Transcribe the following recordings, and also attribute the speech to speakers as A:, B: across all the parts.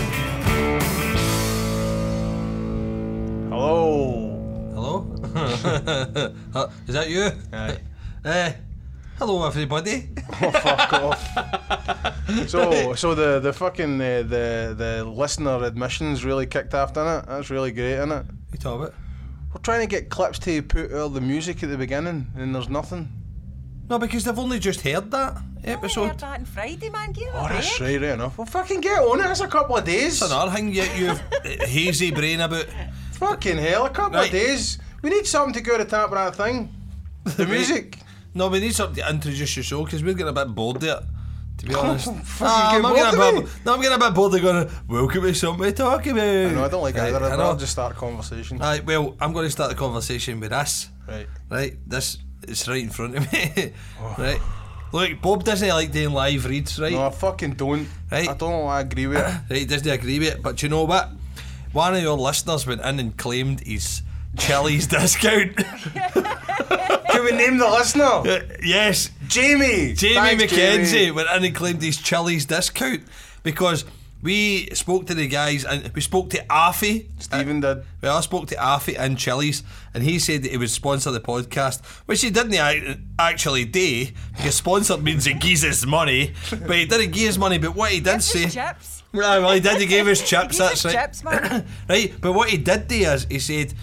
A: Uh, is that you?
B: Aye.
A: Eh, hello, everybody.
B: Oh, fuck off. So, so the the fucking uh, the the listener admissions really kicked off, didn't it? That's really great, isn't it?
A: You talk about?
B: We're trying to get clips to put all the music at the beginning, and there's nothing.
A: No, because they've only just heard that
C: I heard
A: episode. er
C: that on Friday, man. er Give it
B: Oh,
C: a
B: that's
C: break.
B: right, right enough. Well, fucking get on it. It's a couple of days.
A: It's another thing yet you've uh, hazy brain about.
B: Fucking hell, a couple
A: Right.
B: of days. We need something to go to tap with that thing. The music.
A: No, we need something to introduce your show because we're getting a bit bored there. To be honest,
B: fucking
A: Ah,
B: Oh, get
A: I'm
B: bored
A: getting a
B: of me.
A: bit, no, I'm getting a bit bored of going. Welcome to something to talk about.
B: No, I don't like
A: Right,
B: either.
A: I
B: I'd
A: know. Uh,
B: rather just start a conversation.
A: Right, well, I'm going to start the conversation with this.
B: Right.
A: Right, this is right in front of me. Right. Look, Bob doesn't like doing live reads, right?
B: Oh. No, I fucking don't.
A: Right.
B: I don't I agree with it.
A: Right, doesn't agree with it, but you know what? One of your listeners went in and claimed his Chili's discount.
B: Can we name the listener?
A: yes,
B: Jamie.
A: Jamie
B: Thanks,
A: McKenzie
B: Jamie.
A: went in and claimed his Chili's discount because we spoke to the guys and we spoke to Afi.
B: Stephen did.
A: Well, I spoke to Afi and Chili's, and he said that he would sponsor the podcast, which he didn't ac- actually do because sponsored means he gives us money, but he didn't give us money. But what he did
C: Give us
A: say,
C: chips.
A: Right, well, he did. He gave us
C: He
A: chips.
C: gave
A: that's
C: us
A: right.
C: chips, man.
A: right, but what he did do is he said,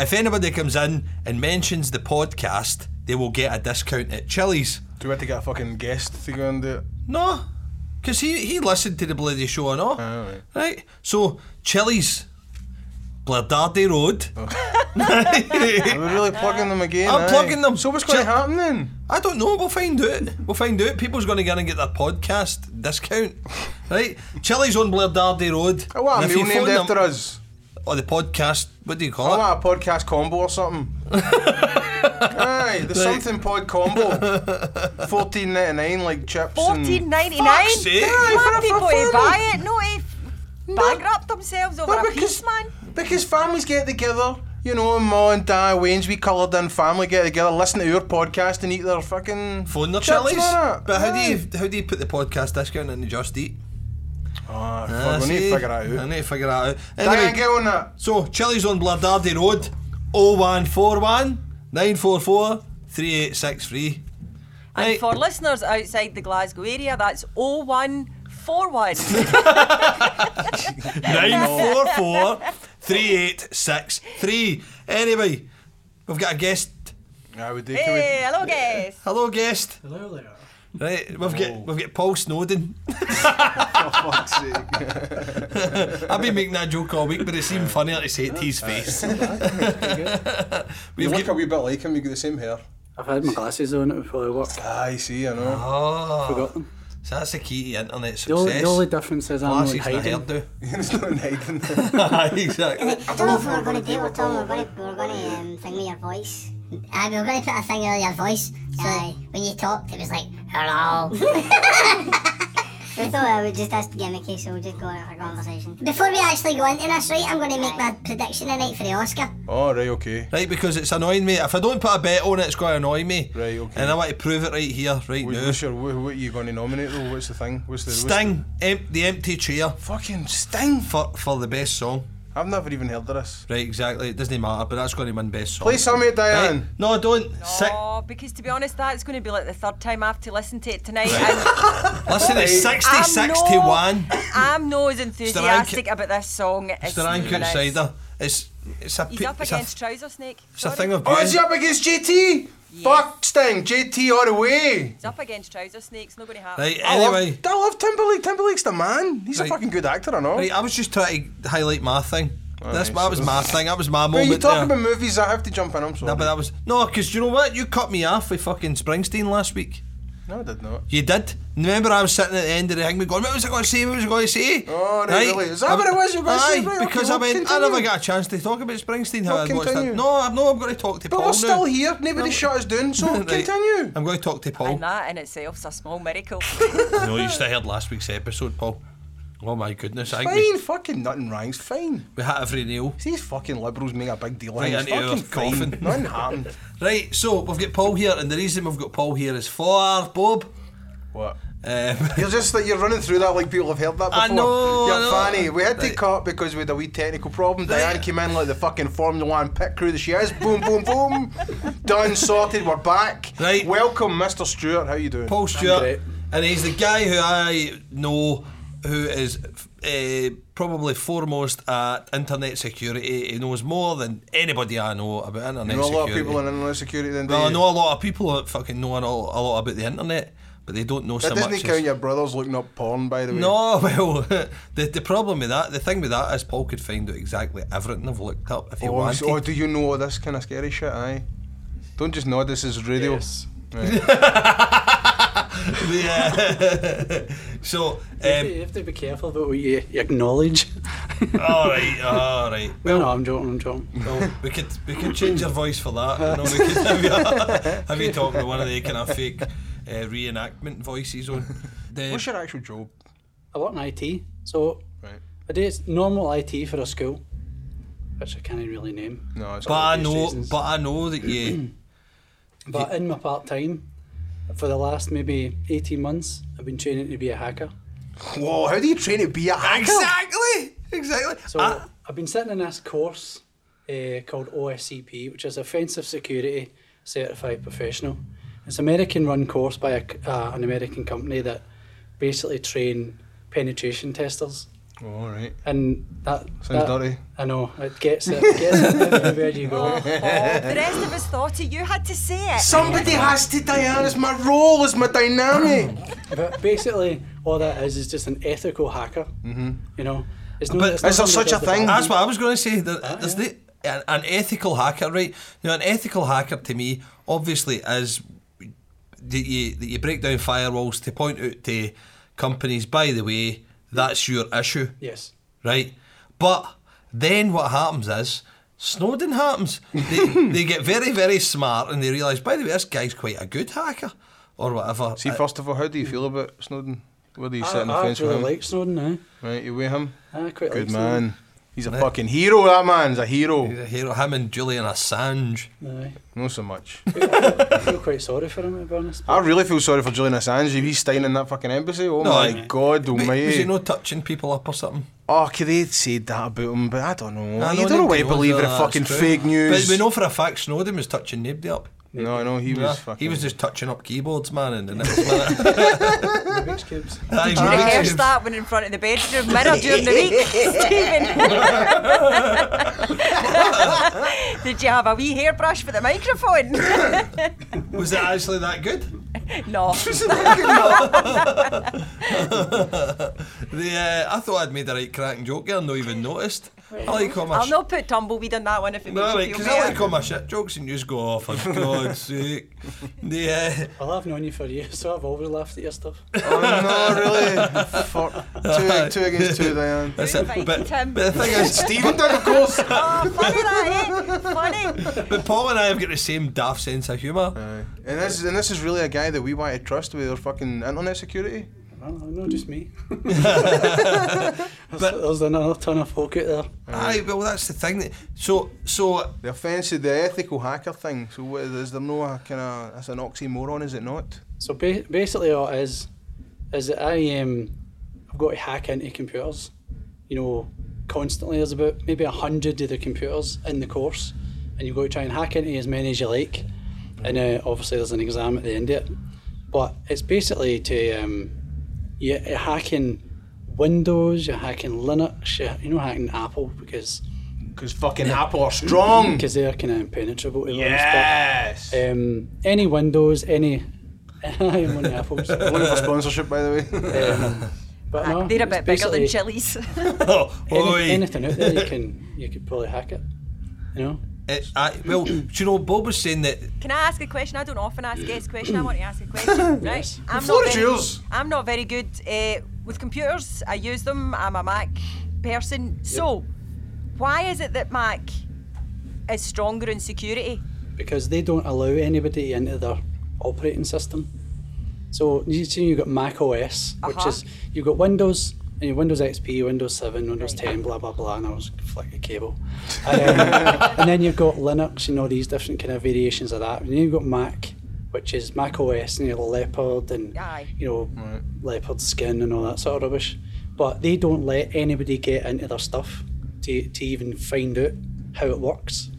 A: if anybody comes in and mentions the podcast, they will get a discount at Chili's.
B: Do we have to get a fucking guest to go and do it?
A: No, because he, he listened to the bloody show and all.
B: Ah, right.
A: Right, so Chili's, Blairdardy Road.
B: Oh. Are we really plugging them again?
A: I'm
B: Aye.
A: plugging them.
B: So what's going to
A: Chill-
B: happen then?
A: I don't know. We'll find out. We'll find out. People's going to go in and get their podcast discount, right? Chili's on Blair Dardy Road.
B: I want Oh, a Oh,
A: And if you
B: meal named
A: phone
B: after
A: them- Uh,
B: us.
A: Or the podcast. What do you
B: I
A: call it?
B: want a podcast combo or something. Aye, the something pod combo. Fourteen ninety nine, like chips.
A: er
C: Fourteen
B: and...
C: ninety
A: Fuck's
C: nine.
A: sake.
C: Want
B: for- for
C: people to
B: fun.
C: buy it? No, eh? Bankrupt themselves over
B: Well,
C: a piece, man.
B: Because families get together, you know, and Ma and Dad, Wayne's, we coloured in family get together, listen to our podcast and eat their fucking
A: Phone their
B: chips
A: Chili's.
B: on it.
A: But how do you how do you put the podcast discount into Just Eat?
B: Ah,
A: Ah,
B: fuck, we need
A: see?
B: to figure that
A: I
B: out.
A: need to figure that out.
B: Dan,
A: Anyway,
B: get on that.
A: so Chili's on Blair Dardy Road, 0141 944 3863.
C: And
A: Right.
C: for listeners outside the Glasgow area, that's 0141.
A: 944 3863. Anyway, we've got a guest.
B: Yeah, we do. Can we-
C: hey, hello, guys.
A: Hello, guest.
D: Hello there.
A: Right, we've got we've got Paul Snowden.
B: For Oh, fuck's sake.
A: I've been making that joke all week, but it seemed funnier to say it to his face.
B: You
A: we've
B: look
A: got,
B: a wee bit like him, you got the same hair.
D: I've had my glasses on, it would probably work.
B: Aye, see, I know.
A: oh,
D: Forgot them.
A: so that's the key to internet
D: The only,
A: success.
D: the only difference is I'm not
A: Glasses and a
D: hiding.
A: hairdo.
B: There's no hiding.
A: Aye, exactly.
E: I don't know if we were going to do. We told them we were going to, we were going to um, thing with your voice. Uh, we were going to put a thing on your voice. So when you talked, it was like hello. we thought it would just that's gimmicky, so we'll just go on with our conversation. Before we actually go into this, right, I'm going to make my prediction tonight for the Oscar.
B: Oh, right, okay.
A: Right, because it's annoying me. If I don't put a bet on it, it's going to annoy me.
B: Right, okay.
A: And I want to prove it right here, right
B: What,
A: now.
B: what's your, what, what are you going to nominate though? What's the thing? What's the what's the-
A: Sting, em- the empty chair
B: fucking Sting.
A: for, for the best song.
B: I've never even heard of this.
A: Right, exactly. It doesn't matter, but that's going to win best song.
B: Play some of it,
A: Right?
B: Diane.
A: No, I don't. Six.
C: Oh, because to be honest, that's going to be like the third time I have to listen to it tonight.
A: Listen, it's 66
C: I'm
A: to
C: no-
A: 1.
C: And I'm no as enthusiastic
A: Starank-
C: about this song as
A: Starank
C: Stephen is.
A: outsider. It's, it's a,
C: He's
A: pe-
C: up
A: it's,
C: against
A: a,
C: Trouser Snake.
A: it's a
C: Sorry.
A: thing of
B: Oh, is
A: beauty.
B: he up against JT? Fuck Sting, JT all the way.
C: He's up against Trouser Snake. It's not going to happen.
A: Right,
B: I
A: anyway.
B: love, I love Timberlake. Timberlake's the man. He's
A: Right.
B: a fucking good actor, I know.
A: Right, I was just trying to highlight my thing. That's
B: Aye,
A: that was
B: so-
A: my thing. That was my
B: But
A: moment.
B: you talk
A: there.
B: about movies, I have to jump in. I'm sorry.
A: No, but that was no, because you know what? You cut me off with fucking Springsteen last week.
B: No, I did not.
A: You did. Remember, I was sitting at the end of the thing, going, "What was I going to say? What was I going to say?"
B: Oh, right, really? Is that
A: I-
B: what it was you were gonna say?
A: aye,
B: Right, okay,
A: because
B: well,
A: I went, I
B: continue.
A: never got a chance to talk about Springsteen. How
B: Well,
A: I watched that.
B: continue.
A: No, I'm no, I'm going to talk to
B: But
A: Paul
B: we're
A: now.
B: still here. Nobody shut us down, so
A: Right.
B: continue.
A: I'm going to talk to Paul.
C: And that in itself's a small miracle.
A: no, you should have heard last week's episode, Paul. Oh my goodness, I think we,
B: Fine, fucking nothing ranks. Fine.
A: we had every nail.
B: See, these fucking liberals make a big deal.
A: Right
B: Right, it's
A: into your
B: fucking fine.
A: coffin.
B: Nothing happened.
A: Right, so we've got Paul here, and the reason we've got Paul here is for Bob.
B: What?
A: Um,
B: You're just like you're running through that like people have heard that before.
A: I know,
B: You're
A: I know.
B: funny. We had to
A: Right.
B: cut because we had a wee technical problem.
A: Right.
B: Diane came in like the fucking Formula One pit crew that she is. Boom, boom, boom. Done, sorted. We're back.
A: Right.
B: Welcome, Mr. Stewart. How you doing?
A: Paul
D: great.
A: Stewart, and he's the guy who I know who is uh, probably foremost at internet security. He knows more than anybody I know about internet
B: You know a lot
A: security.
B: of people in internet security. Then do
A: well, I
B: you?
A: know a lot of people that fucking know a lot, a lot about the internet, but they don't know so
B: That doesn't
A: much.
B: count
A: as-
B: your brothers looking up porn, by the way.
A: no, well, the, the problem with that, the thing with that is Paul could find out exactly everything I've looked up if he
B: Oh,
A: wanted.
B: so- oh, do you know all this kind of scary shit? Aye. Don't just nod. This is radio.
F: Yes.
A: yeah. so,
D: you
A: um,
D: have to be careful about what you you acknowledge.
A: all right, all right.
D: Well, no, I'm joking, I'm joking.
A: Well, we could we could change your voice for that. You know, we could have you, have you talking with one of the kind of fake uh, reenactment voices on. The,
B: What's your actual job?
D: I work in IT, so
B: Right.
D: I do it's normal IT for a school, which I can't really name.
B: No, it's
A: but I know,
D: reasons?
A: but I know that you.
D: But in my part time, for the last maybe 18 months, I've been training to be a hacker.
B: Whoa, how do you train to be a hacker?
A: Exactly, exactly. Ah.
D: So
A: I-
B: Ah.
D: I've been sitting in this course uh, called OSCP, which is Offensive Security Certified Professional. It's an American-run course by a c uh, an American company that basically train penetration testers,
B: Oh, all right.
D: and that
B: Sounds
D: that,
B: dirty.
D: I know it gets it, it gets it everywhere you go.
C: Oh, the rest of us thought it. You had to say it.
B: Somebody has to, Diane. It's my role, it's my dynamic.
D: But basically, all that is is just an ethical hacker. Mm-hmm. You know, it's not.
A: But
D: it's not
B: is there
D: somebody
B: such a
D: that does the
B: thing?
D: bad-
A: That's what I was going to say.
B: Ah,
A: That there's the, an, an ethical hacker, right? Now, an ethical hacker to me, obviously, is that you that you break down firewalls to point out to companies. By the way, that's your issue.
D: Yes.
A: right? But then what happens is Snowden happens. They, they get very, very smart and they realise, by the way, this guy's quite a good hacker or whatever.
B: See,
A: Uh,
B: first of all, how do you feel about Snowden? Where do you sit on the
D: I, I
B: fence with
D: really
B: him?
D: like Snowden now.
B: Right, you with him?
D: I quite like
B: Good
D: Snowden.
B: man. He's a fucking hero, that man's a hero.
A: the hero, him and Julian Assange.
D: Aye.
B: Not so much.
D: eh? I feel quite sorry for him, to be honest.
B: I really feel sorry for Julian Assange if he's staying in that fucking embassy. Oh
A: No,
B: my
A: I-
B: god,
A: But Was he
B: almighty.
A: no touching people up or something?
B: Oh, could they said that about him? But I don't know.
A: I
B: you don't know why you
A: nobody
B: believe in
A: knows
B: a
A: whether
B: fucking
A: that's true.
B: fake news.
A: But we know for a fact Snowden was touching nobody up.
B: no, I know he
A: Yeah,
B: was fucking.
A: he was just touching up keyboards, man, and the next minute.
D: Rubik's cubes.
A: Aye,
C: You
A: Rubik's
C: rehearse
A: Cubes.
C: that when in front of the bedroom mirror during the week, Stephen. Did you have a wee hairbrush for the microphone?
A: Was it actually that good?
C: no.
A: The, uh, I thought I'd made a right cracking joke there, not even noticed. I like how
C: I'll
A: much.
C: not put tumbleweed on that one if it makes
A: No,
C: you
A: because
C: feel
A: I
C: better.
A: like all my shit jokes and you go, oh, for God's sake. Yeah.
D: Well, I've known you for years, so I've always laughed at your stuff.
B: Oh, no, really. Fuck. Two, two against two, Diane.
A: That's
C: You
A: it. But,
C: invited
A: but
C: him.
A: the thing is,
B: Stephen did, of course.
C: Oh, funny that, eh? Funny.
A: but Paul and I have got the same daft sense of humour.
B: Aye. And this, and this is really a guy that we want to trust with our fucking internet security.
D: Well, no, just me. there's, there's another ton of folk out there.
A: Aye, well, that's the thing. That, so, so
B: The offence of the ethical hacker thing. So what is, is there no kind of that's an oxymoron, is it not?
D: So ba- basically, all it is is that I um, I've got to hack into computers. You know, constantly there's about maybe a hundred of the computers in the course, and you've got to try and hack into as many as you like. And uh, obviously, there's an exam at the end of it. But it's basically to um, you you're hacking Windows, you're hacking Linux, you're, you know, hacking Apple because
B: Because fucking Apple are strong.
D: because they're kind of impenetrable to
B: Yes. Uh,
D: Linux. But, um, any Windows, any. I'm on the Apples.
B: Looking for sponsorship, by the way. Uh,
D: Um, but no,
C: They're a
D: it's
C: bit bigger than
D: basically
C: chilies.
A: oh,
D: any-
A: oi.
D: anything out there you can you could probably hack it. You know,
A: It, I, Eh, well, do you know, Bob was saying that
C: Can I ask a question? I don't often ask guests question. I want to ask a question. Right.
D: Yes.
C: I'm
B: floor
C: not
B: is
C: very,
B: yours.
C: I'm not very good uh, with computers. I use them. I'm a Mac person. So, why is it that Mac is stronger in security?
D: because they don't allow anybody into their operating system. So you see, you've got Mac OS, which
C: Uh-huh.
D: is you've got Windows and your Windows XP, Windows Seven, Windows Ten, blah blah blah. And I was flick a cable. And, um, and then you've got Linux and all these different kind of variations of that. And then you've got Mac, which is Mac OS and you know, Leopard and
C: Aye.
D: you know leopard skin and all that sort of rubbish. But they don't let anybody get into their stuff to to even find out how it works.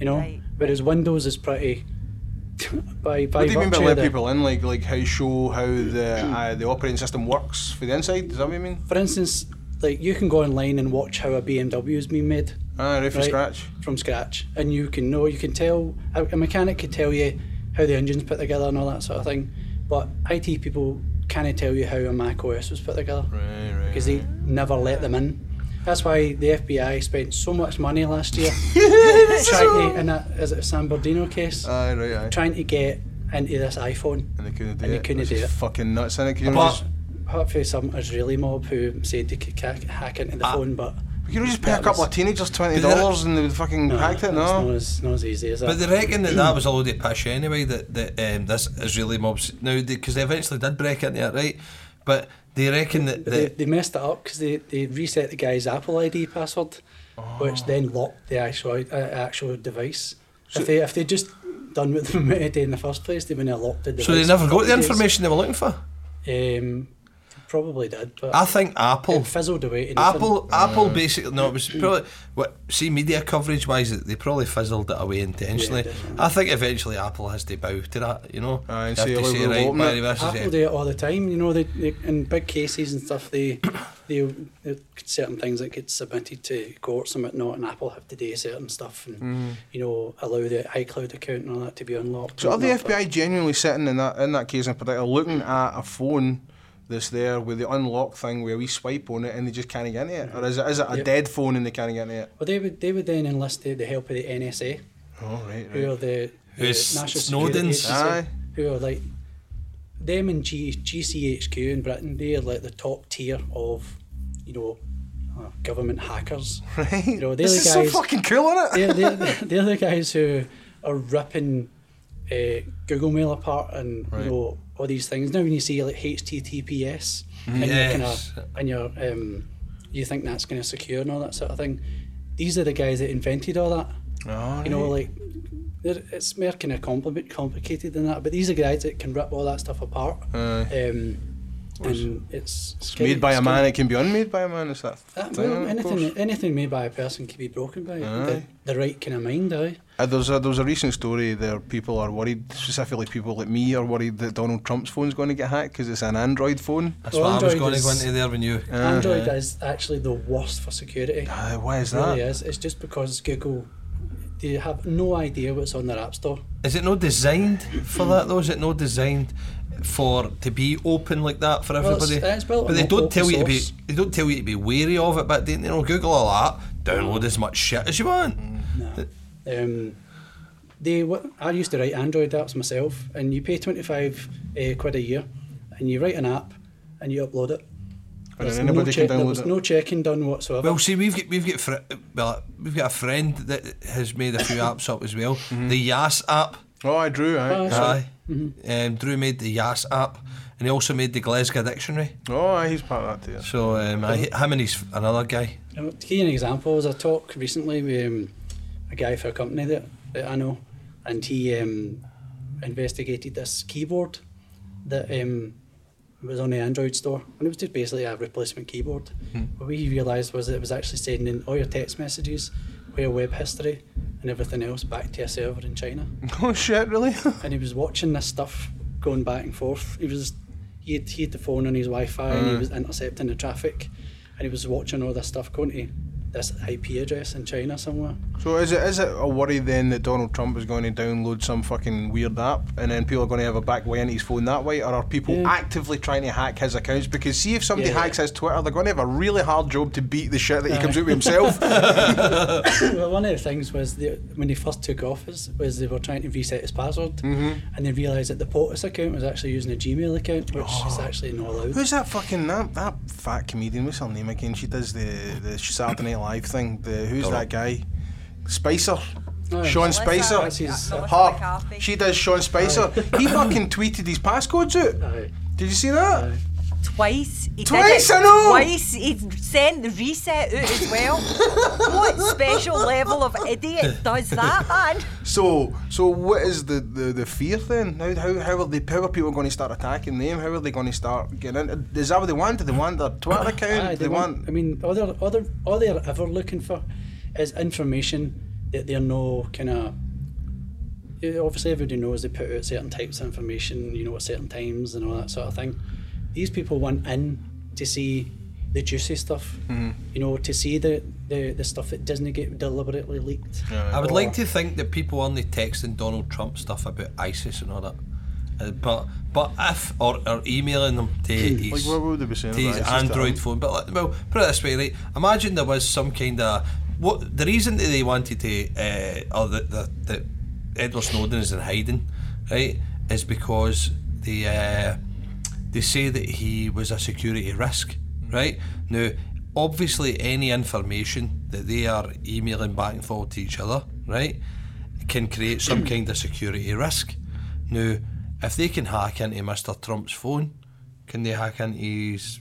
D: You know,
C: Right,
D: whereas Windows is pretty. by by
B: What do you mean by
D: virtue of
B: let
D: the-
B: people in? Like, like how show how the uh, the operating system works for the inside? Is that what you mean?
D: For instance, like you can go online and watch how a BMW is being made.
B: Ah, right from
D: Right.
B: scratch.
D: from scratch, and you can know, you can tell a, a mechanic could tell you how the engine's put together and all that sort of thing, but IT people can't tell you how a Mac OS was put together
B: Right, right.
D: because they never let them in. That's why the FBI spent so much money last year trying to, in that is it a San Bernardino case,
B: Aye, right, aye.
D: trying to get into this iPhone.
B: and they couldn't do
D: and
B: it.
D: they couldn't
B: which
D: do
B: is
D: it.
B: Fucking nuts, isn't it? Can you
A: But-
B: just,
D: Apart from some Israeli mob who said they could ca- hack into the
A: Ah.
D: phone, but
B: you just pay a
D: that
B: couple
D: was-
B: of teenagers twenty
A: But
B: dollars and they would fucking
D: no,
B: hacked it.
D: it's
B: No,
D: not as, not as easy as that.
A: But they reckon that that was already pish anyway. That that um, this Israeli mobs now because they eventually did break into it, right? But they reckon that,
D: But they,
A: that
D: they messed it up because they, they reset the guy's Apple ID password,
A: Oh.
D: which then locked the actual uh, actual device. if they if they just done what they meant to do in the first place, they wouldn't have locked the device.
A: so they never
D: for
A: got the
D: 30 days.
A: information they were looking for.
D: Um, probably did, but
A: I think Apple.
D: it fizzled away. to nothing.
A: Apple, Apple basically no. It was probably what see media coverage wise. They probably fizzled it away intentionally.
D: definitely.
A: I think eventually Apple has to bow to that. You know,
B: Aye, and
A: They have
B: say,
A: to
B: "Look,
A: say
B: we'll
A: right,
B: open
A: Barry,
B: it."
A: this is
D: Apple
A: it.
D: do it all the time. You know, they, they in big cases and stuff. They they certain things that get submitted to courts and whatnot, and Apple have to do certain stuff and you know allow the iCloud account and all that to be unlocked.
B: Mm. So are
D: and
B: the
D: whatnot, but-
B: FBI genuinely sitting in that in that case in particular, looking at a phone that's there with the unlock thing where we swipe on it and they just can't get into it, or is it is it a
D: Yep.
B: dead phone and they can't get into it?
D: Well, they would they would then enlist the, the help of the NSA,
B: Oh right,
D: who are the, the
A: Who's
D: National
A: Snowden's?
D: Security
B: Aye.
D: Agency, who are like them and G, GCHQ in Britain. They are like the top tier of, you know, uh, government hackers.
B: Right.
D: You know, they're
B: this
D: the
B: is
D: guys-
B: so fucking cool, isn't it?
D: They're, they're, they're the guys who are ripping uh, Google Mail apart and you know all these things. Now when you see like HTTPS
B: Mm-hmm.
D: and
A: Yes.
D: you're kind of and you're um, you think that's going to secure and all that sort of thing. These are the guys that invented all that.
B: Aye.
D: You know, like they're- it's more kind of compli- complicated than that. But these are guys that can rip all that stuff apart. Um, and it's, it's
B: Uh, made
D: kinda-
B: by a
D: it's
B: man,
D: kinda-
B: it can be unmade by a man. It's that.
D: Ah,
B: thing,
D: well,
B: of course.
D: anything, anything made by a person can be broken by the,
B: Aye.
D: the right kind of mind, aye.
B: Uh, there's a, there was a recent story there. People are worried, specifically people like me, are worried that Donald Trump's phone's going to get hacked because it's an Android phone.
A: That's
D: Well,
A: what I was
D: Android
A: going to go
D: is-
A: into there when you.
D: Android is actually the worst for security.
B: Uh, why is
D: It really
B: Uh-huh. that?
D: is. It's just because Google, they have no idea what's on their app store.
A: Is it not designed for that though? Is it not designed for to be open like that for
D: Well, it's-
A: everybody?
D: it's built
A: but they
D: on
A: don't
D: open
A: tell you to be
D: source.
A: they don't tell you to be wary of it. But they, you know, Google all that, download as much shit as you want.
D: No. Um, they, what, I used to write Android apps myself, and you pay 25 uh, quid a year, and you write an app, and you upload it.
B: And
D: There's
B: then
D: no,
B: anybody can
D: check, there
B: download
D: was
B: it.
D: no checking done whatsoever.
A: Well, see, we've got we've got fr- well, we've got a friend that has made a few apps up as well. The Yas app,
B: Oh, I drew. Aye.
D: Aye.
A: aye. Um, Drew made the Yas app, and he also made the Glasgow Dictionary.
B: Oh, aye, he's part of that too.
A: So um, I, him and he's another guy.
D: Um, To give you an example, was I talked recently with um, a guy for a company that, that I know, and he um, investigated this keyboard that um, was on the Android store, and it was just basically a replacement keyboard. What we realised was that it was actually sending all your text messages, all your web history, and everything else back to a server in China.
B: Oh shit, really?
D: and he was watching this stuff going back and forth. He was he had, he had the phone on his Wi-Fi and he was intercepting the traffic, and he was watching all this stuff going to this IP address in China somewhere.
B: so is it is it a worry then that Donald Trump is going to download some fucking weird app and then people are going to have a back way into his phone that way, or are people
D: Yeah.
B: actively trying to hack his accounts? Because see, if somebody
D: Yeah.
B: hacks his Twitter, they're going to have a really hard job to beat the shit that he comes out with himself. Aye,
D: well, one of the things was the, when he first took office was they were trying to reset his password, and they realised that the POTUS account was actually using a Gmail account, which is actually not allowed.
B: Who's that fucking that, that fat comedian? What's her name again? She does the the Saturday Night Live thing. The who's that guy? Spicer.
D: Oh,
B: Sean
D: Melissa-
B: Spicer.
D: that's his-
B: Her.
C: Melissa McCarthy.
B: She does Sean Spicer. He fucking tweeted his passcodes out.
D: Aye.
B: Did you see that?
D: Aye.
C: twice. He
B: Twice,
C: did it.
B: I know!
C: Twice he sent the reset out as well. what special level of idiot does that, man?
B: So, so what is the, the, the fear then? How, how, how are they? How are people going to start attacking them? How are they going to start getting? In? Is that what they want? Do they want their Twitter account?
D: Aye,
B: Do they want.
D: I mean, all they're, all, they're, all they're ever looking for is information that they're no kind of. Obviously, everybody knows they put out certain types of information, you know, at certain times and all that sort of thing. These people want in to see the juicy stuff, you know, to see the, the, the stuff that doesn't get deliberately leaked.
A: I would
D: Oh.
A: like to think that people only texting Donald Trump stuff about ISIS and all that. Uh, but but if or, or emailing them to his,
B: what would they be saying
A: to
B: about
A: his
B: ISIS to
A: Android
B: him?
A: phone. But like, well, put it this way, right? Imagine there was some kind of what the reason that they wanted to uh, or that the, the Edward Snowden is in hiding, right, is because they uh, they say that he was a security risk, right? Now, obviously, any information that they are emailing back and forth to each other, right, can create some kind of security risk. Now, if they can hack into Mr. Trump's phone, can they hack into his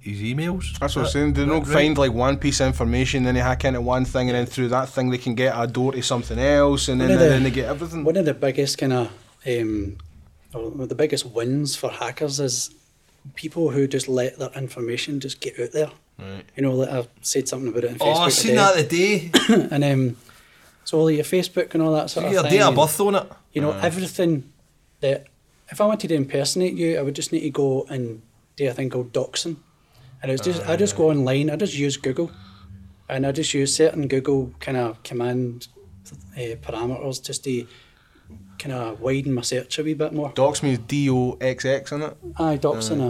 A: his emails?
B: That's what I'm saying. They
A: Uh,
B: don't
A: right.
B: find like one piece of information, then they hack into one thing, and then through that thing they can get a door to something else, and then,
D: One of
B: then
D: the-
B: they get everything.
D: One of the biggest kind of um, or one of the biggest wins for hackers is people who just let their information just get out there. Right. You know, like I said something about it on
A: Oh,
D: Facebook
A: I seen
D: today,
A: that today.
D: and um, so all your Facebook and all that sort
A: Your
D: of
A: date
D: thing.
A: of
D: and,
A: birth on it.
D: you know, everything that if I wanted to impersonate you, I would just need to go and do a thing called doxing, and it's just I just go online, I just use Google, and I just use certain Google kind of command uh, parameters just to kind of widen my search a wee bit more.
B: Docs means D O X X in it.
D: Aye, doxing,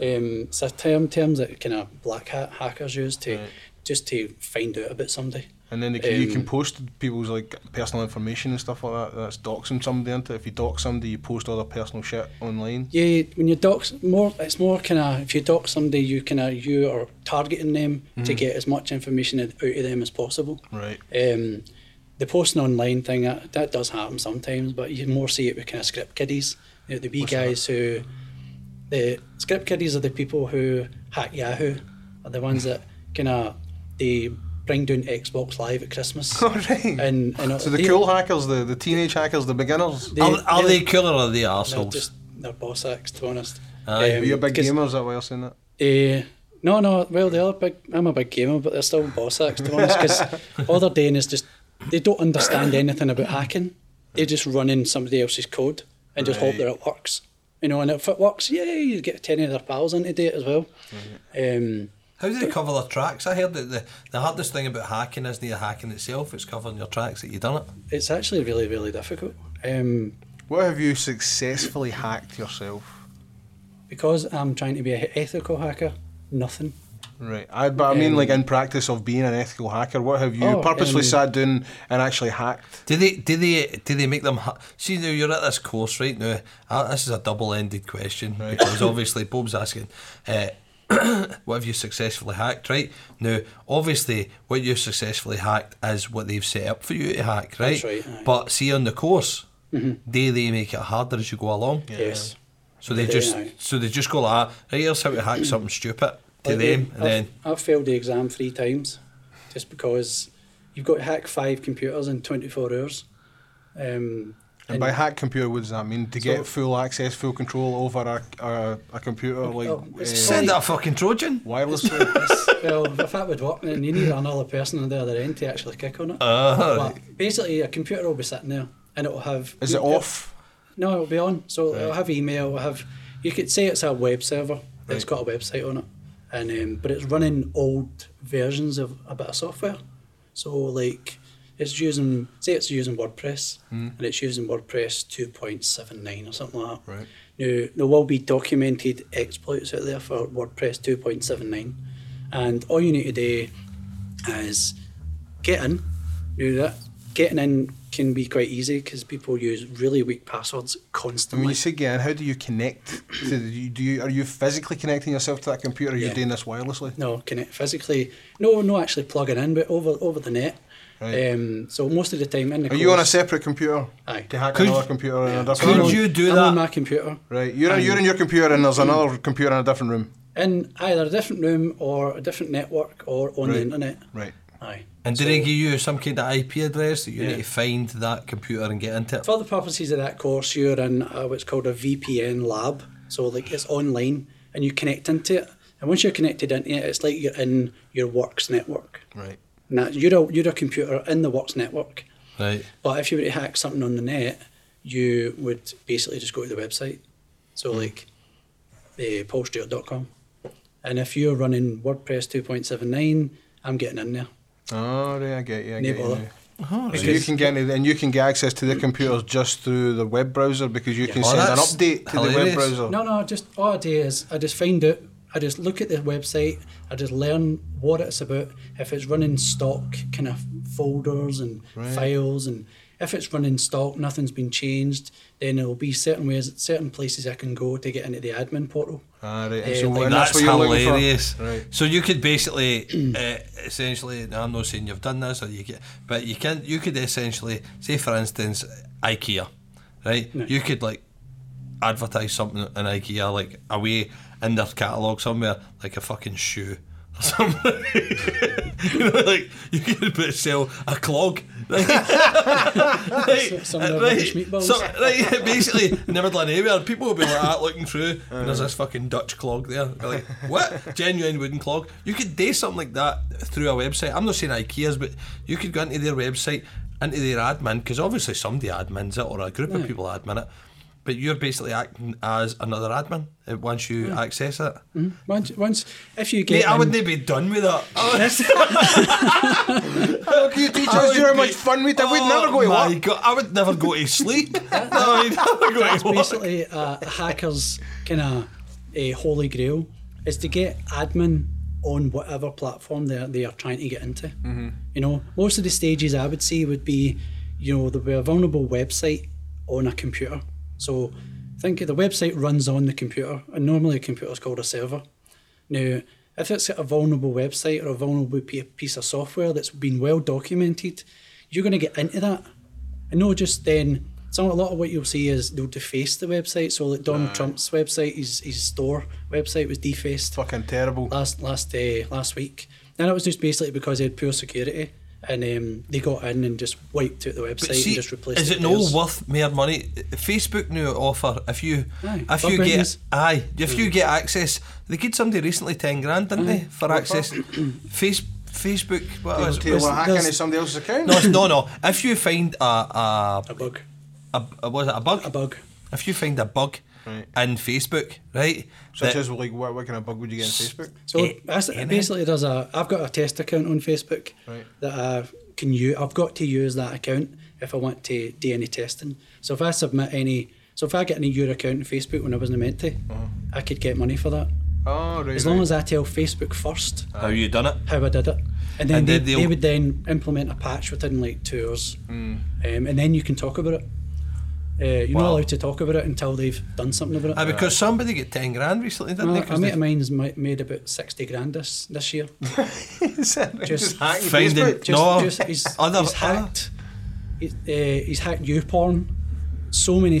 D: aye. Um, it's a term terms that kind of black hat hackers use to just to find out about somebody.
B: And then they can, you
D: Um,
B: can post people's like personal information and stuff like that. That's doxing somebody into. If you dox somebody, you post all their personal shit online.
D: Yeah, when you dox more, it's more kind of if you dox somebody, you kind of you are targeting them
B: Mm.
D: to get as much information out of them as possible.
B: Right.
D: Um, the posting online thing that, that does happen sometimes, but you more see it with kind of script kiddies, you know, the wee guys who the script kiddies are the people who hack Yahoo, are the ones that kind of they bring down Xbox Live at Christmas.
B: Right.
D: And, uh, and
B: So the
D: they-
B: cool hackers, the, the teenage hackers, the beginners.
D: they-
A: Are, are
D: they're-
A: they cooler or are they
D: They're
A: arseholes?
D: just they're boss acts, to be honest. Um,
A: Aye.
B: Are you a big
D: 'cause-
B: gamer? Is that why you're saying that?
D: Uh, no, no. Well, the other big, I'm a big gamer, but they're still boss acts to be honest. Because all they're doing is just they don't understand anything about hacking. They just run in somebody else's code and just hope that it works. You know, and if it works, yeah, you get ten of their pals into it as well. Um,
A: How do they cover their tracks? I heard that the, the hardest thing about hacking isn't the hacking itself, it's covering your tracks that you've done it.
D: it's actually really, really difficult um,
B: What have you successfully hacked yourself?
D: because I'm trying to be an ethical hacker. Nothing.
B: Right. I, but I mean,
D: Um,
B: like in practice of being an ethical hacker, what have you
D: Oh,
B: purposely
D: um,
B: sat down and actually hacked?
A: Do they do they do they make them ha- see now you're at this course right now? Uh, this is a double ended question because obviously Bob's asking, uh, what have you successfully hacked, right? Now obviously what you successfully hacked is what they've set up for you to hack, right?
D: right, aye.
A: But see on the course, do they make it harder as you go along?
D: Yes.
A: So they
D: They
A: just
D: do.
A: so they just go like, that, right, here's how to hack something stupid to
D: Like,
A: them, and
D: I've,
A: then
D: I've failed the exam three times, just because you've got to hack five computers in twenty four hours. Um,
B: And
D: and-
B: by hack computer, what does that mean? To get
D: So-
B: full access, full control over a, a, a computer, like
D: Oh, it's
B: uh,
A: send out a fucking Trojan.
B: wirelessly?
D: well, if that would work, then you need another person on the other end to actually kick on it.
B: Ah.
A: Uh,
D: But basically, a computer will be sitting there, and it'll have.
B: Is it off?
D: No, it'll be on. So it'll have email. It'll have. You could say it's a web server. It's
B: Right.
D: got a website on it, and um, but it's running old versions of a bit of software. So like, it's using say it's using WordPress,
B: Hmm.
D: and it's using WordPress two point seven nine or something like that.
B: Right.
D: Now there will be documented exploits out there for WordPress two point seven nine, and all you need to do is get in. You know that getting in can be quite easy because people use really weak passwords
B: And
D: constantly.
B: when you say get in, how do you connect? To the, do you are you physically connecting yourself to that computer? Or You're
D: Yeah.
B: doing this wirelessly.
D: No, connect physically. No, no, actually plugging in, but over over the net.
B: Right.
D: Um, so most of the time in the
B: Are you on a
D: course-
B: separate computer
D: Aye.
B: to hack
A: Could-
B: another computer in a different
A: Could
B: room?
A: you Mm. do
D: I'm
A: that?
D: on my computer
B: Right, you're, in- you're in your computer and there's another computer in a different room.
D: in either a different room or a different network or on
B: Right.
D: the internet.
B: Right.
D: Aye.
A: And do they give you some kind of IP address that you
D: Yeah.
A: need to find that computer and get into it?
D: For the purposes of that course, you're in uh, what's called a VPN lab. So like it's online and you connect into it. And once you're connected into it, it's like you're in your works network.
B: Right.
D: And that, you're a, you're a computer in the works network.
A: Right.
D: But if you were to hack something on the net, you would basically just go to the website. So like uh, paulstewart.com. And if you're running WordPress 2.79, I'm getting in there.
B: Oh, right, I get you. I
D: No
B: get you.
D: bother.
B: now.
A: Oh,
B: So
A: right.
B: you can get any- and you can get access to the computers just through the web browser because you can
A: Oh,
B: send an
A: that's
B: update to the web
A: hilarious.
B: browser.
D: No, no, just all I do is I just find out, I just look at the website, I just learn what it's about, if it's running stock kind of folders and files, and if it's running stock, nothing's been changed, then there'll be certain ways, certain places I can go to get into the admin portal.
B: Ah, right. and
D: Eh,
B: so
D: like
B: and
A: That's,
B: that's what you're looking for.
A: hilarious.
B: Right.
A: So you could basically, uh, essentially, now I'm not saying you've done this or you get, but you can. You could essentially say, for instance, IKEA, right? You could like advertise something in IKEA, like away in their catalogue somewhere, like a fucking shoe. or Something you know, like you could put sell a clog, uh, right?
D: Some of the British meatballs.
A: So, right, basically in the middle of nowhere, people will be like that looking through, and there's this fucking Dutch clog there. They're like, what? Genuine wooden clog. You could do something like that through a website. I'm not saying IKEA's, but you could go into their website, into their admin, because obviously somebody admins it or a group of people admin it. But you're basically acting as another admin uh, once
B: Mm.
A: you access it.
B: Mm-hmm.
D: Once, once if you get
A: Mate, I
D: in-
A: wouldn't be done with that.
B: Look, Oh, you teach Oh, us how much fun we did. We'd never go to
A: Oh my
B: work.
A: God, I would never go to sleep. no, I'd never go to work.
D: basically uh, a, a hacker's kind of a holy grail is to get admin on whatever platform they they are trying to get into. You know, most of the stages I would see would be, you know, there'll be a vulnerable website on a computer. So think of the website runs on the computer, and normally a computer is called a server. Now, if it's a vulnerable website or a vulnerable p- piece of software that's been well documented, you're going to get into that. And not just then, some a lot of what you'll see is they'll deface the website. So, like Donald Trump's website, his, his store website was defaced
B: Fucking terrible.
D: last last uh, last week. And it was just basically because they had poor security and um, they got in and just wiped out the website
A: But see,
D: and just replaced
A: is it
D: with
A: no
D: theirs.
A: worth more money? Facebook now offer if you
D: Aye,
A: if you
D: bug
A: get
D: bounties.
A: aye if
D: Mm.
A: you get access, they gave somebody recently ten grand, didn't they, for access? Face Facebook, what was,
B: Taylor
A: was,
D: was-
B: hacking
D: there's-
B: into somebody else's account.
A: no, it's- no, no. If you find a a,
D: A bug.
A: a, a was it a bug?
D: A bug.
A: If you find a bug
B: Right.
A: in Facebook, right?
B: Such
A: that-
B: as like what, what kind of bug would you get in Facebook?
D: So
A: Eh,
D: that's,
A: eh,
D: basically, there's a. I've got a test account on Facebook
B: Right.
D: that I can use. I've got to use that account if I want to do any testing. So if I submit any, so if I get an your account on Facebook when I wasn't meant to,
A: Uh-huh.
D: I could get money for that
B: Oh, right.
D: as long as I tell Facebook first
A: how you done it?
D: how I did it, and then,
A: And
D: they,
A: then they'll- Hmm.
D: they would then implement a patch within like two hours, um, and then you can talk about it. Uh, you're
A: Wow.
D: not allowed to talk about it until they've done something about it.
A: Aye, because somebody got ten grand recently, didn't they?
D: Well,
A: 'Cause
D: a mate of
A: they?
D: mine's ma- made about sixty grand this this year.
B: just,
D: just
B: hacking
A: finding-
B: Facebook.
D: Just,
A: No,
D: just, he's,
A: other-
D: he's hacked. He's, uh, he's hacked YouPorn so many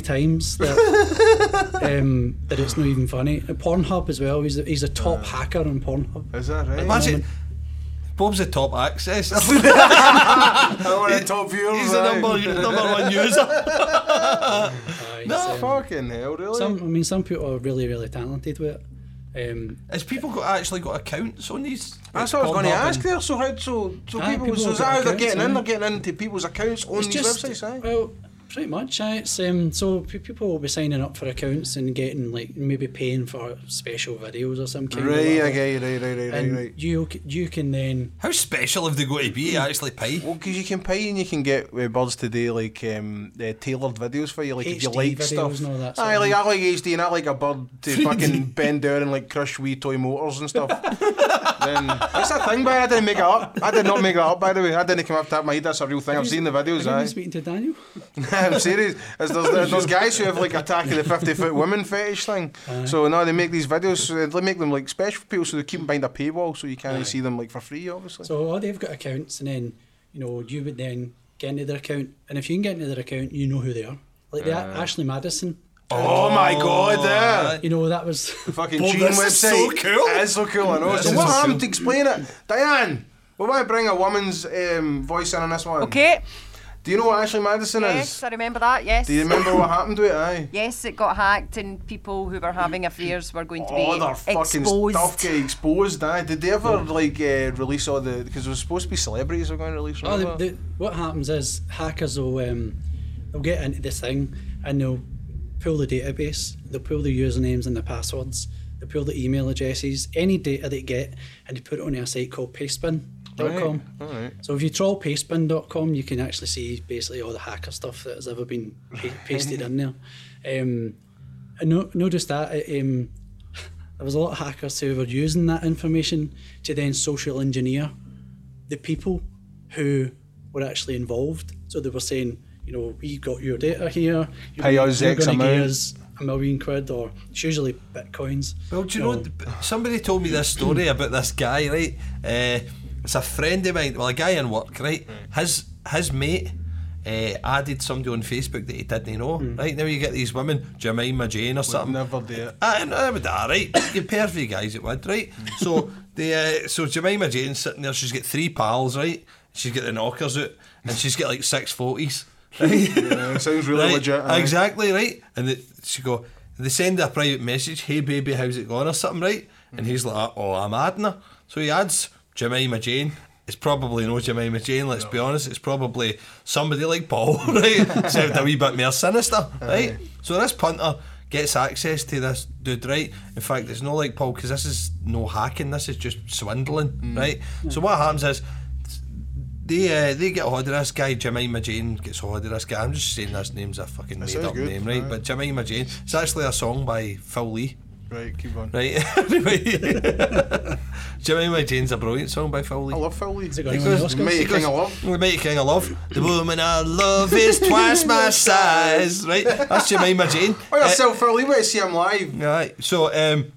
D: times that um, that it's not even funny. And Pornhub as well. He's a, he's a top hacker on Pornhub.
B: Is that right?
A: Imagine. Bob's the top access.
B: I want a top viewer.
A: He's the number number one user.
D: Aye,
B: No,
D: so-
B: fucking hell, really.
D: some I mean some people are really really talented with it. Um,
A: Has people got actually got accounts on these?
B: That's what Ah, I was going to
A: Pornhub
B: ask
A: and-
B: there. So how so so
D: Aye,
B: people,
D: Ah, people
B: so
D: have
B: is that how they're
D: accounts,
B: getting in?
D: aye.
B: They're getting into people's accounts on these websites, eh? aye?
D: well, pretty much. Aye. It's um, so pe- people will be signing up for accounts and getting like maybe paying for special videos or some kind. of
B: Right,
D: whatever.
B: okay, right, right, right, right,
D: And
B: right.
D: you c- you can then
A: How special have they got to be to actually pay?
B: Well, because you can pay and you can get uh, birds today like um, uh, tailored videos for you, like if you
D: HD
B: like
D: videos
B: stuff.
D: and all that
B: Aye,
D: sort of
B: like I like HD and I like a bird to fucking bend down and like crush wee toy motors and stuff. then that's a thing, by I didn't make it up. I did not make it up, by the way. I didn't come up to have my head. That's a real thing. I've seen the videos.
D: Have you been
B: Aye.
D: speaking to Daniel?
B: I'm serious. There's, there's, there's guys who have like attacking the 50 foot women fetish thing. So now they make these videos, so they make them like special for people so they keep them behind a paywall so you can't see them like for free, obviously.
D: So all they've got oh, accounts, and then you know, you would then get into their account, and if you can get into their account, you know who they are. Like the A- Ashley Madison,
B: Oh, my god,
A: Oh,
B: there.
D: you know that was
B: Fucking
A: Well,
B: Gene
A: oh, this
B: website.
A: is so cool.
B: It is so cool, I know.
A: This
B: so
A: is
B: what
A: so
B: happened
A: cool.
B: to explain it? Diane, we might bring a woman's um, voice in on this one.
C: Okay.
B: Do you know what Ashley Madison
C: Yes,
B: is?
C: I remember that. Yes.
B: Do you remember what happened to it? Aye.
C: Yes, it got hacked, and people who were having affairs were going to be
B: all their Oh, fucking
C: exposed.
B: stuff get exposed. Aye. Did they ever like uh, release all the? Because it was supposed to be celebrities were going to release.
D: Oh,
B: remember?
D: they, they, what happens is hackers will um, they'll get into this thing and they'll pull the database, they'll pull the usernames and the passwords, they'll pull the email addresses, any data they get, and they put it on a site called pastebin.com.
B: alright.
D: So if you troll pastebin.com, you can actually see basically all the hacker stuff that has ever been pa- pasted in there. Um, and no, no, just that. It, um, there was a lot of hackers who were using that information to then social engineer the people who were actually involved. So they were saying, you know, we got your data here. you
B: Pay
D: know,
B: us
D: you're
B: X
D: gonna give
B: amount."
D: us a million quid, or it's usually bitcoins.
A: Well, do you
D: No.
A: know, somebody told me this story about this guy, right? Uh, it's a friend of mine, well, a guy in work, right?
B: Hmm.
A: His his mate uh, added somebody on Facebook that he didn't know, right? Now you get these women, Jemima Jane or something.
B: never do it. Hmm.
A: I, I would that, right? you pair for you guys, it would, right? So the uh, so Jemima Jane's sitting there, she's got three pals, right? She's got the knockers out, and she's got like six forties. Right?
B: Yeah, it sounds really
A: Right,
B: legit. aye.
A: Exactly right. And they, she go, they send her a private message, hey baby, how's it going or something, right? And he's
B: Mm-hmm.
A: like, oh, I'm adding her. So he adds Jemima Jane. It's probably no Jemima Jane. Let's be honest. It's probably somebody like Paul, right? Except a wee bit more sinister, right? So this punter gets access to this dude, right? In fact, it's not like Paul because this is no hacking. This is just swindling,
B: Mm.
A: right? So what happens is they uh, they get a hold of this guy, Jemima Jane gets a hold of this guy. I'm just saying this name's a fucking made
B: sounds
A: up
B: good,
A: name, right?
B: aye.
A: But Jemima Jane, it's actually a song by Phil Lee,
B: Right, keep on.
A: right? anyway, Jemima Jane's a brilliant song by Phil Lee.
B: I love Phil Lee.
D: Is it going on the Oscars?
B: Mighty
A: He goes,
B: King of Love.
A: The mighty King of Love. The woman I love is twice my size, right? That's Jemima Jane.
B: Oh,
A: Uh,
B: yourself, Phil Lee. Wait to see him live.
A: Right. So, um,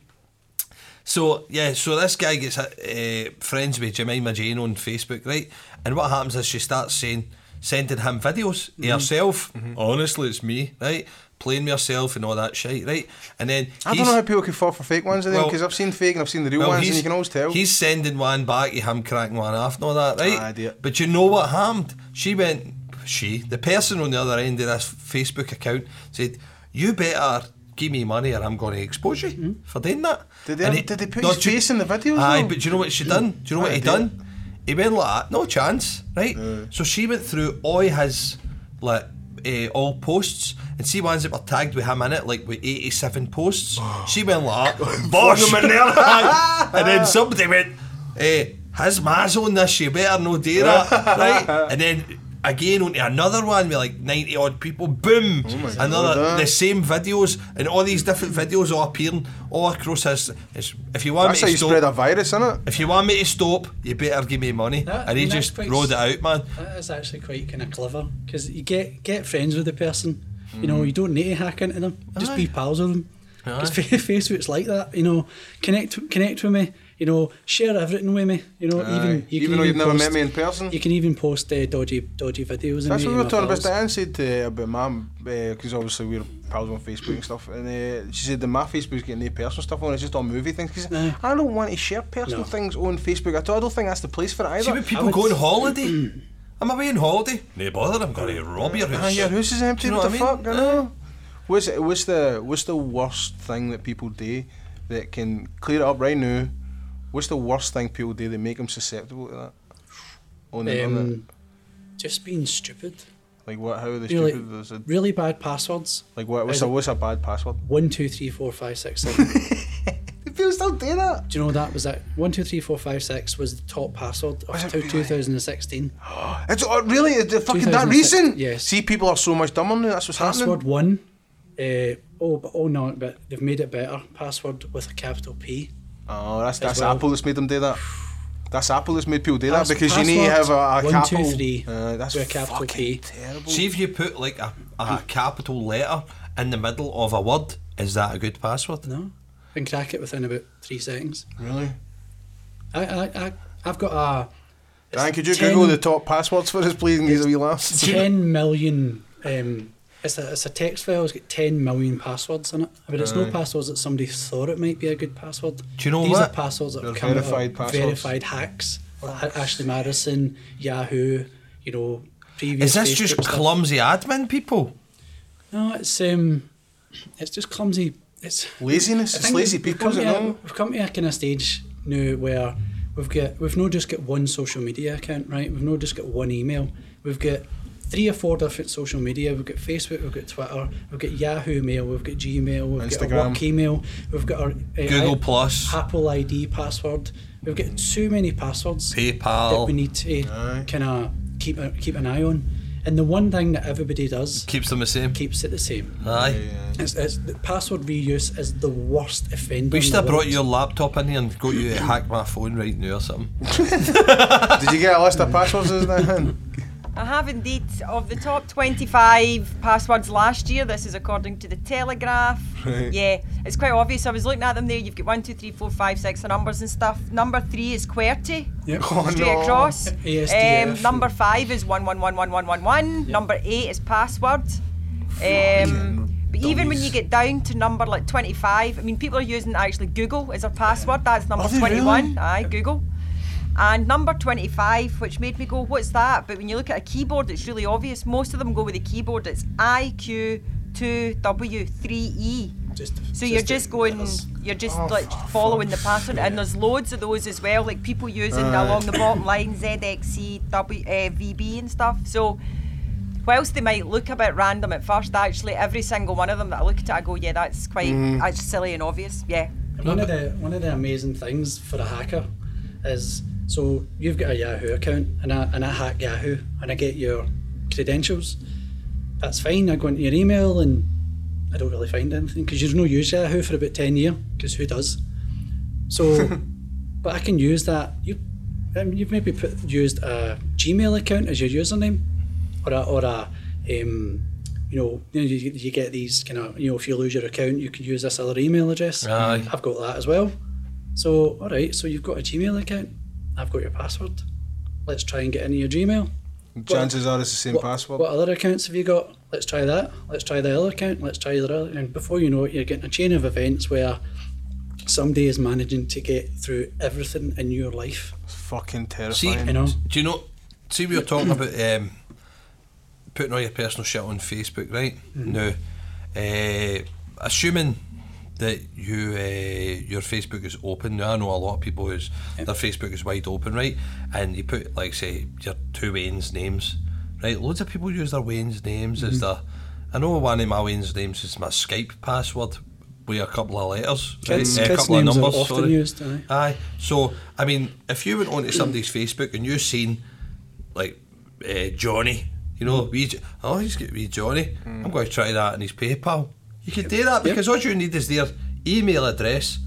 A: so yeah. So this guy gets uh, friends with Jemima Jane on Facebook, right? And what happens is she starts saying, sending him videos of
B: Mm-hmm.
A: herself. Honestly, it's me, right? Playing myself and all that shit, right? And then
B: I don't
A: he's-
B: know how people can fall for fake ones of them
A: Well-
B: because I've seen fake and I've seen the real
A: well,
B: ones and
A: he's-
B: you can always tell.
A: He's sending one back, you him cracking one off and all that, right?
B: Aye, dear.
A: But you know what happened? She went, she, the person on the other end of this Facebook account said, You better give me money or I'm going to expose you for doing that.
B: Mm-hmm. Did they-
A: And
B: did they put
A: No,
B: his
A: do you-
B: face in the videos,
A: Aye,
B: though?
A: but do you know what she done? Do you know what
B: Aye,
A: he
B: dear.
A: done? He went like that, no chance, right? So she went through all his, like, eh, all posts and see ones that were tagged with him in it, like with 87 posts.
B: Oh.
A: she went like, that, bosh, Aye. and then somebody went, eh, his ma's on this, you better no do that, right? And then again onto another one with like 90 odd people, boom, another,
B: Oh God.
A: the same videos, and all these different videos all appearing all across his. it's- If you want
B: That's
A: me
B: how
A: to
B: you
A: stop,
B: spread a virus, innit?
A: if you want me to stop, you better give me money.
D: That-
A: and he
D: and that's
A: just
D: quite
A: rode it
D: s-
A: out, man.
D: That is actually quite kind of clever because you get get friends with the person. You
B: Hmm.
D: know, you don't need to hack into them. Just be pals with them. Because Facebook's like that. You know, connect connect with me. You know, share everything with me. You know, even
B: Aye.
D: you
B: Even
D: can
B: though you've never
D: post,
B: met me in person?
D: You can even post uh, dodgy dodgy videos.
B: That's what we were talking about.
D: That.
B: Diane said uh, about my, because obviously we're pals on Facebook and stuff, and uh, she said that my Facebook's getting no personal stuff on, it's just on movie things. 'Cause
D: Aye.
B: I don't want to share personal
D: No.
B: things on Facebook at all. I don't think that's the place for it either.
A: See when people go on holiday.
D: Mm.
A: I'm away on holiday. No bother, I'm going to rob your
B: Ah,
A: house.
B: your house is empty.
A: Do you know
B: what the
A: what I
B: fuck? I know. What's what's the what's the worst thing that people do that can clear it up right now? What's the worst thing people do that make them susceptible to that? Oh, On the internet,
D: Um, just being stupid.
B: like what? How are they
D: You know,
B: stupid? Is
D: like,
B: it-
D: really bad passwords.
B: like what? What's a what's a bad password?
D: One two three four five six seven.
B: People still do that.
D: Do you know that was it? One two three four five six was the top password
B: Was it
D: of two
B: really?
D: thousand and sixteen.
B: It's oh, really it's fucking that
D: 2006,
B: recent.
D: yes.
B: See, people are so much dumber now. That's what's
D: Password
B: happening.
D: one. Uh, oh, but oh no, but they've made it better. Password with a capital P.
B: Oh, that's that's
D: well.
B: Apple that's made them do that. That's Apple that's made people do that
D: Pass-
B: because you need to have
D: password,
B: a, a
D: one, two,
B: capital.
D: three,
B: uh, that's
D: with a capital
B: fucking
D: P.
B: terrible.
A: See if you put like a,
D: Mm.
A: a capital letter in the middle of a word. Is that a good password?
D: No, I can crack it within about three seconds.
B: Really?
D: I, I, I I've got a
B: Dan, could you
D: ten-
B: Google the top passwords for us, please, and give us a wee laugh?
D: ten million. Um, it's a it's a text file. It's got ten million passwords in it. I mean, it's no passwords that somebody thought it might be a good password.
A: Do you know
D: These
A: what?
D: are passwords that
B: They're
D: have come out of
B: verified passwords.
D: verified hacks. like A- Ashley Madison, Yahoo. You know,
A: Is
D: previous.
A: this just
D: Facebook stuff.
A: clumsy admin people?
D: No, it's um, it's just clumsy. It's
B: Laziness.
D: I
B: It's
D: think
B: lazy
D: we've
B: people,
D: come
B: isn't
D: to a-
B: it?
D: We've come to a kind of stage now where we've got we've not just got one social media account, right? We've not just got one email. We've got three or four different social media. We've got Facebook, we've got Twitter, we've got Yahoo Mail, we've got Gmail, we've got
B: Instagram.
D: our work email, we've got our uh,
A: Google
D: I-
A: Plus.
D: Apple ID password. We've got so many passwords that we
A: PayPal
D: need to kind of keep a, keep an eye on. And the one thing that everybody does
A: keeps them the same.
D: keeps it the same.
A: Aye.
D: It's, it's, the password reuse is the worst offender.
A: We
D: in
A: should
D: the
A: have brought
D: world.
A: your laptop in here and got you to hack my phone right now or something.
B: Did you get a list of passwords, isn't it?
C: I have indeed. Of the top 25 passwords last year, this is according to the Telegraph.
B: Right.
C: Yeah, it's quite obvious. I was looking at them there. You've got one, two, three, four, five, six, the numbers and stuff. Number three is QWERTY,
D: Yep.
B: Oh,
C: straight
B: no.
C: across.
D: ASDF.
C: Um, number five is 111111. Number eight is password. Um, but even when you
A: dummies.
C: get down to number like 25, I mean, people are using actually Google as their password. That's number
B: Are they
C: 21.
B: really?
C: Aye, Google. And number 25, which made me go, what's that? But when you look at a keyboard, it's really obvious. Most of them go with a keyboard. It's IQ2W3E.
D: Just,
C: So you're just going,
D: letters.
C: you're just
A: Oh,
C: like following the pattern, and there's loads of those as well, like people using along the bottom line ZXC, W, uh, VB, and stuff. So whilst they might look a bit random at first, actually every single one of them that I look at, I go, yeah, that's quite
A: Mm-hmm.
C: that's silly and obvious. Yeah,
D: One of the one of the amazing things for a hacker is so you've got a Yahoo account and I and I hack Yahoo and I get your credentials. That's fine. I go into your email and I don't really find anything because you've no use Yahoo for about ten years because who does? So, but I can use that. You um, you've maybe put used a Gmail account as your username or a, or a um, you know, you, know, you, you get these kind of, you know, if you lose your account, you can use this other email address.
A: Aye.
D: I've got that as well. So, all right, so you've got a Gmail account. I've got your password. Let's try and get into your Gmail.
B: Chances are it's the same
D: What,
B: password.
D: what other accounts have you got? Let's try that. Let's try the other account. Let's try the other. And before you know it, you're getting a chain of events where somebody is managing to get through everything in your life.
B: Fucking
A: See,
B: terrifying.
D: You know?
A: do you know? See, we were talking about um, putting all your personal shit on Facebook, right?
D: Mm-hmm.
A: Now, eh, assuming that you uh, your Facebook is open, now I know a lot of people who's their Facebook is wide open, right? And you put like say your two Wayne's names, right? Loads of people use their Wayne's names as
D: Mm-hmm.
A: their. I know one of my Wayne's names is my Skype password with a couple of letters,
D: Kids-
A: right? Eh, a
D: kids'
A: couple of
D: names are
A: numbers.
D: often
A: sorry.
D: used, aye.
A: Aye. So, I mean, if you went onto somebody's Facebook and you seen, like, uh, Johnny, you know, wee, Jo- oh, he's got wee Johnny, I'm going to try that in his PayPal. You could do that because all you need is their email address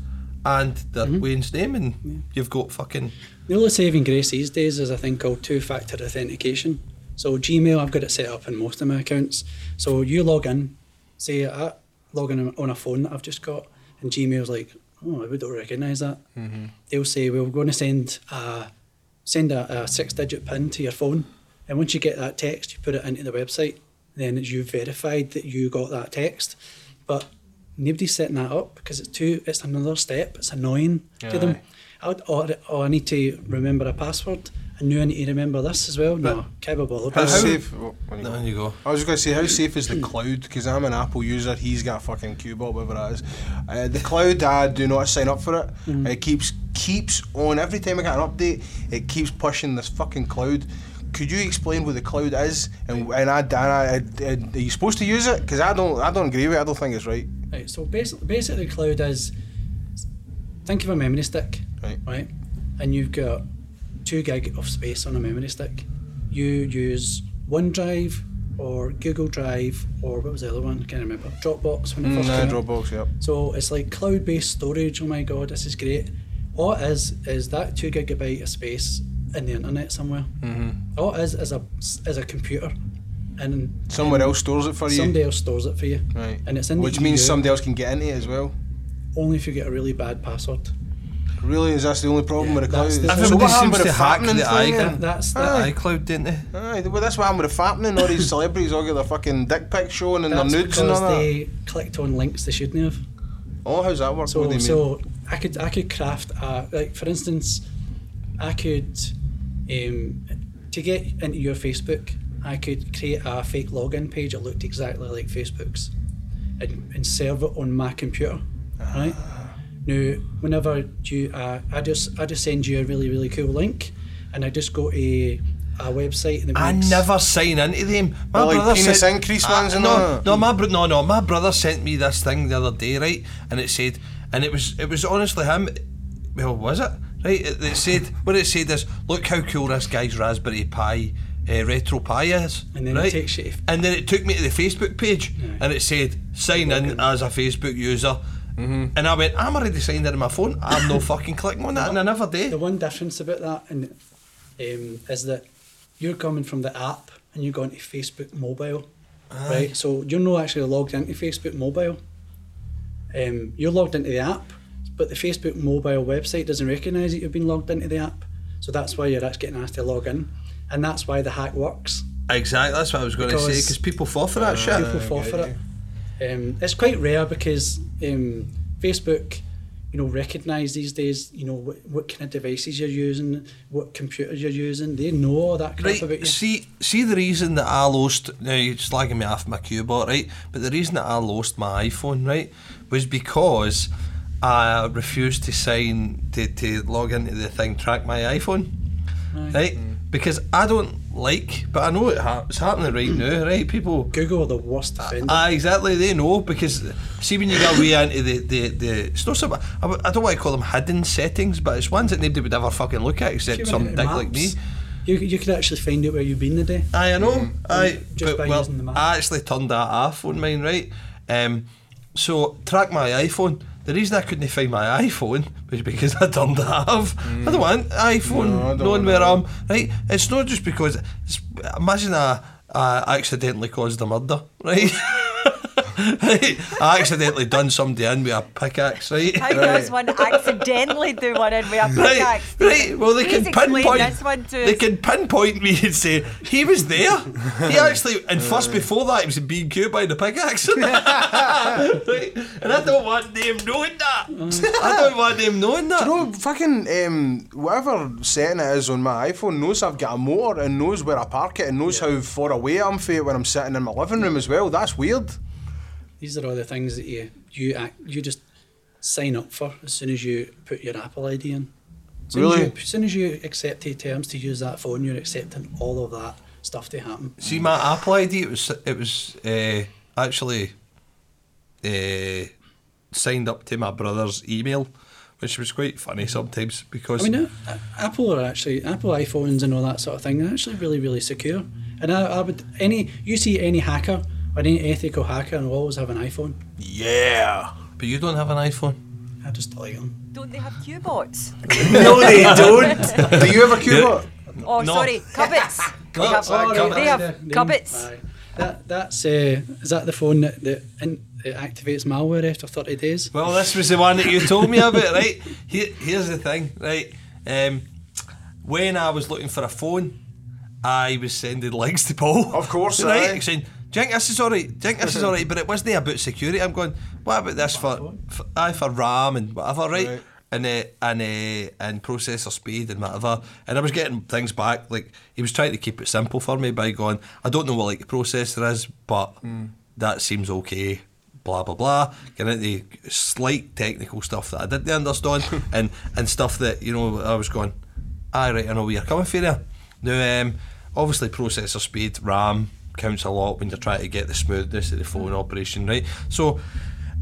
A: and their Wayne's name, and you've got fucking.
D: The only saving grace these days is a thing called two factor authentication. So, Gmail, I've got it set up in most of my accounts. So, you log in, say I log in on a phone that I've just got, and Gmail's like, oh, we don't recognise that. They'll say, well, we're going to send a, send a, a six digit PIN to your phone. And once you get that text, you put it into the website. Then it's- you've verified that you got that text. But nobody's setting that up because it's too, it's another step. It's annoying to them.
B: Aye.
D: I would, oh, oh, I need to remember a password. I knew I need to remember this as well. No, can't be bothered.
B: How
D: with that.
B: safe? oh, when you go.
A: There you go.
B: I was just going to say, how safe is the cloud? Because I'm an Apple user, he's got a fucking Cuba, whatever that is. Uh, the cloud, I do not sign up for it.
D: Mm-hmm.
B: It keeps keeps on. Every time I get an update, it keeps pushing this fucking cloud. Could you explain what the cloud is? And and I, Dan, I, I, I- are you supposed to use it? Because I don't, I don't agree with it. I don't think it's right.
D: Right, so basically, basically cloud is think of a memory stick,
B: Right.
D: right? And you've got two gig of space on a memory stick. You use OneDrive or Google Drive or what was the other one? I can't remember. Dropbox when it
B: Mm,
D: first
B: Nah,
D: came out.
B: Dropbox, yep.
D: So it's like cloud based storage. Oh my god, this is great. All it is is that two gigabyte of space in the internet somewhere. Mm-hmm. All it is is a is a computer, and
B: Somewhere else stores it for you.
D: somebody else stores it for you.
B: Right.
D: And it's in the E
B: Which means
D: EU.
B: somebody else can get into it as well.
D: Only if you get a really bad password.
B: Really, is that the only problem with the cloud?
D: that's the-
B: So
A: Everybody
B: what happened
A: seems
B: with
A: to
B: the
A: hack the
B: Fattening thing
A: icon.
B: then?
D: That's the
B: Aye.
A: iCloud, didn't they?
B: Aye, well, that's what happened with the fattening. All these celebrities all get their fucking dick pics shown and their
D: That's
B: nudes and all
D: because
B: that.
D: they clicked on links they shouldn't have.
B: Oh, how's that work? what do
D: So
B: you mean?
D: so I could I could craft a like for instance, I could um, to get into your Facebook, I could create a fake login page that looked exactly like Facebook's, and, and serve it on my computer, right?
B: Ah.
D: Now, whenever you, uh, I just I just send you a really really cool link, and I just go to a website and it
A: I
D: makes-
A: never sign into them. My
B: Well, like
A: brother
B: penis
A: sent,
B: increase
A: Ah,
B: ones and all
A: no,
B: that.
A: no, my bro- no, no, my brother sent me this thing the other day, right? And it said, and it was, it was honestly him. Well, was it right? It, it said what it said is, look how cool this guy's Raspberry Pi. Uh, retro Pi is
D: And then it
A: right?
D: takes you-
A: and then it took me to the Facebook page and it said sign in as a Facebook user and I went I'm already signed in on my phone I'm no fucking clicking on that and I never
D: The
A: did
D: one difference about that and um, is that you're coming from the app and you're going to Facebook mobile, right? So you're not actually logged into Facebook mobile. Um, you're logged into the app, but the Facebook mobile website doesn't recognise that you've been logged into the app. So that's why you're actually getting asked to log in, and that's why the hack works.
A: exactly that's what I was going to say
D: Because-
A: because people fall for that shit
D: People fall for it. Um, it's quite rare because um, Facebook, you know, recognise these days, you know, what, what kind of devices you're using, what computers you're using. They know all that crap about you.
A: Right, see, see the reason that I lost. Now you're slagging me off my Cubot, right? But the reason that I lost my iPhone, right, was because I refused to sign to, to log into the thing, track my iPhone, right? Because I don't like, but I know it ha- it's happening right now, right? People.
D: Google are the worst offender.
A: Ah, exactly. They know because see when you get way into the the, the it's not so. I, I don't want to call them hidden settings, but it's ones that nobody would ever fucking look at except
D: Human
A: some
D: into
A: dick like me.
D: maps. You, you could actually find out where you've been today.
A: Aye, I know.
B: Mm-hmm.
A: Aye,
D: Just
A: but,
D: by
A: well,
D: using the map.
A: I actually turned that off on mine, right? Um, so track my iPhone. The reason I couldn't find my iPhone was because I turned it off. I don't want iPhone
B: Mm. No, I don't
A: knowing
B: want
A: where
B: that.
A: I'm. Right? It's not just because. It's, imagine I, I accidentally caused a murder, right? right? I accidentally done somebody in with a pickaxe, right?
C: How does one accidentally do one in with a
A: Right,
C: pickaxe?
A: right. Well, they
C: Please
A: can
C: explain
A: pinpoint.
C: this one to
A: They
C: us.
A: can pinpoint me and say he was there. He actually, and first before that, he was being killed by the pickaxe. right? And I don't want them knowing that. I don't want them knowing that.
B: No, fucking um, whatever setting it is on my iPhone knows I've got a motor and knows where I park it and knows how far away I'm from it when I'm sitting in my living room as well. That's weird.
D: These are all the things that you you act, you just sign up for as soon as you put your Apple ID in. As soon as
B: Really?
D: you- as soon as you accept the terms to use that phone, you're accepting all of that stuff to happen.
A: See my Apple ID. It was it was uh, actually uh, signed up to my brother's email, which was quite funny sometimes
D: I
A: because
D: mean, uh, uh, Apple are actually Apple iPhones and all that sort of thing. They're actually really, really secure. And I, I would any you see any hacker or any ethical hacker, and will always have an iPhone.
B: Yeah.
A: but you don't have an iPhone.
D: I just delete them.
C: Don't they have Q-bots?
B: No, they don't. Do you ever queue up?
C: Oh,
A: No.
C: sorry, cubbits. they have,
A: Cubbits, aye, cubbits.
C: they have cubbits.
D: Aye. That that's uh, is that the phone that that, in, that activates malware after thirty days?
A: Well, this was the one that you told me about, right? Here, here's the thing, right? Um, when I was looking for a phone, I was sending links to Paul.
B: Of course,
A: right?
B: aye.
A: Saying, "Do you think this is all right? Do you think this is all right?" But it wasn't about security. I'm going, "What about this for, for aye for RAM and whatever, right?"
B: Right.
A: And uh, and uh, and processor speed and whatever, and I was getting things back. Like he was trying to keep it simple for me by going, I don't know what like the processor is, but that seems okay. Blah blah blah. Getting into slight technical stuff that I didn't understand, and and stuff that you know I was going, aye right, I know where you're coming from there. Now, um, obviously, processor speed, RAM counts a lot when you're trying to get the smoothness of the phone
D: Mm.
A: operation, right? So,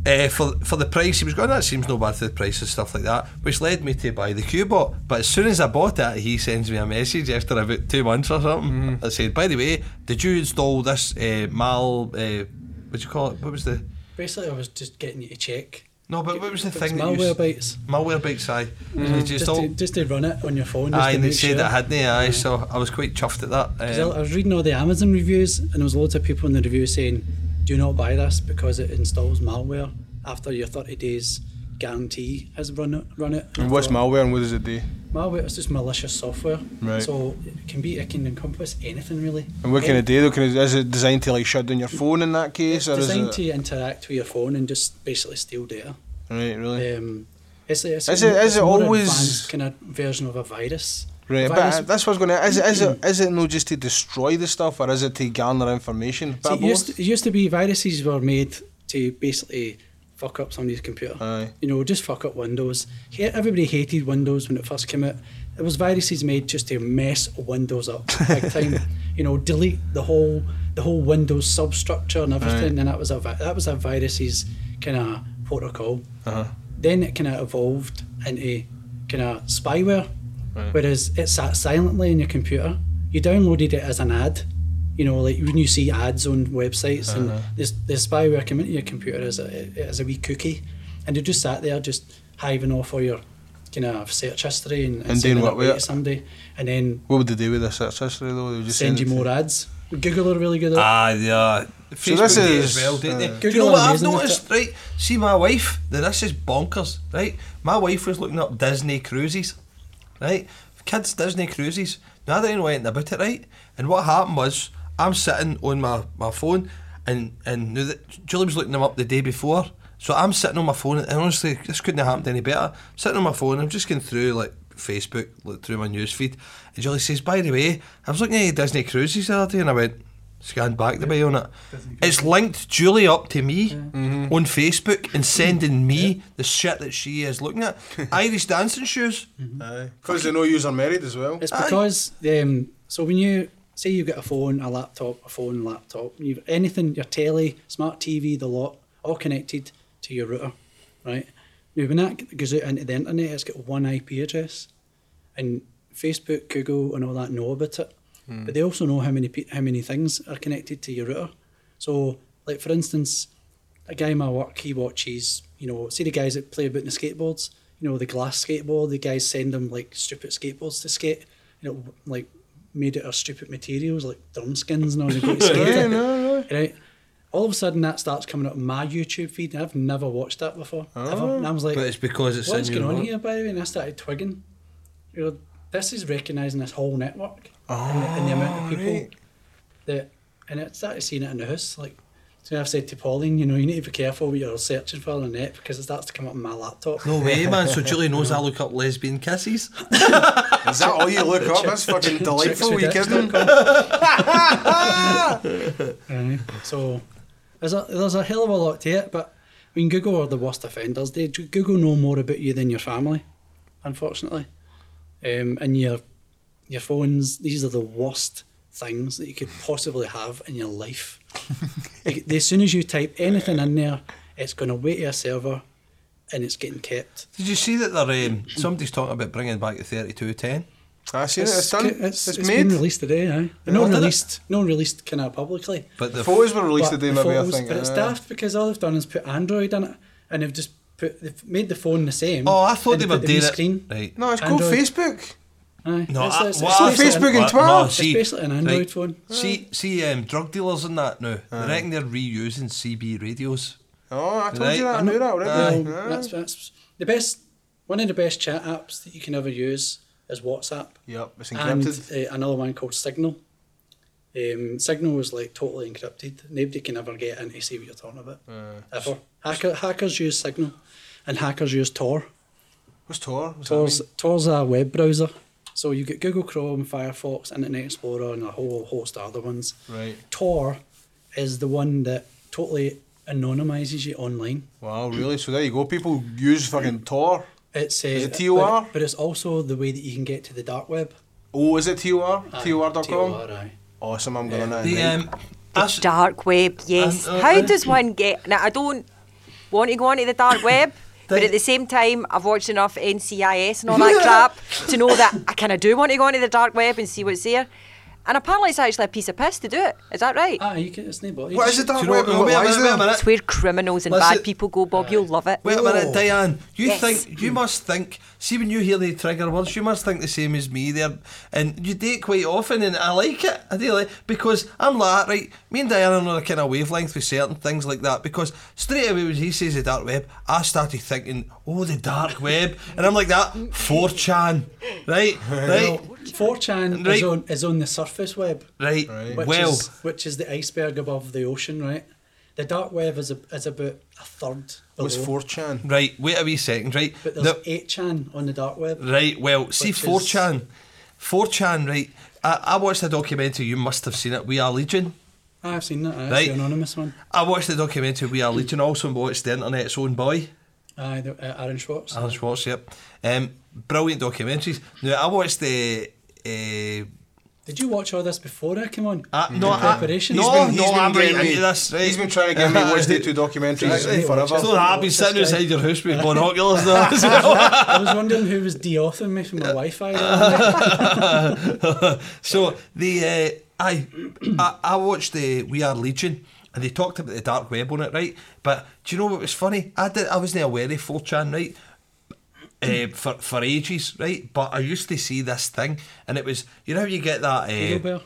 A: uh, for for the price he was going, "Oh, that seems no bad for the price and stuff like that, which led me to buy the Cubot. But as soon as I bought that, he sends me a message after about two months or
D: Mm.
A: something. I said, by the way, did you install this uh, mal? Uh, what do you call it? What was the
D: Basically, I was just getting you to check.
A: no? But what was the
D: If
A: thing?
D: It's
A: that you
D: malware
A: s-
D: bytes.
A: Malware bites. Aye. Did you
D: Just,
A: install?
D: to, just to run it on your phone. Just
A: aye,
D: to
A: and they
D: make
A: said
D: sure.
A: I hadn't. Aye, so I was quite chuffed at that.
D: 'Cause
A: um,
D: I I was reading all the Amazon reviews, and there was loads of people in the review saying, "Do not buy this because it installs malware after your 30 days guarantee has run it. Run it.
B: And what's malware and what does it do?
D: Malware is just malicious software.
B: Right.
D: So it can be it can encompass anything really.
B: And what can
D: Any-
B: it do? though? Can it, is it designed to like shut down your phone in that case? or
D: It's
B: is
D: designed
B: it,
D: to interact with your phone and just basically steal data.
B: Right, really.
D: Um, it's, it's,
B: Is it- is
D: it's
B: it
D: a more
B: always-
D: advanced kind of version of a virus?
B: Right,
D: virus-
B: but that's what I was going to. Is it, is it is it not just to destroy the stuff, or is it to garner information? Bit
D: See,
B: of
D: it, used
B: both?
D: to, it used to be viruses were made to basically fuck up somebody's computer.
B: Aye.
D: You know, just fuck up Windows. Ha- Everybody hated Windows when it first came out. It was viruses made just to mess Windows up big time. You know, delete the whole the whole Windows substructure and everything. And that was a vi- that was a virus's kind of protocol.
B: Uh-huh.
D: Then it kind of evolved into kind of spyware, whereas it sat silently in your computer. You downloaded it as an ad, you know, like when you see ads on websites,
B: Uh-huh.
D: and this the spyware came into your computer as a as a wee cookie, and it just sat there just hiving off all your kind of search history and,
B: And doing
D: sending
B: what
D: it
B: with
D: away
B: it?
D: to somebody, and then
B: What would they do with this search history though? They would just
D: send you
B: it to-
D: more ads. Google are really good at.
A: Ah, yeah.
B: So
A: Facebook
B: this
A: do
B: is,
A: as well, don't
B: uh,
A: they? Do you
D: Google
A: know what
D: and
A: I've
D: Amazon,
A: noticed? Right, see my wife. Now, This is bonkers, right? My wife was looking up Disney cruises, right? Kids Disney cruises. Now I didn't know anything about it, right? And what happened was I'm sitting on my, my phone, and and now that Julie was looking them up the day before. So I'm sitting on my phone, and honestly, this couldn't have happened any better. sitting on my phone, I'm just going through like Facebook, look through my news feed, and Julie says, "By the way, I was looking at Disney cruises the other day, and I went." scanned back the way on it. It's linked Julie up to me on Facebook and sending me the shit that she is looking at. Irish dancing shoes.
B: Aye, because they know yous are married as well.
D: It's
A: Aye.
D: because um, so when you say you've got a phone, a laptop, a phone, laptop, you've anything, your telly, smart TV, the lot, all connected to your router, right? Now when that goes out into the internet, it's got one IP address, and Facebook, Google, and all that know about it,
A: Hmm.
D: but they also know how many pe- how many things are connected to your router. So, like for instance, a guy in my work, he watches, you know, see the guys that play about in the skateboards, you know, the glass skateboard, the guys send them like stupid skateboards to skate, you know, like made out of stupid materials like drum skins and all the skating. Right. All of a sudden that starts coming up on my YouTube feed and I've never watched that before. Ever. And I was like,
A: Oh, But it's because it's
D: what's
A: in your
D: going on
A: work.
D: here by the way? And I started twigging. You know, this is recognising this whole network and, the, and the amount of people
B: right.
D: that, and I started seeing it in the house. Like, so I've said to Pauline, you know, you need to be careful what you're searching for on the net because it starts to come up on my laptop.
A: No way, man. So Julie knows I look up lesbian kisses.
B: Is that all you look up? That's fucking delightful. You kidding?
D: Aye. So there's a there's a hell of a lot to it, but I mean Google are the worst offenders. They Google know more about you than your family, unfortunately. Um, and your your phones, these are the worst things that you could possibly have in your life. Like, as soon as you type anything in there, it's going to wait to a server, and it's getting kept.
A: Did you see that they're, um, somebody's talking about bringing back the 3210?
B: I seen it. It's done.
D: It's,
B: It's,
D: it's
B: made.
D: been released today, aye. But
A: Oh,
D: Not
A: did it?
D: released, not released kind of publicly.
A: But the
B: Photos were released
D: But
B: today,
D: the
B: maybe I
D: photos-
B: think.
D: But it's
B: aye.
D: daft because all they've done is put Android in it, and they've just put they've made the phone the same.
A: Oh, I thought
D: and
A: they were
D: put the wee
A: doing it.
D: screen.
A: Right.
B: No, it's called
D: Android.
B: Facebook.
D: Aye.
A: No, I-
D: It's- it's-
A: well,
D: it's
A: I-
D: basically
B: Facebook
D: an-
B: and
A: What?
B: Twitter.
A: No,
D: It's
A: see-
D: basically an Android
A: right.
D: phone.
A: See, see, um, drug dealers and that now. They reckon they're reusing CB radios.
B: Oh, I told you that.
A: Right.
B: I knew that already.
D: Well,
B: Aye.
D: that's, that's the best. One of the best chat apps that you can ever use is WhatsApp,
B: Yep, it's
D: and
B: encrypted.
D: uh, another one called Signal. Um, Signal is like totally encrypted. Nobody can ever get in to see what you're talking about. Ever. Hacker, hackers use Signal, and hackers use Tor.
B: What's Tor? What's that
D: Tor's,
B: mean?
D: Tor's a web browser. So you get Google Chrome, Firefox, Internet Explorer, and a whole host of other ones.
B: Right.
D: Tor is the one that totally anonymizes you online.
B: Wow, really? So there you go. People use fucking Tor.
D: It's uh,
B: Is it TOR?
D: But, but it's also the way that you can get to the dark web.
B: Oh, is it Tor? Tor.com?
D: TOR, aye.
B: Awesome, I'm going on
A: The,
B: that.
A: um, us-
C: dark web, yes.
A: And, uh,
C: How
A: and-
C: does one get? Now I don't want to go onto the dark web, but
A: They-
C: at the same time, I've watched enough NCIS and all that crap to know that I kind of do want to go onto the dark web and see what's there. And apparently, it's actually a piece of piss to do it. Is that
A: Uh,
C: right?
D: Ah, you can. It's not body.
B: What is the
A: Do
B: dark
A: you know
B: web?
A: what?
B: and
A: Wait
B: What
A: a
B: lies
A: minute, wait a
B: there?
A: minute.
C: It's where criminals and
A: Listen-
C: bad people go, Bob. You'll love it.
A: Wait a minute,
B: Whoa.
A: Diane. You
C: Yes.
A: think you must think? See, when you hear the trigger words, you must think the same as me there, and you do it quite often. And I like it. I do like because I'm like right. Me and Diane are on a kind of wavelength with certain things like that. Because straight away when he says the dark web, I started thinking, oh, the dark web, and I'm like that four chan, right, right,
D: 4chan
A: Right.
D: is on is on the surface web,
A: right.
D: which
A: Well,
D: is which is the iceberg above the ocean, right? The dark web is a, is about a third below.
B: What's 4chan?
A: right. Wait a wee second, right.
D: But
A: The-
D: there's eight chan on the dark web.
A: Right, well, see
D: Which is-
A: 4chan. 4chan, right. I, I watched a documentary, you must have seen it, We Are Legion.
D: Ah, I've seen that. That's
A: Right.
D: the anonymous one.
A: I watched the documentary We Are Legion, I also watched The Internet's Own Boy,
D: Aye, the, uh, Aaron Schwartz.
A: Alan Schwartz, yep. Um, brilliant documentaries. Now, I watched the. Uh,
D: Did you watch all this before I came on?
A: uh, no, I,
D: Preparation.
A: no,
D: He's
B: been- he's
A: no,
B: been
A: I'm right
B: getting me-
A: into this. Right.
B: he's been trying to get me to watch the two documentaries
A: Exactly.
B: forever.
A: It's not hard, he's sitting
D: This guy.
A: outside your house with binoculars. now.
D: I was wondering who was de-authing me for my Wi-Fi. there.
A: so the uh, I, I I watched the We Are Legion and they talked about the dark web on it, right? But do you know what was funny? I did I wasn't aware of 4chan, right? Uh, for for ages, right? But I used to see this thing, and it was you know how you get that.
D: Jingle
A: Uh,
D: bell.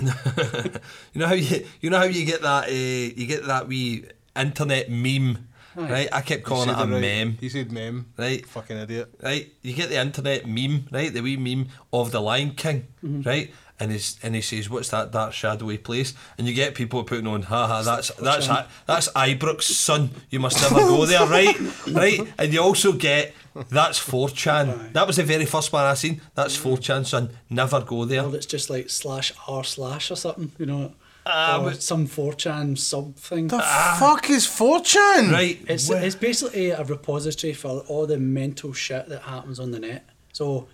A: you know how you you know how you get that uh, you get that wee internet meme, right? I kept calling it a meme.
B: He said meme.
A: Right.
B: Fucking idiot.
A: right? You get the internet meme, right? The wee meme of the Lion King,
D: Mm-hmm.
A: right? And he's and he says, "What's that dark shadowy place?" And you get people putting on, "Ha ha, that's that's ha- that's Ibrook's son. You must never go there, right? Right?" And you also get, "That's 4chan. That was the very first one I seen. That's 4chan, son. Never go there."
D: Well, it's just like slash r slash or something, you know.
A: Ah,
D: or
A: but-
D: some 4chan sub thing.
B: The fuck is 4chan?
A: Ah. Right?
D: It's, it's basically a repository for all the mental shit that happens on the net. So,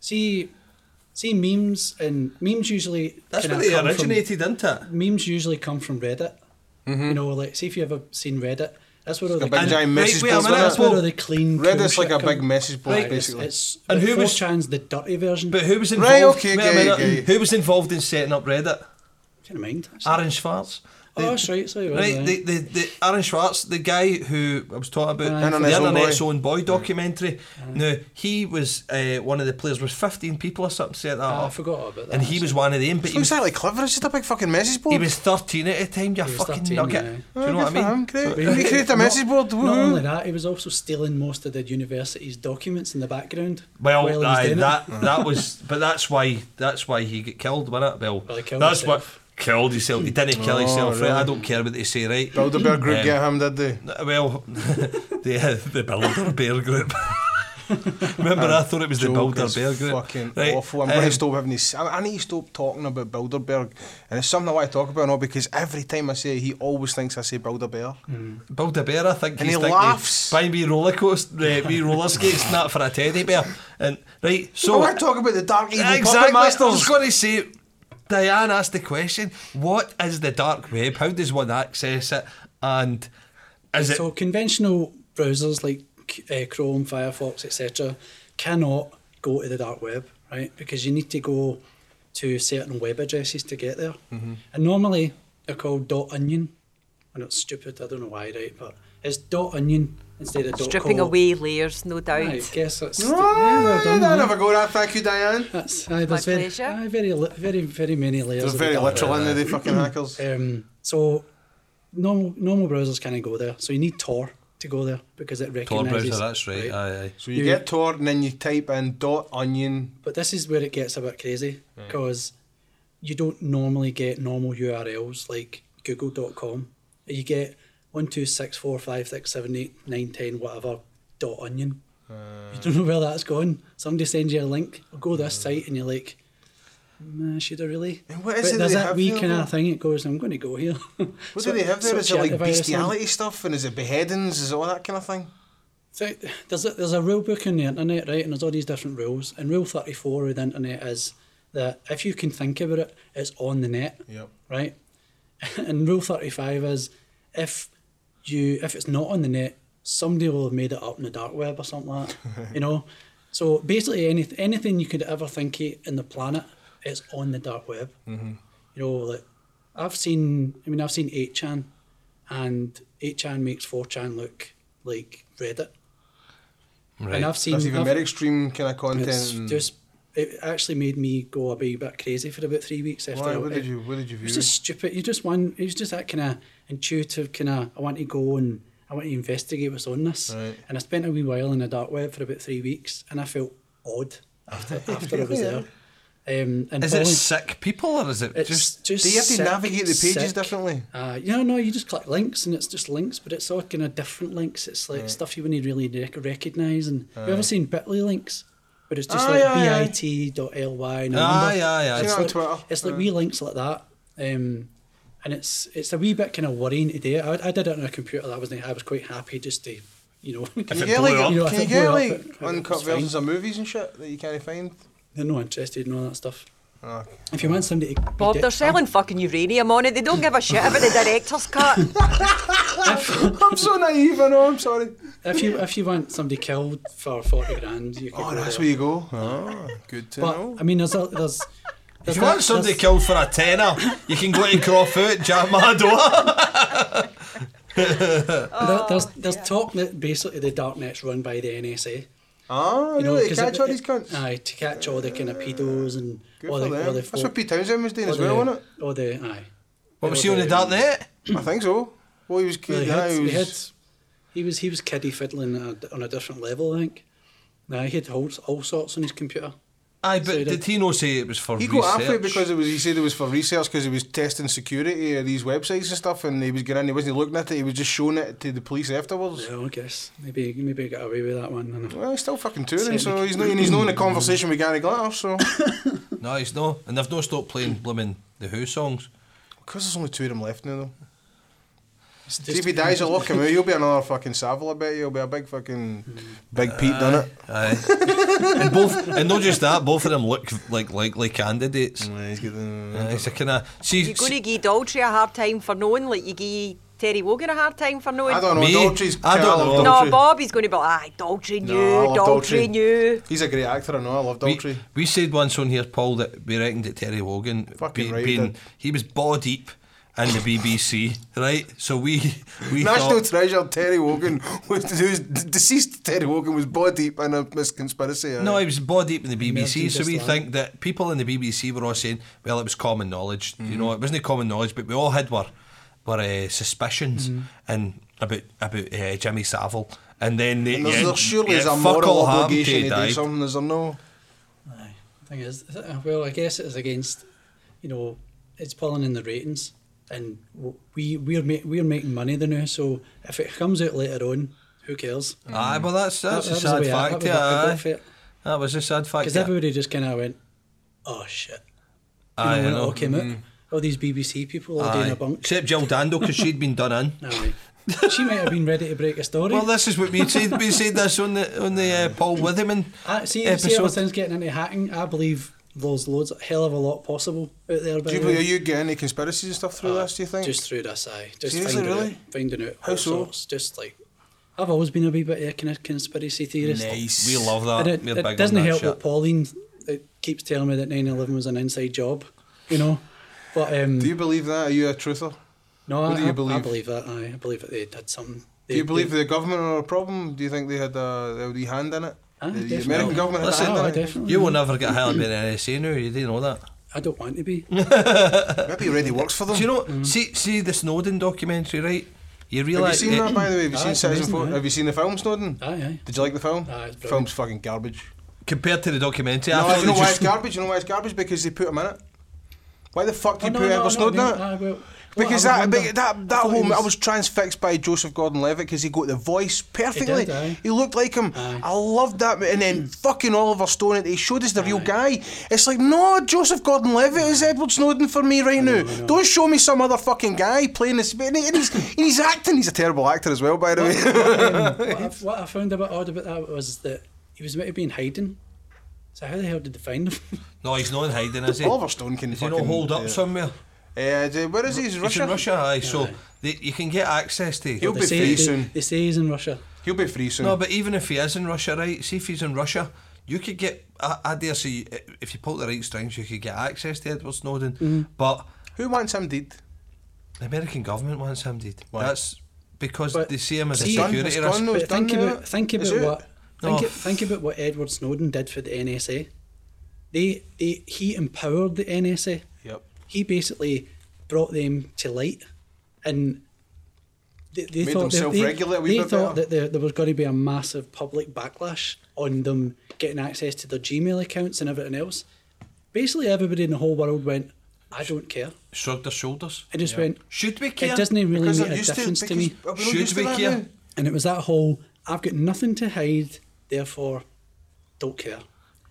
D: see, see memes and memes usually
A: That's
D: kinda
A: where they
D: come from-
A: originated, isn't it?
D: memes usually come from Reddit. You know, like see if you ever seen Reddit. That's where all the
B: Like Mm-hmm. a big
A: And-
D: clean-
B: giant
A: wait,
B: message
A: wait a
B: board.
A: minute,
D: that's
B: That's
A: well-
D: where all the clean. cool
B: Reddit's like
D: shit
B: a big
D: come-
B: message board,
D: Right, it's-
B: basically.
D: It's,
A: And
D: and
A: who
D: who
A: was-
D: chan's the dirty version?
A: But who was involved?
B: Right, okay,
A: wait a minute,
B: okay, okay.
A: Who was involved in setting up Reddit?
D: Kind of mind. actually.
A: Aaron Schwartz.
B: Ah,
D: Oh, that's right, sorry, well
A: Right,
D: done.
A: the, the, the Aaron Schwartz, the guy who I was talking about,
D: Aye.
A: the
B: Internet's Own
A: Internet's
B: Boy.
A: Own Boy documentary. Now, he was uh, one of the players, was 15 people or something set that
D: Ah, I
A: up.
D: forgot all about that.
A: And he was one of them, but he
B: Looks
A: was,
B: like Clever. It's just a big fucking message board.
A: he was 13 at the time, you
D: was
A: fucking
D: 13,
A: nugget.
D: aye.
A: Do you know what I mean?
B: Great.
D: actually.
B: He created a
D: Not-
B: message board.
D: Not only
B: Woohoo.
D: that, he was also stealing most of the university's documents in the background. while he
A: Well,
D: was
A: aye,
D: doing it.
A: that that was, but that's why that's why he got killed, wasn't it, Bill?
D: Well, he killed
A: that's
D: himself.
A: what killed himself. He didn't kill
B: Oh,
A: himself, right?
B: really?
A: I don't care what they say, right?
B: Bilderberg group
A: Um,
B: get him, did they?
A: Well, the uh, the Builder Bear Group. Remember, I thought it was the
B: Joke
A: Builder
B: is
A: Bear um, Group.
B: Fucking awful. I'm going to stop having these. I, I need to stop talking about Bilderberg, and it's something I want to talk about now because every time I say it, he always thinks I say Bilderberg.
A: Builder Bear, I think.
B: And
A: he's
B: he
A: thinking,
B: laughs.
A: Buy me roller coaster, uh, me roller skates, not for a teddy bear. And right,
B: So
A: so
B: I want to talk about the dark evil
A: exactly.
B: puppet
A: I was
B: masters.
A: going to say. Diane asked the question: What is the dark web? How does one access it? And is it
D: So conventional browsers like uh, Chrome, Firefox, etc., cannot go to the dark web, right? Because you need to go to certain web addresses to get there.
B: Mm-hmm.
D: And normally they're called .dot .onion. I know it's stupid. I don't know why, right? But it's .dot .onion instead of .dot
C: Stripping
D: co.
C: away layers, no doubt.
D: I guess that's yeah, well
B: Right,
D: done.
B: I
D: yeah.
B: never go that. Thank you, Diane.
D: That's aye, there's
C: My
D: very,
C: pleasure.
D: aye, very, li- very, very many layers.
B: They're
D: of the
B: very
D: dark web.
B: literal in the fucking hackers.
D: Um, so normal normal browsers can't go there. So you need Tor to go there because it
A: Tor
D: recognizes.
A: browser? That's right. Aye, aye.
B: So you
D: you-
B: get Tor and then you type in dot onion.
D: But this is where it gets a bit crazy because you don't normally get normal URLs like google.com. You get one two six four five six seven eight nine ten whatever dot onion.
B: Uh.
D: you don't know where that's going. Somebody sends you a link. Go to this site and you're like, nah, should I really?
B: Mm. And what is
D: but
B: it
D: there's
B: they
D: that
B: have
D: wee
B: there,
D: kind
B: though?
D: of thing. It goes, I'm going to go here. what
B: What do they have there? Is it like bestiality stuff and is it beheadings? Is it all that kind of thing?
D: So there's a, there's a rule book on the internet, right? And there's all these different rules. And rule 34 of the internet is that if you can think about it, it's on the net,
B: Yep.
D: right? and rule 35 is if you if it's not on the net, somebody will have made it up in the dark web or something like that, you know? So basically, any, anything you could ever think of in the planet it's on the dark web.
B: Mm-hmm.
D: You know, like I've seen. I mean, I've seen 8chan, and 8chan makes 4chan look like Reddit.
A: Right.
D: And I've seen.
B: That's even
D: I've-
B: more extreme kind of content.
D: it's
B: and-
D: just. It actually made me go a wee bit crazy for about three weeks after.
B: Why,
D: I-
B: what did you What did you
D: it
B: view?
D: was just stupid. You just want. It was just that kind of intuitive kind of. I want to go and I want to investigate what's on this.
B: Right.
D: And I spent a wee while in the dark web for about three weeks, and I felt odd after, after I was there. Um, and
A: Is it
D: following-
A: sick people or is it
D: it's
A: just?
D: just,
B: Do you have to
D: sick,
B: navigate the pages
D: sick.
B: differently?
D: Uh, you know, no, you just click links and it's just links, but it's all kind of different links. It's like stuff you wouldn't really rec- recognise. And have you ever seen Bitly links? But it's just
B: Aye,
D: like
B: aye, aye.
D: bit.ly. and
A: Aye,
D: a number.
A: aye, aye.
D: It's
B: Seen it
D: like,
B: on Twitter.
D: It's like wee links like that. Um, and it's it's a wee bit kind of worrying today. I, I did it on a computer that wasn't. I was quite happy just to, you know,
B: Can you
A: it
B: get
A: blew
B: like,
A: up.
D: You know, if
B: can you
D: it
B: get
D: blew up,
B: like
D: it- it was
B: uncut
D: fine.
B: versions of movies and shit that you can't find?
D: they're not interested in all that stuff.
B: Oh, okay.
D: If you want somebody to
C: Bob,
D: get-
C: they're selling fucking uranium on it. They don't give a shit about the director's cut.
B: I'm so naive, I know, I'm sorry.
D: if you if you want somebody killed for forty grand, you could
B: Oh,
D: go
B: that's
D: there.
B: where you go. Oh, good to
D: But um,
B: know.
D: I mean, there's a, there's.
A: If
D: there's
A: you want
D: that-
A: somebody
D: there's-
A: killed for a tenner, you can go to Crawfoot, Jack Madoa.
D: there- there's there's talk that basically the dark net's run by the NSA.
B: Ah, you know, they
D: 'cause uh,
B: catch
D: it-
B: all these cunts.
D: Aye, to catch all the kind of pedos and
B: Good
D: all
B: for
D: the, all
B: them.
D: the
B: That's what Pete Townsend was doing as well, wasn't
D: it? All the aye.
A: What was she on
D: All
A: the dark net?
B: it? I think so. Well, he was
D: Well,
B: good.
D: he,
B: Yeah,
D: had,
B: he
D: he had
B: was.
D: he was he was kiddie fiddling on a, on a different level. I think. Now he had all, all sorts on his computer.
A: Aye, but
D: So he
A: did
D: did.
A: he not say it was for
B: He
A: research?
B: got after it because it was. He said it was for research because he was testing security of these websites and stuff, and he was getting. He wasn't looking at it. He was just showing it to the police afterwards.
D: So I guess maybe maybe he got away with that one. I don't know.
B: Well, he's still fucking touring,
D: Certainly
B: so
D: c-
B: he's not. and He's not in a conversation with Gary Glitter, so
A: No, he's no, and they've no stopped playing blooming the Who songs.
B: because there's only two of them left now, though.
D: It's
B: See if
D: just-
B: he dies, I'll lock him out. You'll be another fucking Savile, I bet you. You'll be a big fucking big Pete, done it.
A: Aye, and both, and not just that, both of them look like likely candidates.
B: he's got
A: Aye,
B: the.
A: it's a kind of see.
C: You're going to
A: see-
C: give Daltrey a hard time for knowing, like you give Terry Wogan a hard time for knowing.
B: I don't know.
A: Me?
B: Daltrey's.
A: I don't
B: I love
A: know.
C: no,
B: Daltrey.
C: Bob, he's going to be like, aye, Daltrey
B: No,
C: knew,
B: I love
C: Daltrey,
B: Daltrey.
C: knew.
B: He's a great actor, I know. I love Daltrey.
A: We, we said once on here, Paul, that we reckoned that Terry Wogan
B: Fucking right,
A: being
B: dude.
A: he was ball deep in the BBC, right? So we we
B: National
A: thought,
B: treasure Terry Wogan was, was deceased. Terry Wogan was body deep in a misconspiracy.
A: No, he was ball deep in the BBC,
D: Emerging
A: so we
D: Islam.
A: think that people in the BBC were all saying, well, it was common knowledge.
D: Mm-hmm.
A: You know, it wasn't common knowledge, but we all had were, were uh, suspicions
D: Mm-hmm.
A: and about about uh, Jimmy Savile. And then they,
B: And there's,
A: yeah,
B: there surely is
A: yeah,
B: a
A: fuck
B: moral
A: all harm
B: obligation
A: he
B: to
A: died.
B: do something. Is there no?
D: Aye. Thing is, is it- uh, well, I guess it is against, you know, it's pulling in the ratings, and w- we we're ma- we're making money the now. So if it comes out later on, who cares?
A: Aye, well, that's, that's a
D: was
A: sad
D: way out-
A: fact,
D: that was a good
A: yeah.
D: fit.
A: aye. That was a sad fact.
D: Because
A: yeah.
D: everybody just kind of went, oh shit. You
A: Aye, I
D: know, when it
A: know. Mm.
D: all came out, all these BBC people all doing
A: Aye.
D: a bunk.
A: Except Jill Dando, because she'd been done in.
D: Aye. she might have been ready to break a story.
A: Well, this is what we said. We said this on the on the uh, Paul Witherman
D: I, Ah, see, see all
A: episode.
D: the things getting into hacking. I believe there's loads, a hell of a lot possible out there. by
B: Do you,
D: the
B: are
D: way.
B: you getting any conspiracies and stuff through this? Do you think?
D: Uh, Just through this, aye. Just
B: Seriously,
D: finding
B: really?
D: out, finding out
B: How
D: all
B: so?
D: sorts. Just like I've always been a wee bit of a kind of conspiracy theorist.
A: We love that.
D: And it,
A: We're
D: it
A: big on
D: doesn't
A: that
D: help
A: shit.
D: that Pauline it keeps telling me that 9/11 was an inside job, you know. But um,
B: do you believe that? Are you a truther?
D: no,
B: what
D: I,
B: do you
D: I- I
B: believe?
D: believe that. Aye, I believe that they did something. They,
B: Do you believe
D: they,
B: the government are a problem? Do you think they had a, they had a hand in it?
D: Aye,
B: the, the
D: Ah, definitely.
B: American government had a
A: Listen,
B: hand
D: Oh, I
B: in it.
D: definitely.
A: You will never get hired by the NSA now. You do know that.
D: I don't want to be.
B: Maybe he already works for them.
A: Do you know? See, see the Snowden documentary, right?
B: Mm.
A: You
B: have you
A: realise?
B: seen that by the way? Have you
D: Aye,
B: seen
D: Ah, it's
B: Citizen
D: amazing,
B: Four?
D: aye.
B: Have you seen the film Snowden?
D: Aye, aye.
B: Did you like the film?
D: Aye, it's brilliant.
B: Film's fucking garbage.
A: compared to the documentary, I
B: No,
A: thought
B: you know
A: they
B: why it's
A: just-
B: garbage? You know why it's garbage? Because they put him in it. Why the fuck
D: Oh,
B: did you
D: no,
B: put
D: no, no,
B: Edward Snowden
D: no,
B: in it?
D: aye, well,
B: Because
D: well, I
B: that,
D: remember-
B: big, that
D: I
B: that
D: thought
B: whole
D: he
B: I
D: was-
B: was transfixed by Joseph Gordon-Levitt because he got the voice perfectly.
D: did, aye.
B: He looked like him.
D: Aye. Mm.
B: I loved that. And then fucking Oliver Stone, he showed us the real
D: Aye.
B: guy. It's like no, Joseph Gordon-Levitt is Edward Snowden for me right now.
D: I know.
B: Don't show me some other fucking guy playing this. And he- and he's and he's acting. He's a terrible actor as well, by the way.
D: Um, what, I, what I found a bit odd about that was that he was meant to be in hiding. So how the hell did they find him?
A: No, he's not in hiding, is he?
B: Oliver Stone can
A: Is he
B: fucking
A: not holed up
B: yeah.
A: somewhere?
B: Uh, where is he? He's
A: He's in
B: Russia.
A: Russia, aye. So
D: Aye.
A: they, you can get access to.
B: He'll
D: They
B: be
D: say-
B: free
D: they-
B: soon.
D: They say he's in Russia.
B: He'll be free soon.
A: No, but even if he is in Russia, right? See if he's in Russia, you could get. I, I dare say, you- if you pull the right strings, you could get access to Edward Snowden.
B: Mm.
A: But
B: Who wants him dead?
A: the American government wants him dead.
B: Why?
A: That's because
D: But
A: they see him as a
D: see- It's done,
A: security
B: it's
A: risk.
B: done.
D: But think
B: now.
D: about think
B: Is
D: about
B: it?
D: what think,
A: Oh.
D: it- think about what Edward Snowden did for the NSA. They they he empowered the NSA.
B: Yep.
D: He basically brought them to light, and they, they
B: Made them
D: thought that-
B: self-regulate a
D: they,
B: wee
D: they
B: bit
D: thought
B: better.
D: that there, there was going to be a massive public backlash on them getting access to their Gmail accounts and everything else. Basically, everybody in the whole world went, "I don't care,"
A: Shrugged their shoulders.
D: and just went,
A: Should we care?
D: "It doesn't even really
B: Because
D: make
B: I'm
D: a
B: used to
D: difference
B: it.
D: to me."
B: because- are not
A: Should
B: used to
A: we
B: that
A: care?
B: now?
D: And it was that whole I've got nothing to hide, therefore don't care.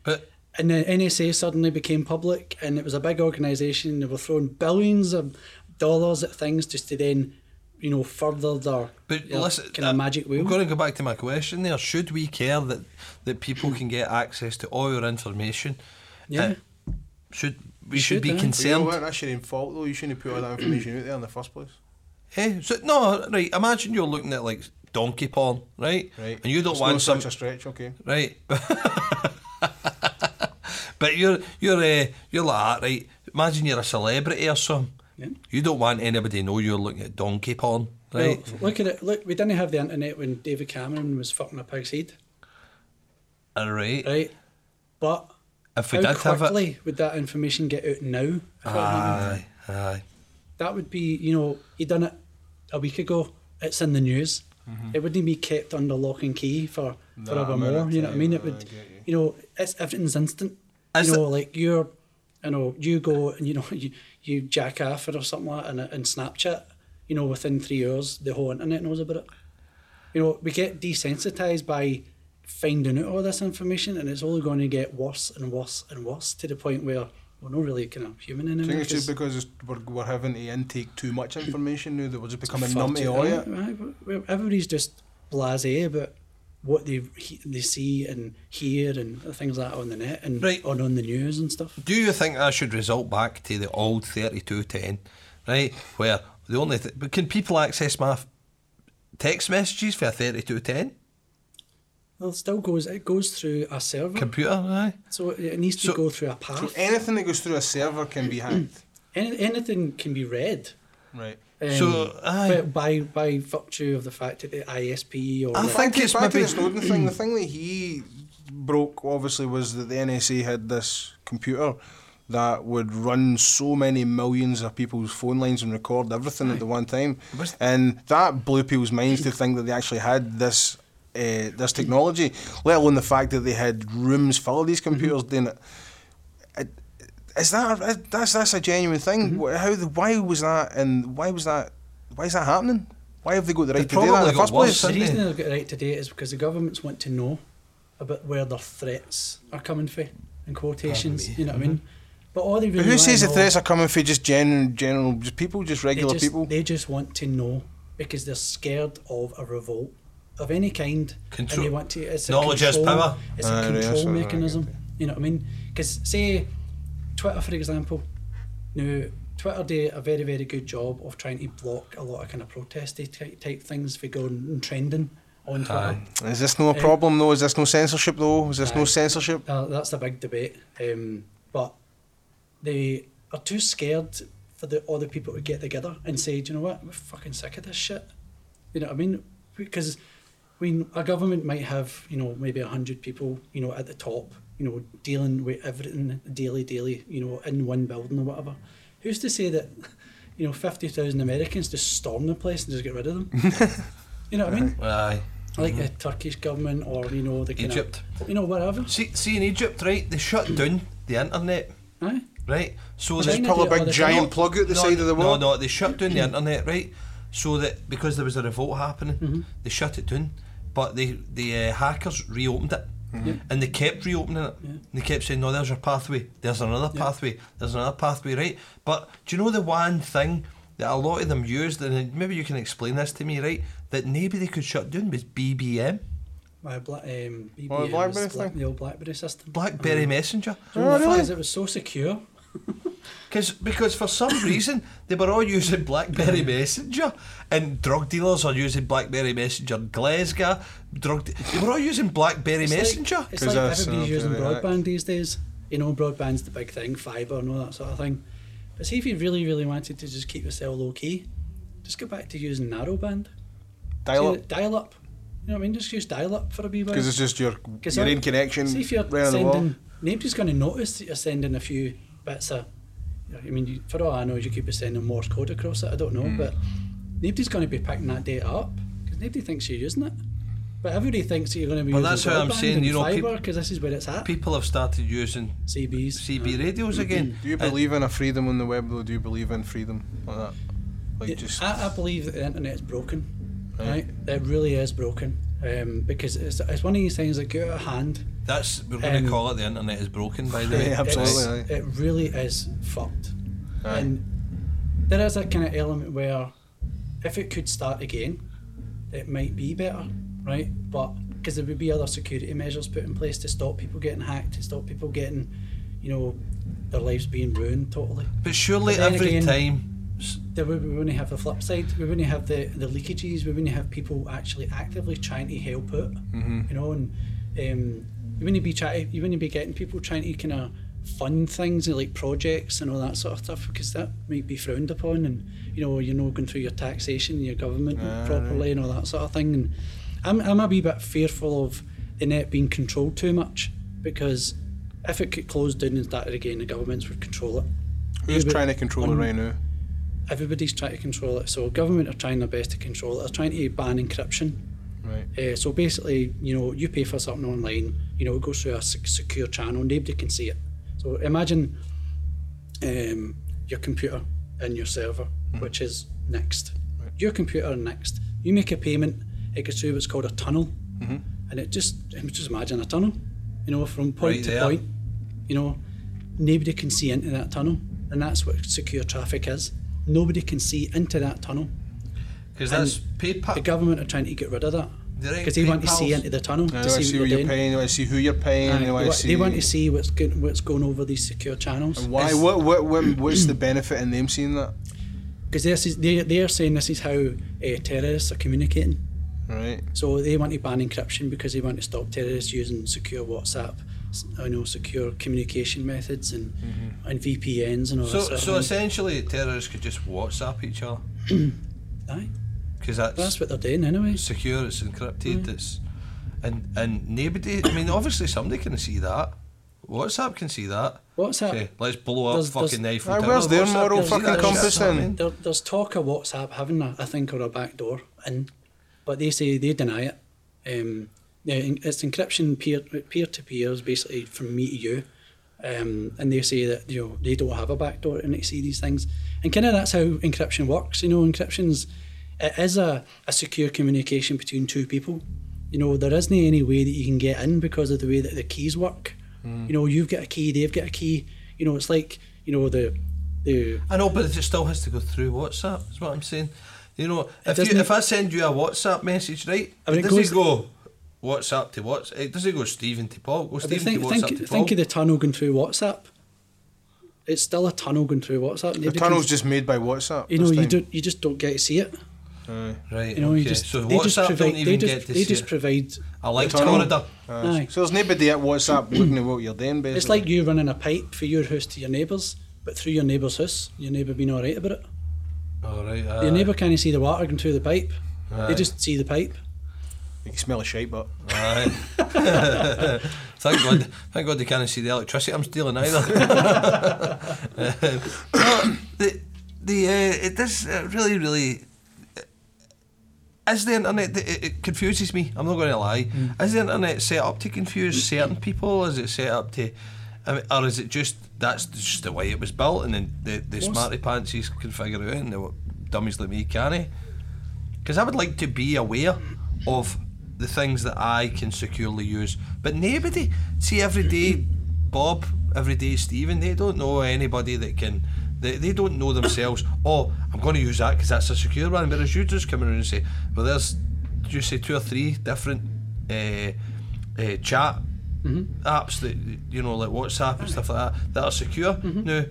A: But
D: And the NSA suddenly became public and it was a big organisation and they were throwing billions of dollars at things just to then, you know, further their,
A: But
D: their
A: listen, uh,
D: kind of magic wheel.
A: I'm going to go back to my question there. Should we care that, that people can get access to all your information? Uh,
D: Yeah.
A: should we
D: should,
A: should, be
D: eh?
B: But you know
A: concerned?
B: what? That's your own fault, though. You shouldn't have put all that information out there in the first place.
A: Eh, so, no, right. Imagine you're looking at like donkey porn, right?
B: Right.
A: And you don't
B: It's
A: want
B: no
A: some,
B: such a stretch, okay?
A: right? but you're you're uh, you're like that, right? Imagine you're a celebrity or something.
D: Yeah.
A: You don't want anybody to know you're looking at donkey porn, right?
D: Well, look at it. Look, we didn't have the internet when David Cameron was fucking a pig's head,
A: All right.
D: right? But
A: If we
D: how
A: did have it,
D: quickly would that information get out now? if it happened?
A: aye, aye.
D: that would be, you know, you done it a week ago. It's in the news.
B: Mm-hmm.
D: It wouldn't be kept under lock and key for forevermore.
B: minute,
D: You know what I mean?
B: yeah,
D: It would,
B: I get you.
D: you know, it's everything's instant.
A: Is
D: you know, like you're, you know, you go and you know you you jack off it or something like that and and Snapchat. You know, within three hours, the whole internet knows about it. You know, we get desensitized by finding out all this information, and it's only going to get worse and worse and worse to the point where we're not really kind of human
B: I
D: anymore.
B: think it's
D: 'cause-
B: just because it's, we're, we're having to intake too much information now that we're just becoming
D: Fuck
B: numb
D: it,
B: to all
D: right,
B: it.
D: right, but- but Everybody's just blasé about what they he- they see and hear and things like that on the net and
A: Right.
D: on on the news and stuff.
A: Do you think that should result back to the old thirty-two ten, right? Where the only th- but can people access my f- text messages for thirty-two ten
D: Well, it still goes it goes through a server,
A: computer? Aye.
D: so it needs to
A: So-
D: go through a path.
B: So anything that goes through a server can be hacked.
D: Any, anything can be read.
B: right.
D: Um,
A: So, aye.
D: but by by virtue of the fact that the ISP or
A: I
D: like-
A: think it's
B: back to
A: maybe-
B: the Snowden thing. The thing that he broke obviously was that the NSA had this computer that would run so many millions of people's phone lines and record everything at the one time,
A: Was-
B: and that blew people's minds to think that they actually had this. Uh, this technology, let alone the fact that they had rooms full of these
A: Mm-hmm.
B: computers doing it. it is that a, that's that's a genuine
A: Mm-hmm.
B: thing? Wh- How the, why was that and why was that why is that happening? Why have they got the right to do that in
A: probably
B: the
A: got
B: first
A: worse.
B: place?
D: the reason
A: Yeah.
D: they've got a right to do it is because the governments want to know about where their threats are coming from, in quotations. You know what I mean? But all they really
B: But who
D: want to
B: says the
D: know-
B: threats are coming for just general, general just people, just
D: they
B: regular
D: just,
B: people?
D: They just want to know because they're scared of a revolt of any kind.
A: Contro-
D: and they want to. It's
A: Knowledge
D: a
A: is
D: control,
A: power.
D: It's
B: Aye,
D: a
B: right, that's what
D: control
B: Ah, I reckon,
D: mechanism.
B: yeah.
D: You know what I mean? Because say, Twitter for example. Now, Twitter do a very very good job of trying to block a lot of kind of protesty type, type things for going and trending on Twitter.
B: is this no a problem though? Is this no censorship though? Is this no
D: Aye.
B: censorship?
D: Uh, that's the big debate. Um, but they are too scared for the other people to get together and say, "Do you know what? We're fucking sick of this shit." You know what I mean? Because I mean, a government might have you know maybe hundred people you know at the top you know dealing with everything daily, daily you know in one building or whatever. Who's to say that you know fifty thousand Americans just storm the place and just get rid of them? you know what I mean?
A: Aye.
D: Like the Turkish government or you know the kind
A: Egypt.
D: of, you know whatever.
A: See, see in Egypt, right? They shut down the internet,
D: Aye.
A: right? So
D: China
A: they
D: do
B: Pull
D: it
B: a
D: all
B: big
D: the
B: giant
D: time.
B: plug out the
A: no,
B: side of the wall.
A: No, no, they shut down the internet, right? So that because there was a revolt happening, they shut it down. But the the uh, hackers reopened it, and they kept reopening it. They kept saying, "No, there's your pathway. There's another pathway. There's another pathway." Right? But do you know the one thing that a lot of them used, and maybe you can explain this to me, right? That nobody could shut down was BBM,
D: My bla- um, BBM
B: Or a
D: was
B: BlackBerry
D: Black-
B: thing?
D: the old BlackBerry system. Um,
A: BlackBerry Messenger.
D: So
B: Oh,
D: the fact
B: really?
D: is, it was so secure.
A: Cause, because for some reason they were all using BlackBerry Messenger, and drug dealers are using BlackBerry Messenger. Glasgow, drug de- they were all using BlackBerry Messenger.
D: It's
B: Because
D: like
B: that's
D: everybody's using
B: something like-
D: broadband these days. You know, broadband's the big thing, fibre and all that sort of thing. But see, if you really, really wanted to just keep yourself low key, just go back to using narrowband.
B: Dial up.
D: Dial up. You know what I mean? Just use dial up for a wee while.
B: Because it's just your,
D: 'Cause
B: your
D: I-
B: own connection
D: See if you're
B: right on the wall.
D: sending. Nobody's going to notice that you're sending a few bits of. you know, I mean, you, for all I know, you could be sending Morse code across it. I don't know,
A: Hmm.
D: but nobody's going to be picking that data up because nobody thinks you're using it. But everybody thinks that you're going to be
A: Well,
D: using
A: that's what I'm
D: broadband
A: saying,
D: and
A: you know, peop-
D: fibre because this is where it's at.
A: People have started using
D: CBs.
A: CB
D: Mm-hmm.
A: radios again.
B: Do you believe in a freedom on the web, though? Do you believe in freedom like that? Like,
D: Yeah,
B: just.
D: I, I believe that the internet's broken. Right. It really is broken. Um, because it's, it's one of these things that get out of hand.
A: That's we're going to
D: Um,
A: call it. The internet is broken. By the way,
B: Yeah, absolutely.
D: It's-
B: aye.
D: It really is fucked.
B: Aye.
D: And there is a kind of element where if it could start again, it might be better, right? But because there would be other security measures put in place to stop people getting hacked, to stop people getting, you know, their lives being ruined totally.
A: but surely
D: But then
A: every
D: again-
A: time s-
D: Then we we wouldn't have the flip side. We wouldn't have the, the leakages. We wouldn't have people actually actively trying to help out. You know, and um, you wouldn't be trying. You wouldn't be getting people trying to kind of fund things and like projects and all that sort of stuff because that might be frowned upon. And you know, you're not going through your taxation and your government properly and all that sort of thing. And I'm I'm a wee bit fearful of the net being controlled too much because if it could close down and started again, the governments would control it
B: Who's
D: but
B: trying to control it
D: on-
B: right now?
D: everybody's trying to control it. So government are trying their best to control it. They're trying to ban encryption.
B: Right.
D: Uh, so basically, you know, you pay for something online. You know, it goes through a sec- secure channel. Nobody can see it. So imagine um, your computer and your server, which is next. Your computer and next. You make a payment. It goes through what's called a tunnel, and it just just imagine a tunnel. You know, from point
A: Right
D: to
A: there.
D: point. You know, nobody can see into that tunnel, and that's what secure traffic is. Nobody can see into that tunnel.
A: because that's PayPal.
D: The government are trying to get rid of that
A: They're
D: because they want to see
A: PayPal's-
D: into the tunnel
B: Now,
D: to
B: I see
D: see
B: what
D: what
B: you're
D: they're doing.
B: paying, I see who you're paying,
D: Aye,
B: I
D: they, wa-
B: see.
D: they want to see what's go- what's going over these secure channels
B: Why?
A: It's-
B: What, what, what, what's the benefit in them seeing that?
D: because this is they they are saying this is how uh, terrorists are communicating.
B: Right.
D: So they want to ban encryption because they want to stop terrorists using secure WhatsApp, s- you know, secure communication methods and
B: Mm-hmm.
D: and VPNs and all
A: So,
D: that. Sort
A: so
D: of thing.
A: essentially, terrorists could just WhatsApp each other
D: Aye,
A: because that's,
D: that's what they're doing anyway.
A: secure, it's encrypted,
D: Mm.
A: it's and and nobody. I mean, obviously, somebody can see that. WhatsApp can see that.
D: WhatsApp.
A: Okay, let's blow up
D: There's- there's-
A: fucking Eiffel
B: Aye,
A: Tower.
B: where's their
A: WhatsApp
B: moral
A: can see
B: fucking
A: that shit,
B: compass
A: you know what I
B: then?
A: mean?
D: There, there's talk of WhatsApp having a, I think, or a back door in, but they say they deny it. Um, now, en- it's encryption peer peer to peer is basically from me to you, um, and they say that you know they don't have a back door and they see these things, and kind of that's how encryption works. You know, encryption's it is a, a secure communication between two people. You know, there isn't any way that you can get in because of the way that the keys work. You know, you've got a key, they've got a key. You know, it's like you know the the
A: I know, but it still has to go through WhatsApp. Is what I'm saying. You know, if you,
D: doesn't-
A: if I send you a WhatsApp message, right?
D: I mean,
A: it
D: it
A: doesn't
D: goes-
A: go WhatsApp to WhatsApp. It doesn't go Stephen to Paul. It goes
D: But
A: Stephen
D: think,
A: to
D: think,
A: WhatsApp to Paul.
D: think of the tunnel going through WhatsApp. It's still a tunnel going through WhatsApp.
B: The tunnel's just made by WhatsApp.
D: you know
B: this
D: you
B: time.
D: don't you just don't get to see it.
A: right.
D: You know
A: okay.
D: you just
A: so
D: they just
A: WhatsApp
D: provide
A: don't
D: they
A: even
D: just
A: get to
D: they
A: see
D: just
A: it.
D: provide.
A: I like
B: the tunnel.
A: corridor.
D: Aye.
B: So there's nobody at WhatsApp looking at what you're doing, basically.
D: It's like you running a pipe for your house to your neighbour's, but through your neighbour's house, your neighbour being all right about it.
A: All right. uh,
D: Your
A: aye.
D: neighbour can't see the water going through the pipe.
A: Aye.
D: They just see the pipe.
B: You can smell a shite, but.
A: Aye. thank God, thank God they can't see the electricity I'm stealing either. Um, no, the the uh, it does uh, really really. Is the internet it, it confuses me? I'm not going to lie. Is the internet set up to confuse certain people? Is it set up to, I mean, or is it just that's just the way it was built, and then the the
D: Most-
A: smarty pantsies can figure it out, and the dummies like me can't? Because I would like to be aware of the things that I can securely use. But nobody, see, every day Bob, every day Stephen, they don't know anybody that can. They, they don't know themselves. Oh, I'm going to use that because that's a secure one. Whereas you just come in and say, well, there's, you say two or three different uh, uh, chat apps that you know, like WhatsApp and stuff like that, that are secure. Now,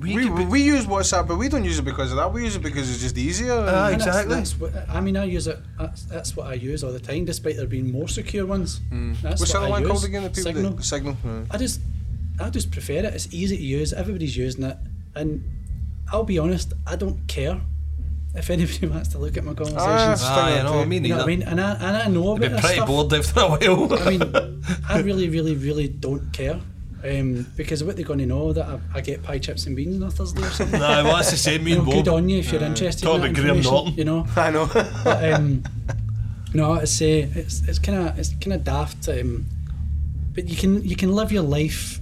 A: we,
B: We,
A: could be-
B: we use WhatsApp, but we don't use it because of that. We use it because it's just easier.
A: Aye.
D: And that's-
A: Ah, Exactly.
D: That's, what, I mean, I use it. That's, that's what I use all the time, despite there being more secure ones.
A: Hmm.
D: That's
B: What's the
D: what
B: other
D: I
B: one
D: use.
B: called again? The people
D: Signal.
B: That, Signal. yeah.
D: I just, I just prefer it. It's easy to use. Everybody's using it, and I'll be honest, I don't care if anybody wants to look at my conversations.
B: Ah,
A: Aye, I know, me
D: you know
A: neither.
D: what I mean? And I, and I know
A: I've
D: about
A: been
D: this
A: pretty
D: stuff.
A: bored after a while.
D: I mean, I really, really, really don't care. Um, because what they're going to know that I, I get pie chips and beans on a Thursday or something.
A: nah, well, that's the same. Me
D: you know,
A: and
D: good
A: Bob.
D: on you if you're interested.
A: Talk
D: in that
A: to Graham
D: information,
A: Norton.
D: You know,
B: I know.
D: but, um, no, I say it's it's kind of it's kind of daft. Um, but you can you can live your life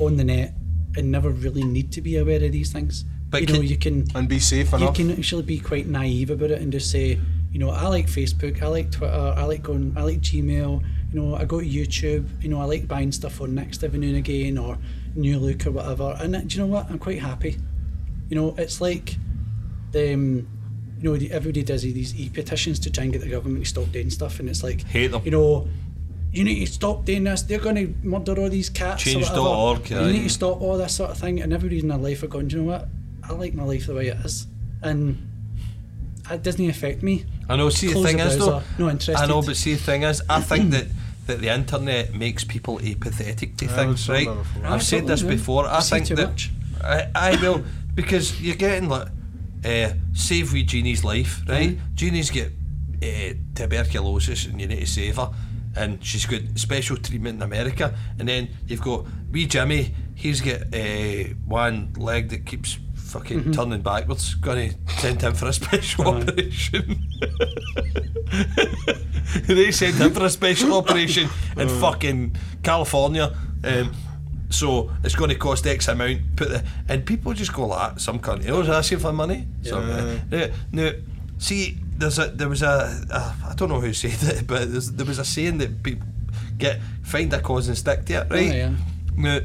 D: on the net and never really need to be aware of these things.
A: But
D: you know,
A: can-
D: you can
B: and be safe
D: you
B: enough.
D: can actually be quite naive about it and just say, you know, I like Facebook, I like Twitter, I like going, I like Gmail. You know, I go to YouTube. You know, I like buying stuff on Next every now and again or New Look or whatever. And that- do you know what? I'm quite happy. You know, it's like, um, you know, the- everybody does these e-petitions to try and get the government to stop doing stuff, and it's like,
A: Hate them.
D: You know. You need to stop doing this. They're going to murder all these cats. or
A: Change dot
D: whatever.
A: org,
D: You
A: aye.
D: need to stop all this sort of thing. And everybody in their life are going, Do you know what? I like my life the way it is. And it doesn't affect me.
A: I know. See, the
D: Close
A: thing
D: the
A: is, though,
D: browser. No interested.
A: I know, but see, the thing is, I think that that the internet makes people apathetic to
B: I've
A: things,
B: said
A: right?
B: that before.
A: I've said this
D: Absolutely.
A: before. I
D: You see
A: think
D: too
A: that
D: much.
A: I, I will because you're getting like uh, save we Jeannie's life, right? Jeannie's got uh, tuberculosis, and you need to save her. And she's got special treatment in America. And then you've got wee Jimmy. He's got uh, one leg that keeps fucking turning backwards. Going to send him for a special
D: Aye.
A: operation. they sent him for a special operation in fucking California. Um, so it's going to cost X amount. Put the and people just go like some cunt. Oh, is asking for money. So, uh, now- now, see, there's a there was a uh, I don't know who said it, but there's, there was a saying that people get find a cause and stick to it, right?
D: yeah.
A: Now,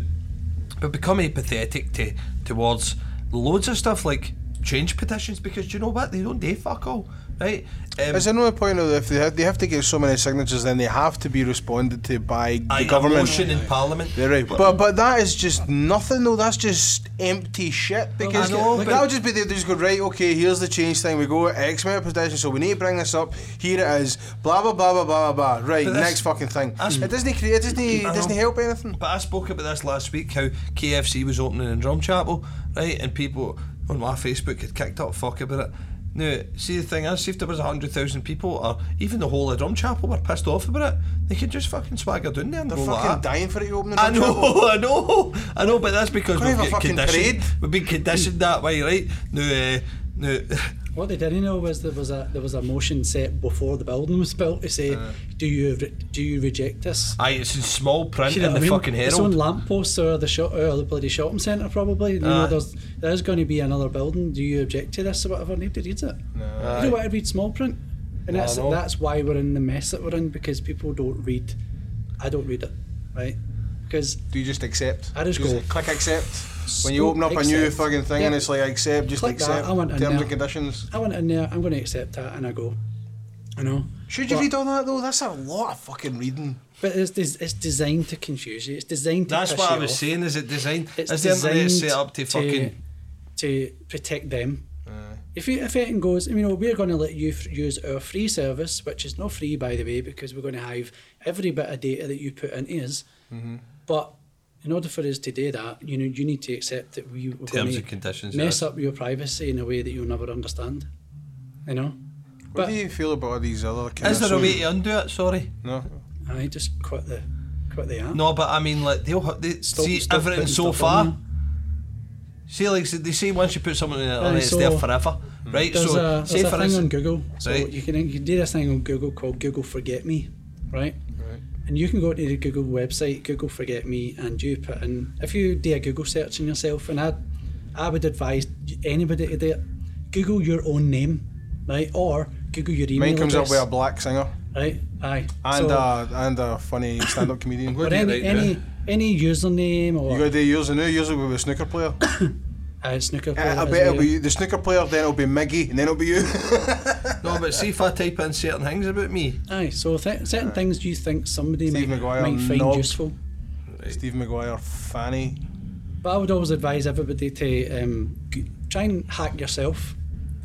A: but become apathetic to towards loads of stuff like change petitions because do you know what they don't do fuck all, right? Um,
B: It's another point of if they have, they have to get so many signatures, then they have to be responded to by
A: aye,
B: the
A: Um, a
B: government.
A: motion in Parliament.
B: They're right, but but that is just nothing though. That's just empty shit. Because
A: I know,
B: like,
A: but-
B: that would just be they they just go right. Okay, here's the change thing. We go X amount of petition, so we need to bring this up. Here it is. Blah blah blah blah blah blah. blah. Right,
A: But that's-
B: next fucking thing.
A: that's-
B: It doesn't create. It doesn't. It
A: know.
B: doesn't help anything.
A: But I spoke about this last week how KFC was opening in Drumchapel, right? And people on my Facebook had kicked up fuck about it. Now, see the thing is, see if there was 100,000 people or even the whole of Drumchapel were pissed off about it, they could just fucking swagger down there and
B: They're
A: roll
B: fucking
A: that.
B: dying for it. to open the
A: I
B: door.
A: know, I know, I know, but that's because
B: Could
A: we've
B: have a
A: got
B: fucking
A: conditioned.
B: parade.
A: We've been conditioned that way, right? Now, uh, now
D: What they didn't know was there was a there was a motion set before the building was built to say,
A: Uh.
D: do you re- do you reject this?
A: aye, it's in small print
D: You know
A: in
D: what
A: the
D: I mean?
A: fucking
D: It's on
A: Herald.
D: lampposts or the shop or the bloody shopping centre probably. You know,
A: Aye.
D: there's there's going to be another building. Do you object to this or whatever? Nobody reads it. You
A: Aye.
D: don't want to read small print, and that's
A: know.
D: that's why we're in the mess that we're in because people don't read. I don't read it, right? Because
B: Do you just accept?
D: I just
B: You
D: go-
B: click accept. When you
D: Stop,
B: open up a new
D: accept.
B: fucking thing
D: Yeah.
B: and it's like accept, just
D: Click that,
B: accept
D: I want in
B: terms
D: there.
B: and conditions.
D: I went in there, I'm going to accept that, and I go, you know.
B: Should you
D: But-
B: read all that though? That's a lot of fucking reading.
D: But it's, des- it's designed to confuse you. It's designed to.
A: That's
D: piss
A: what I
D: you
A: was
D: off.
A: saying, is it designed?
D: It's
A: is the internet
D: designed
A: set up to fucking.
D: to protect them. If you, if anything goes, you know, we're going to let you f- use our free service, which is not free, by the way, because we're going to have every bit of data that you put in is.
A: Mm-hmm.
D: But in order for us to do that, you know, you need to accept that we we're
A: Terms
D: gonna
A: and conditions,
D: mess
A: yeah.
D: up your privacy in a way that you'll never understand. You know,
B: What
D: But-
B: do you feel about all these other? kind
A: Is
B: of
A: there
B: social-
A: a way to undo it? Sorry.
B: No.
D: I just quit the quit the app.
A: No, but I mean, like they'll ha- they
D: Stop-
A: see
D: stop
A: everything
D: putting
A: so
D: stuff
A: far.
D: on
A: See, like so they say, once you put something in it,
D: Aye,
A: it's
D: so Mm.
A: there forever, right?
D: There's
A: so,
D: a,
A: say
D: there's a
A: for
D: thing on
A: instance,
D: Google. So
A: Right.
D: you can you can do this thing on Google called Google Forget Me, right?
B: Right.
D: And you can go to the Google website, Google Forget Me, and you put in if you do a Google search on yourself, and I I would advise anybody to do it. Google your own name, right? Or Google your email
B: Mine comes up
D: address,
B: with a black singer
D: right? Aye.
B: and uh,
D: so,
B: a and a funny stand-up comedian.
D: or
B: you
D: any
A: right,
D: any any username
B: gotta
D: or
B: do yours and new. Yours will be the snooker player.
D: uh, snooker. player
B: I, I
D: as
B: bet it'll
D: well.
B: be the snooker player. Then it'll be Miggy, and then it'll be you.
A: no, but see if I type in certain things about me.
D: Aye. So th- certain things you think somebody
B: Steve
D: might,
B: Maguire,
D: might find
B: knob.
D: useful.
B: Steve Maguire, Fanny,
D: But I would always advise everybody to um, g- try and hack yourself.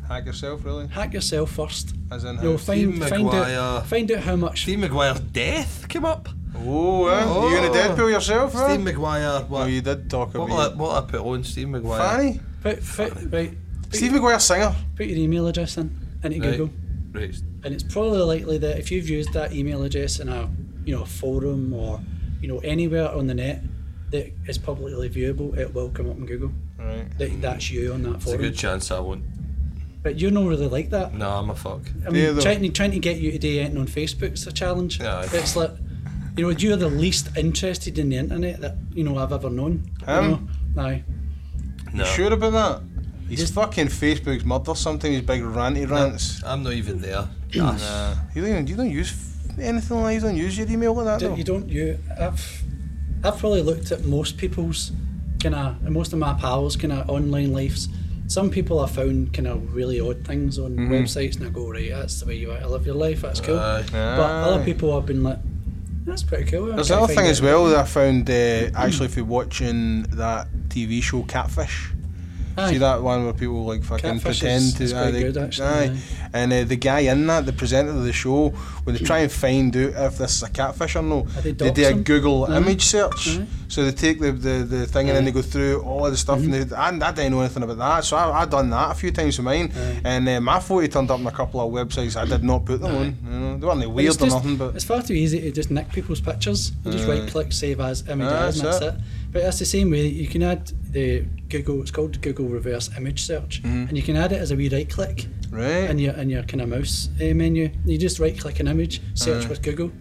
B: Hack yourself, really?
D: Hack yourself first.
B: As in, uh,
D: No,
B: how-
D: find
A: Steve
D: find
A: Uh, Maguire.
D: out find out how much
A: Steve Maguire's death came up.
B: Oh, eh? you gonna
A: Oh.
B: Deadpool yourself, eh?
A: Steve Maguire, what?
B: Oh, you did talk
A: what,
B: about
A: will I, what will I put on Steve Maguire?
B: Fanny?
D: put, put, right, put,
B: Steve McGuire singer.
D: put your email address in into
A: Right.
D: Google.
A: Right.
D: and it's probably likely that if you've used that email address in a you know a forum or you know anywhere on the net that is publicly viewable, it will come up on Google.
B: Right.
D: That that's you on that
A: It's a
D: forum.
A: good chance I won't.
D: But you're not really like that.
A: No, I'm a fuck.
D: I
B: Yeah,
D: mean,
B: though.
D: trying to, trying to get you today ending on Facebook's a challenge.
A: Aye.
D: It's like you know you're the least interested in the internet that you know I've ever known.
B: Him?
D: You know? Aye.
A: No.
B: Sure about that? He's
D: Just-
B: fucking Facebook's mother something, his big ranty rants.
A: I'm not even there.
B: Nah. You don't, even- you don't use f- anything like you don't use your email like that,
D: Do-
B: though.
D: You don't. You. I've. I've probably looked at most people's kind of most of my pals kind of online lives. Some people I found kind of really odd things on
B: Mm-hmm.
D: websites, and I go right, that's the way you live your life. That's cool.
A: Aye.
D: but other
B: Aye.
D: people have been like, that's pretty cool.
B: There's another thing as well that I found uh, actually through watching that TV show Catfish. See that one where people like fucking
D: Catfish
B: pretend
D: is-
B: to
D: is quite
B: aye, they-
D: good, actually,
B: aye.
D: aye.
B: and uh, the guy in that, the presenter of the show, when they try and find out if this is a catfish or no,
D: Are they
B: do a
D: doxing?
B: Google
D: Aye.
B: image search.
D: Aye.
B: So they take the the, the thing and then
D: Aye. Mm-hmm.
B: they go through all of the stuff. And they, I, I didn't know anything about that, so I I done that a few times with mine.
D: Aye.
B: And uh, my photo turned up on a couple of websites I did not put them on. You know, they weren't any weird
D: It's
B: or
D: just-
B: nothing, but
D: it's far too easy to just nick people's pictures. You just
B: Aye.
D: right click, save as image
B: Aye,
D: as, and
B: that's
D: that's it. But that's the same way that you can add the Google. It's called Google Reverse Image Search,
B: Mm-hmm.
D: and you can add it as a wee right click.
B: right.
D: in your in your kind of mouse uh, menu. You just right click an image, search with Google,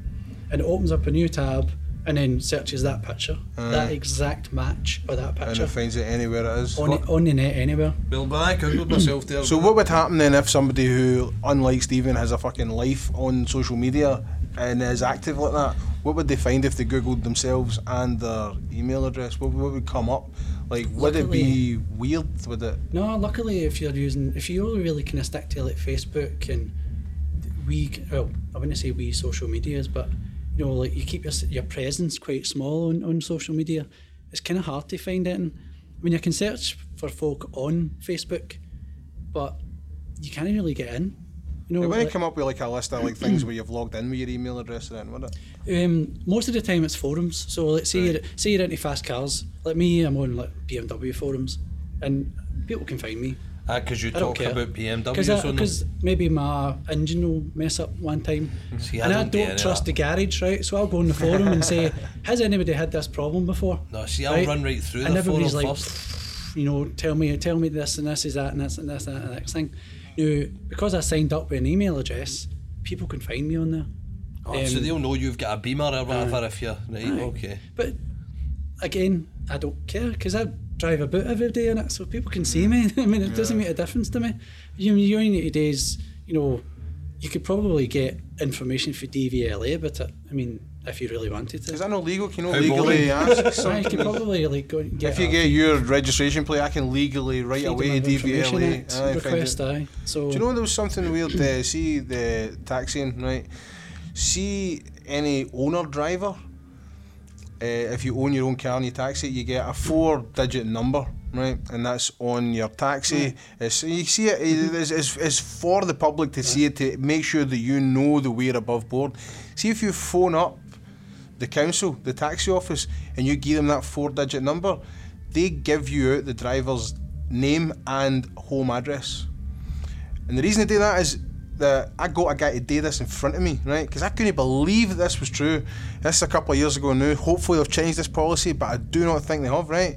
D: and it opens up a new tab and then searches that picture, that exact match or that
B: and it
D: picture
B: finds it anywhere it is.
D: on it, on the net anywhere.
A: Well, but I googled myself there.
B: So what would happen then if somebody who, unlike Stephen, has a fucking life on social media and is active like that? What would they find if they googled themselves and their email address? What, what would come up? Like, would it be weird? Would it?
D: No, luckily if you're using if you only really kind of stick to like Facebook and we well I wouldn't say we social medias, but you know like you keep your s- your presence quite small on, on social media. It's kind of hard to find it. I mean, you can search for folk on Facebook, but you can't really get in. You know,
B: It
D: like-
B: wouldn't come up with like a list of like things where you've logged in with your email address and would it?
D: Um, most of the time it's forums. So let's say you're, say you're into fast cars. Like me, I'm on like BMW forums, and people can find me
A: Because Ah, you
D: I don't
A: talk
D: care.
A: about BMWs on them.
D: because maybe my engine will mess up one time,
A: Mm-hmm. See, I
D: and I
A: don't do any
D: don't
A: of
D: trust
A: that.
D: the garage, right? So I'll go on the forum and say, "Has anybody had this problem before?"
A: No, see, I'll run right through
D: and
A: the forum
D: everybody's like,
A: first.
D: You know, tell me, tell me this and this is that and this and this and that and the next thing. Now, because I signed up with an email address, people can find me on there.
A: Oh, so
D: um,
A: they'll know you've got a beamer or whatever if you're right. Okay.
D: But again, I don't care because I drive about every day in it, so people can see me. I mean, it doesn't make a difference to me. You you only need days, you know, you could probably get information for DVLA, but it, I mean, if you really wanted
B: Is
D: to,
B: that not legal? Can you
A: How
B: not legally
A: boring.
B: ask
D: I
B: something?
D: could probably like go and get.
B: If you
D: a
B: get your registration plate, I can legally right
D: Freedom
B: away
D: of Information
B: DVLA.
D: Act
B: aye, find
D: request.
B: it.
D: Aye, so
B: Do you know there was something weird? Uh, see the taxiing, right? See any owner driver. Uh, if you own your own car and you taxi, you get a four-digit number, right? And that's on your taxi. It's, you see it. it- It's, it's, it's for the public to see it to make sure that you know that we're above board. See if you phone up the council, the taxi office, and you give them that four-digit number, they give you out the driver's name and home address. And the reason I do that is that I got a guy to do this in front of me, right? Because I couldn't believe that this was true. This is a couple of years ago now. Hopefully they've changed this policy, but I do not think they have, right?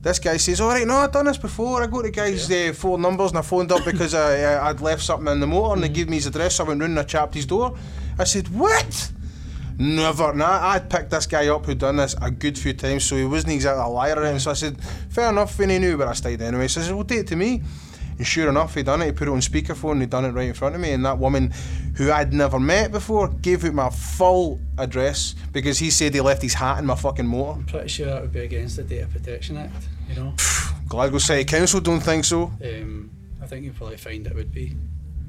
B: This guy says, "All right, no, I've done this before. I go to guys' uh, phone numbers and I phoned up because I, I, I'd left something in the motor and they gave me his address. So I went round and I chapped his door. I said, what? Never. Nah, I'd picked this guy up who'd done this a good few times, so he wasn't exactly a liar or anything. So I said, fair enough, and he knew where I stayed anyway. So I said, well, take it to me. And sure enough, he done it. He put it on speakerphone, he done it right in front of me. And that woman, who I'd never met before, gave out my full address because he said he left his hat in my fucking motor.
D: pretty sure that would be against the Data Protection Act. You know,
B: Glasgow City Council don't think so.
D: um, I think you probably find it would be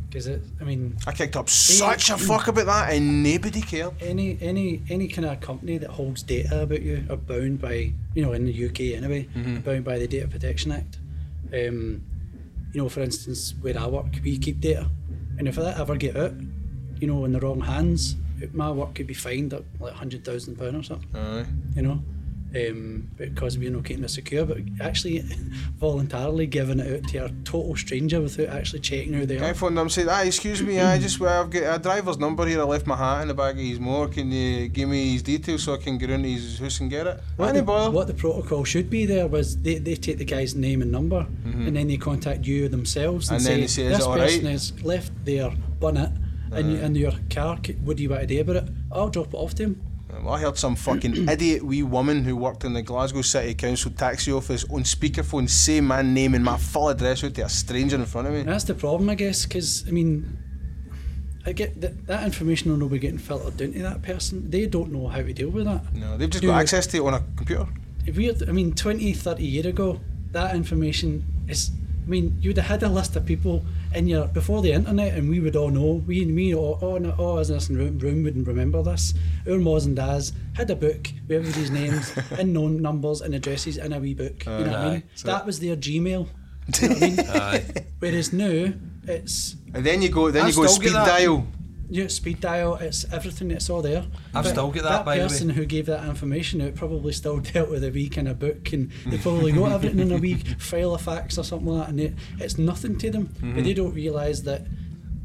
D: Because it, I mean,
B: I kicked up such a fuck about that, and nobody cared.
D: any any any kind of company that holds data about you are bound by you know in the UK anyway bound by the Data Protection Act. Um, you know, for instance, where I work, we keep data, and if that ever get out, you know, in the wrong hands, it- my work could be fined at like hundred thousand pound or something.
B: Aye.
D: You know. Um, because we're not keeping it secure, but actually voluntarily giving it out to a total stranger without actually checking who they
B: I
D: are.
B: phoned them and said, "Ah, excuse me, I just well, I've got a driver's number here. I left my hat in the bag of his mower. Can you give me his details so I can get into his house and get it?"
D: What
B: Any
D: the,
B: bother?
D: what the protocol should be there was they, they take the guy's name and number and then they contact you themselves
B: Mm-hmm.
D: and,
B: And
D: say,
B: then they say, "Is
D: this
B: it all
D: person
B: right?" Uh.
D: has left their bonnet in, y- in your car C- what do you want to do about it I'll drop it off to him
B: Well, I heard some fucking idiot wee woman who worked in the Glasgow City Council taxi office on speakerphone say my name and my full address out to a stranger in front of
D: and
B: me.
D: that's the problem I guess because I mean I get that, that information will not be getting filtered down to that person they don't know how to deal with that
B: No, they've just
D: Dude.
B: got access to it on a computer.
D: if we had- I mean 20 30 years ago that information is I mean you'd have had a list of people in your before the internet and we would all know we and me all, all, in- all as us in room, room wouldn't remember this our ma's and dads had a book with everybody's names and known numbers and addresses in a wee book you know what I mean that was their Gmail you know what I mean whereas now it's
B: And then you go, then
A: I
B: you go
A: still get
B: speed
A: that.
B: dial.
D: your speed dial it's everything it's all there
A: I've
D: But
A: still got that, by the way.
D: person who gave that information out probably still dealt with a wee kind of book and they probably got everything in a wee file of facts or something like that and it, it's nothing to them
A: Mm-hmm.
D: but they don't realise that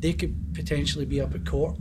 D: they could potentially be up at court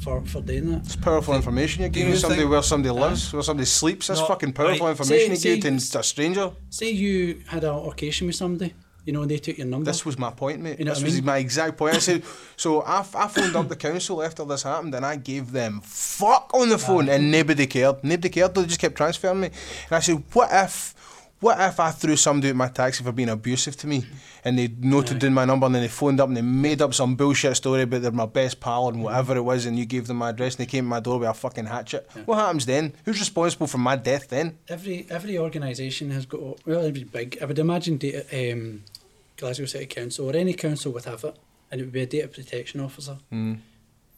D: for, for doing that
B: It's powerful information you're giving
A: you
B: somebody
A: think-
B: where somebody lives, where somebody sleeps. That's
A: No,
B: fucking powerful
A: right.
B: information
D: See-
B: you give
D: see-
B: to a stranger.
D: say you had an altercation with somebody you know and they took your number
B: This was my point, mate.
D: You know
B: this
D: what I
B: was
D: mean?
B: my exact point. I said, so I, f- I phoned up the council after this happened and I gave them fuck on the phone and nobody cared. Nobody cared. They just kept transferring me. And I said, what if, what if I threw somebody at my taxi for being abusive to me and they noted down my number and then they phoned up and they made up some bullshit story about they're my best pal and whatever it was and you gave them my address and they came to my door with a fucking hatchet. What happens then? Who's responsible for my death then?
D: every every organisation has got well every big I would imagine data, um, Glasgow City Council or any council would have it and it would be a data protection officer
A: Hmm.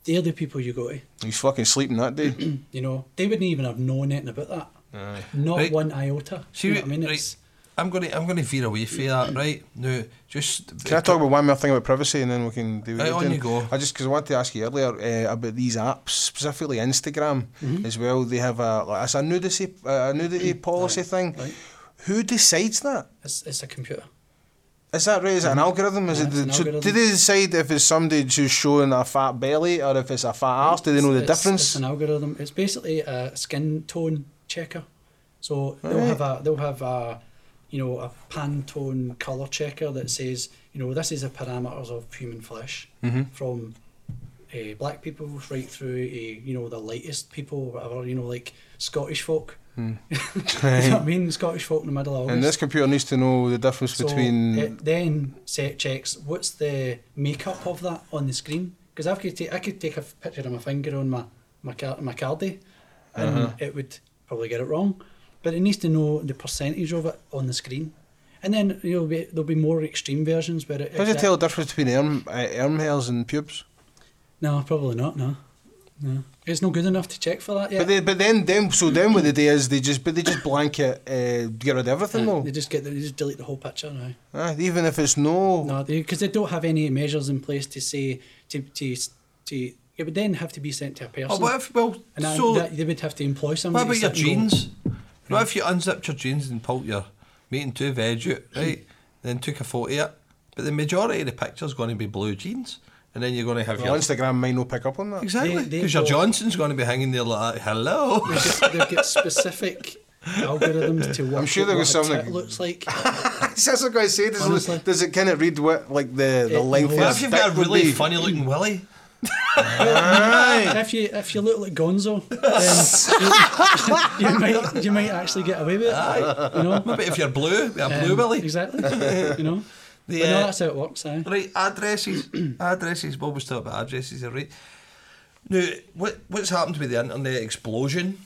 D: they're the people you go to
B: He's fucking sleeping that day.
D: you know they wouldn't even have known anything about that
B: Aye.
D: not
A: Right.
D: one iota
A: See,
D: you know what I mean
A: right,
D: it's
A: I'm going to I'm going to veer away from that,
D: Mm.
A: right? Now, just
B: Can I talk about one more thing about privacy and then we can do it?
A: Right, on
B: again?
A: you go.
B: I just because I wanted to ask you earlier uh, about these apps, specifically Instagram as well. They have a like, it's a nudity uh, a nudity policy thing.
D: Mm-hmm. right.
B: Who decides that?
D: it's, it's a computer
B: Is that right? Is it an algorithm? Is it
D: Yeah, it's Mm-hmm. an
B: so
D: algorithm.
B: do they decide if it's somebody who's showing a fat belly or if it's a fat arse? Do they know the
D: It's-
B: difference?
D: it's an algorithm it's basically a skin tone checker so they'll
B: Right.
D: have a they'll have a you know a Pantone color checker that says you know this is the parameters of human flesh
B: Mm-hmm.
D: from uh, black people right through to you know the lightest people whatever you know like Scottish folk you know what I mean Scottish folk in the middle of August
B: Hmm. and this computer needs to know the difference between.
D: so it then set checks what's the makeup of that on the screen because I could take I could take a f- picture of my finger on my my car, my cardi and
B: Uh-huh.
D: it would probably get it wrong but it needs to know the percentage of it on the screen and then you'll be there'll be more extreme versions where it
B: how do you tell the difference between arm, uh, arm hairs and pubes?
D: no probably not no no it's not good enough to check for that yet
B: But, they, but then, then, so then, what they do is they just, but they just blanket uh, get rid of everything though.
D: they just get the, they just delete the whole picture now
B: Ah, even if it's no,
D: No, because they, don't have any measures in place to say to to to. It would then have to be sent to a person.
A: Oh, what if well,
D: and I-
A: so
D: that, they would have to employ
A: what
D: somebody.
A: about
D: to
A: your
D: sit and go,
A: jeans? What if you unzipped your jeans and pulled your mate and two veg out,
D: Hmm.
A: right? then took a photo of it, but the majority of the picture's going to be blue jeans, and then you're going to have
B: Well,
A: your
B: Instagram might not pick up on that.
A: exactly
D: They- they
A: because your
D: got-
A: Johnson's going to be hanging there like hello.
D: They've got- They've got specific algorithms to work.
B: sure
D: out
B: there
D: what
B: was
D: a
B: something-
D: tit looks like.
B: That's what I say. Does
D: Honestly.
B: it, does it kind of read what like the the
D: It
B: length?
D: knows.
A: What
B: of
A: if
B: his
A: you've got a
B: dick would
A: really
B: be?
A: funny looking Willy?
D: if you if you look like Gonzo, then you, you might you might actually get away with it. You know,
A: Maybe if you're blue, a blue
D: Um,
A: Willy.
D: exactly. You know,
A: The,
D: but no,
A: uh,
D: that's how it works. Aye.
A: Right, addresses. addresses. What was talking about addresses, there, right? Now, what what's happened with the internet explosion?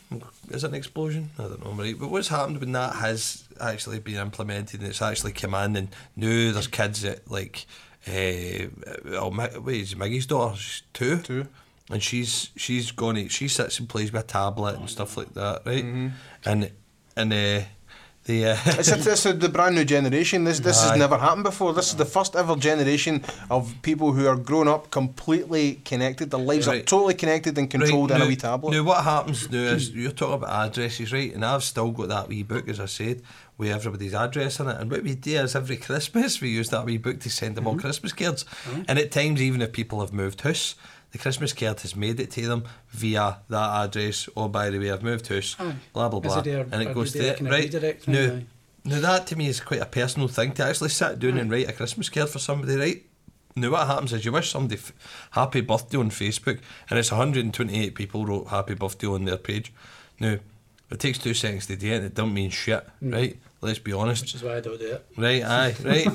A: Is it an explosion? I don't know, right? But what's happened when that has actually being implemented and it's actually commanding. Now there's kids that like, uh, oh, Mi- wait, is Maggie's daughter? She's two.
B: Two.
A: And she's she's gone. to- She sits and plays with a tablet and stuff like that, right? And and uh, the uh,
B: Mm-hmm. It's, a, it's a, the brand new generation. This this
A: Aye.
B: has never happened before. This is the first ever generation of people who are grown up completely connected. Their lives
A: Right.
B: are totally connected and controlled in
A: now,
B: a wee tablet.
A: Now what happens now is you're talking about addresses, right? And I've still got that wee book, as I said, with everybody's address in it. And what we do is every Christmas we use that wee book to send them all Christmas cards. And at times, even if people have moved house, the Christmas card has made it to them via that address. Oh, by the way, I've moved house. Blah blah
D: Is
A: blah,
D: it there-
A: and
D: or
A: it goes
D: do
A: to
D: they
A: it,
D: can it
A: right?
D: redirect me?
A: now,
D: Aye.
A: now that to me is quite a personal thing to actually sit down and write a Christmas card for somebody, right? Now what happens is you wish somebody f- happy birthday on Facebook, and it's 128 people wrote happy birthday on their page. Now it takes two seconds to do it, and it don't mean shit, right? Let's be honest.
D: Mm. Which is why I don't do it.
A: Right, aye, right.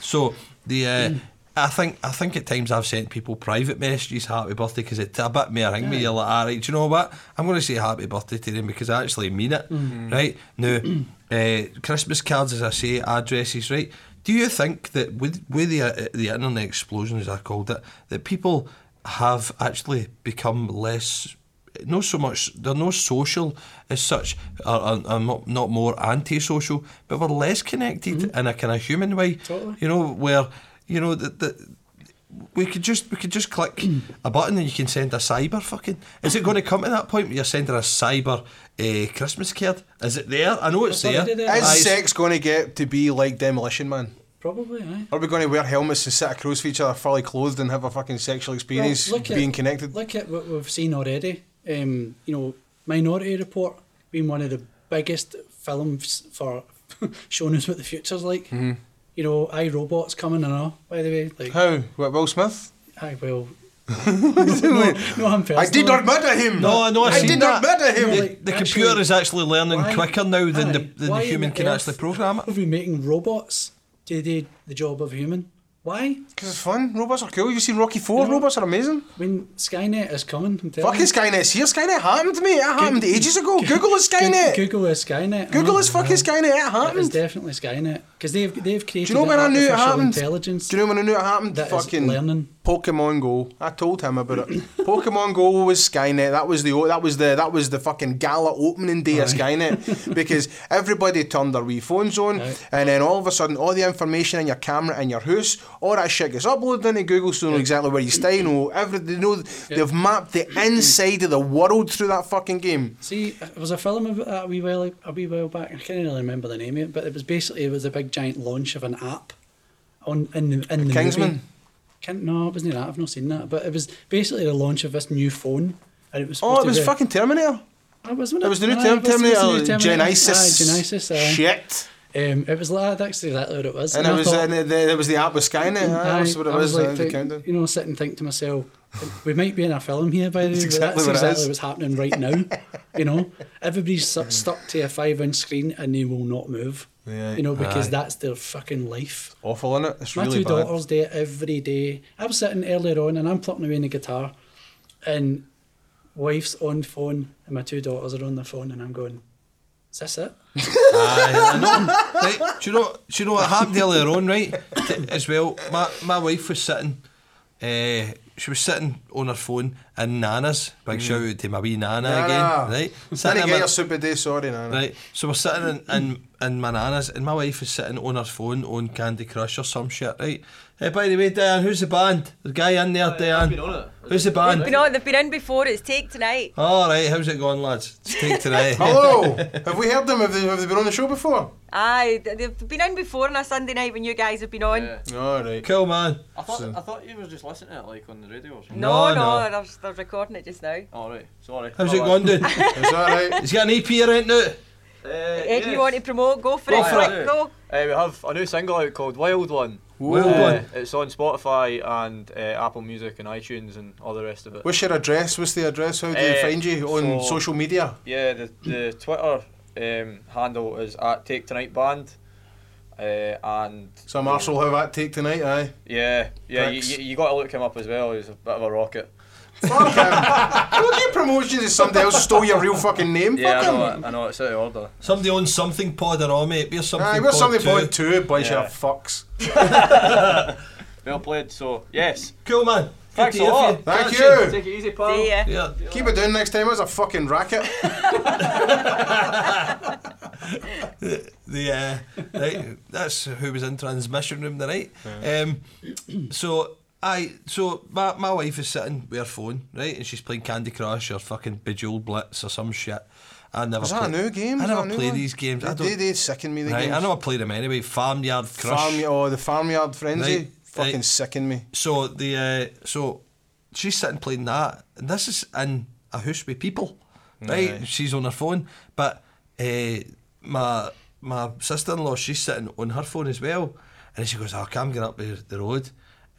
A: so the uh, I think I think at times I've sent people private messages happy birthday because it's a bit more ring me. You're like, all right, do you know what? I'm going to say happy birthday to them because I actually mean it. Right now, uh, Christmas cards, as I say, addresses. Right? Do you think that with with the uh, the internet explosion, as I called it, that people have actually become less no so much they're no social as such are, are, are not, not more antisocial but we're less connected in a kind of human way
D: Mm-hmm. Totally.
A: you know where you know that the, we could just we could just click a button and you can send a cyber fucking is it going to come to that point where you're sending a cyber uh, Christmas card is it there I know it's
D: That's
A: there
D: already there.
B: Is
A: Aye, it's-
B: sex going to get to be like Demolition Man?
D: Probably, aye.
B: Are we going to wear helmets and sit across for each other, fully clothed, and have a fucking sexual experience
D: Well, look at-
B: being connected?
D: Look at what we've seen already. Um, you know, Minority Report being one of the biggest films for showing us what the future's like. You know, I Robot's coming and all. By the way, like,
B: Mm-hmm. How? What, Will Smith?
D: I will. no, no, I'm
B: I did
D: personal.
B: not murder him.
A: No, I know, I've
B: I
A: seen
B: did not
A: that.
B: murder him.
D: Yeah,
A: the,
D: like,
A: the
D: actually,
A: computer is actually learning
D: why-
A: quicker now than the,
D: aye,
A: than
D: why
A: the
D: on
A: human can
D: earth
A: actually program it
D: Are we making robots to do the job of a human? Why?
B: Because it's fun. Robots are cool. You've seen Rocky 4?
D: No.
B: Robots are amazing.
D: When Skynet is coming, I'm telling
B: Fucking
D: you.
B: Skynet's here. Skynet happened to me. It happened ages ago. Google is
D: Go-
B: Skynet.
D: Google is Skynet.
B: Google
D: I
B: is
D: know,
B: fucking
D: I
B: Skynet. It
D: know. It is
B: happened.
D: definitely Skynet because they've they've created
B: Do you know when I knew it
D: artificial
B: happened?
D: intelligence.
B: Do you know when I knew it happened?
D: that is
B: Fucking
D: learning.
B: Pokemon Go. I told him about it. Pokemon Go was Skynet. That was the o- that was the that was the fucking gala opening day of Skynet because everybody turned their wee phones on,
D: Aye.
B: and then all of a sudden, all the information in your camera in your house, all that shit gets uploaded into Google, so they know exactly where you stay. Know every they know they've mapped the inside of the world through that fucking game.
D: See, it was a film about that a wee while a wee while back. I can't really remember the name of it, but it was basically it was a big giant launch of an app on in the in the
B: Kingsman?
D: Movie. Can, no, it wasn't that. I've not seen that, but it was basically the launch of this new phone, and it was.
B: Oh,
D: supposed
B: it was
D: to be,
B: fucking Terminator.
D: It wasn't.
B: It was the new
D: Aye,
B: term
D: it was- it was the
B: Terminator.
D: new Terminator. Aye,
B: Genesis.
D: Genesis. aye.
B: Shit.
D: Um, it was like that's exactly what it was.
B: And it
D: I
B: was
D: thought-
B: and it, there was the app with Skynet. aye,
D: Aye,
B: That's what it
D: I
B: was. uh,
D: like,
B: the
D: think-
B: countdown.
D: you know, sit and think to myself, we might be in a film here by the way. but
B: exactly
D: that's
B: what it
D: exactly
B: is. Mm.
D: what's happening right now. you know, everybody's su- stuck to a five-inch screen and they will not move.
B: Yeah,
D: you know, because
A: aye.
D: that's their fucking life.
B: Awful in it. It's
D: My
B: really
D: two
B: bad.
D: daughters do it every day. I was sitting earlier on and I'm plucking away on the guitar, and wife's on phone and my two daughters are on the phone and I'm going, is this it?
A: Aye, I know. right, do you know? Do you know what happened earlier on? Right, T- as well. My my wife was sitting. Uh, she was sitting on her phone in Nana's. Big shout out to my wee Nana,
B: Mm. Nana.
A: again. Right,
B: Didn't
A: in
B: get
A: my-
B: your super day, sorry, Nana.
A: Right, so we're sitting in, in, in my nana's, and my wife is sitting on her phone on Candy Crush or some shit, right? Hey, by the way, Diane, who's the band? The guy in
F: Uh,
A: there, Diane. Who's the band?
C: You know, they've been in before, it's take tonight.
A: All right, how's it going, lads? It's take tonight.
B: Hello! have we heard them? Have they, have they been on the show before?
C: Aye, th- they've been in before on a Sunday night when you guys have been on.
F: Yeah.
B: Alright.
A: Cool, man.
F: I thought
B: So-
F: I thought you was just listening to it like on the radio or something.
A: No,
C: No, no,
A: no.
C: They're, they're recording it just now.
F: All right, sorry.
A: How's
F: My
A: it
F: bad.
A: going, dude?
B: It's alright.
A: He's got an E EP out now.
F: Uh,
C: If you want to promote, go for
F: Go
C: it.
F: for
C: quick,
F: it.
C: Go.
F: Uh, we have a new single out called Wild One.
A: Wild
F: Uh,
A: One.
F: It's on Spotify and uh, Apple Music and iTunes and all the rest of it.
B: What's your address? What's the address? How do they
F: Eh,
B: find you on
F: so-
B: social media?
F: Yeah, the, the Twitter um, handle is at Take Tonight Band. Uh, and
B: Some arsehole how that take tonight, aye.
F: yeah, yeah, you,
B: Pricks.
F: you, you got to look him up as well. He's a bit of a rocket.
B: Fuck him. Don't get promotions if somebody else stole your real fucking name.
F: Yeah, I
B: Fuck
F: know,
B: him.
F: it, I know, it's out of order.
A: Somebody owns something pod or all, mate. We're something.
B: Aye, we're
A: pod
B: something
A: too.
B: point two, bunch
F: Yeah.
B: of fucks.
F: Well played, so, yes.
A: Cool man. Good
F: Thanks
A: to
F: a
A: hear
F: lot.
A: from you.
B: Thank
A: Catch
B: you.
F: Take it easy, pal.
C: See ya.
A: Yeah.
B: Keep it down next time. It was a fucking racket.
A: The uh, right, that's who was in transmission room the night. Um, so I so my, my wife is sitting with her phone right, and she's playing Candy Crush or fucking Bejeweled Blitz or some shit. I never.
B: Is that a
A: play-
B: new game?
A: I
B: Is that
A: never
B: a new
A: play
B: one?
A: these games.
B: They,
A: I don't.
B: they, they sicken me. The
A: right,
B: games.
A: I never played them anyway. Farmyard Crush.
B: Farm, oh, the farmyard frenzy.
A: Right,
B: Fucking
A: right.
B: sicken me.
A: So the uh, so she's sitting playing that, and this is in a house with people, right?
B: Aye.
A: She's on her phone, but uh, my my sister in law she's sitting on her phone as well, and she goes, "Oh, I'm going up the, the road,"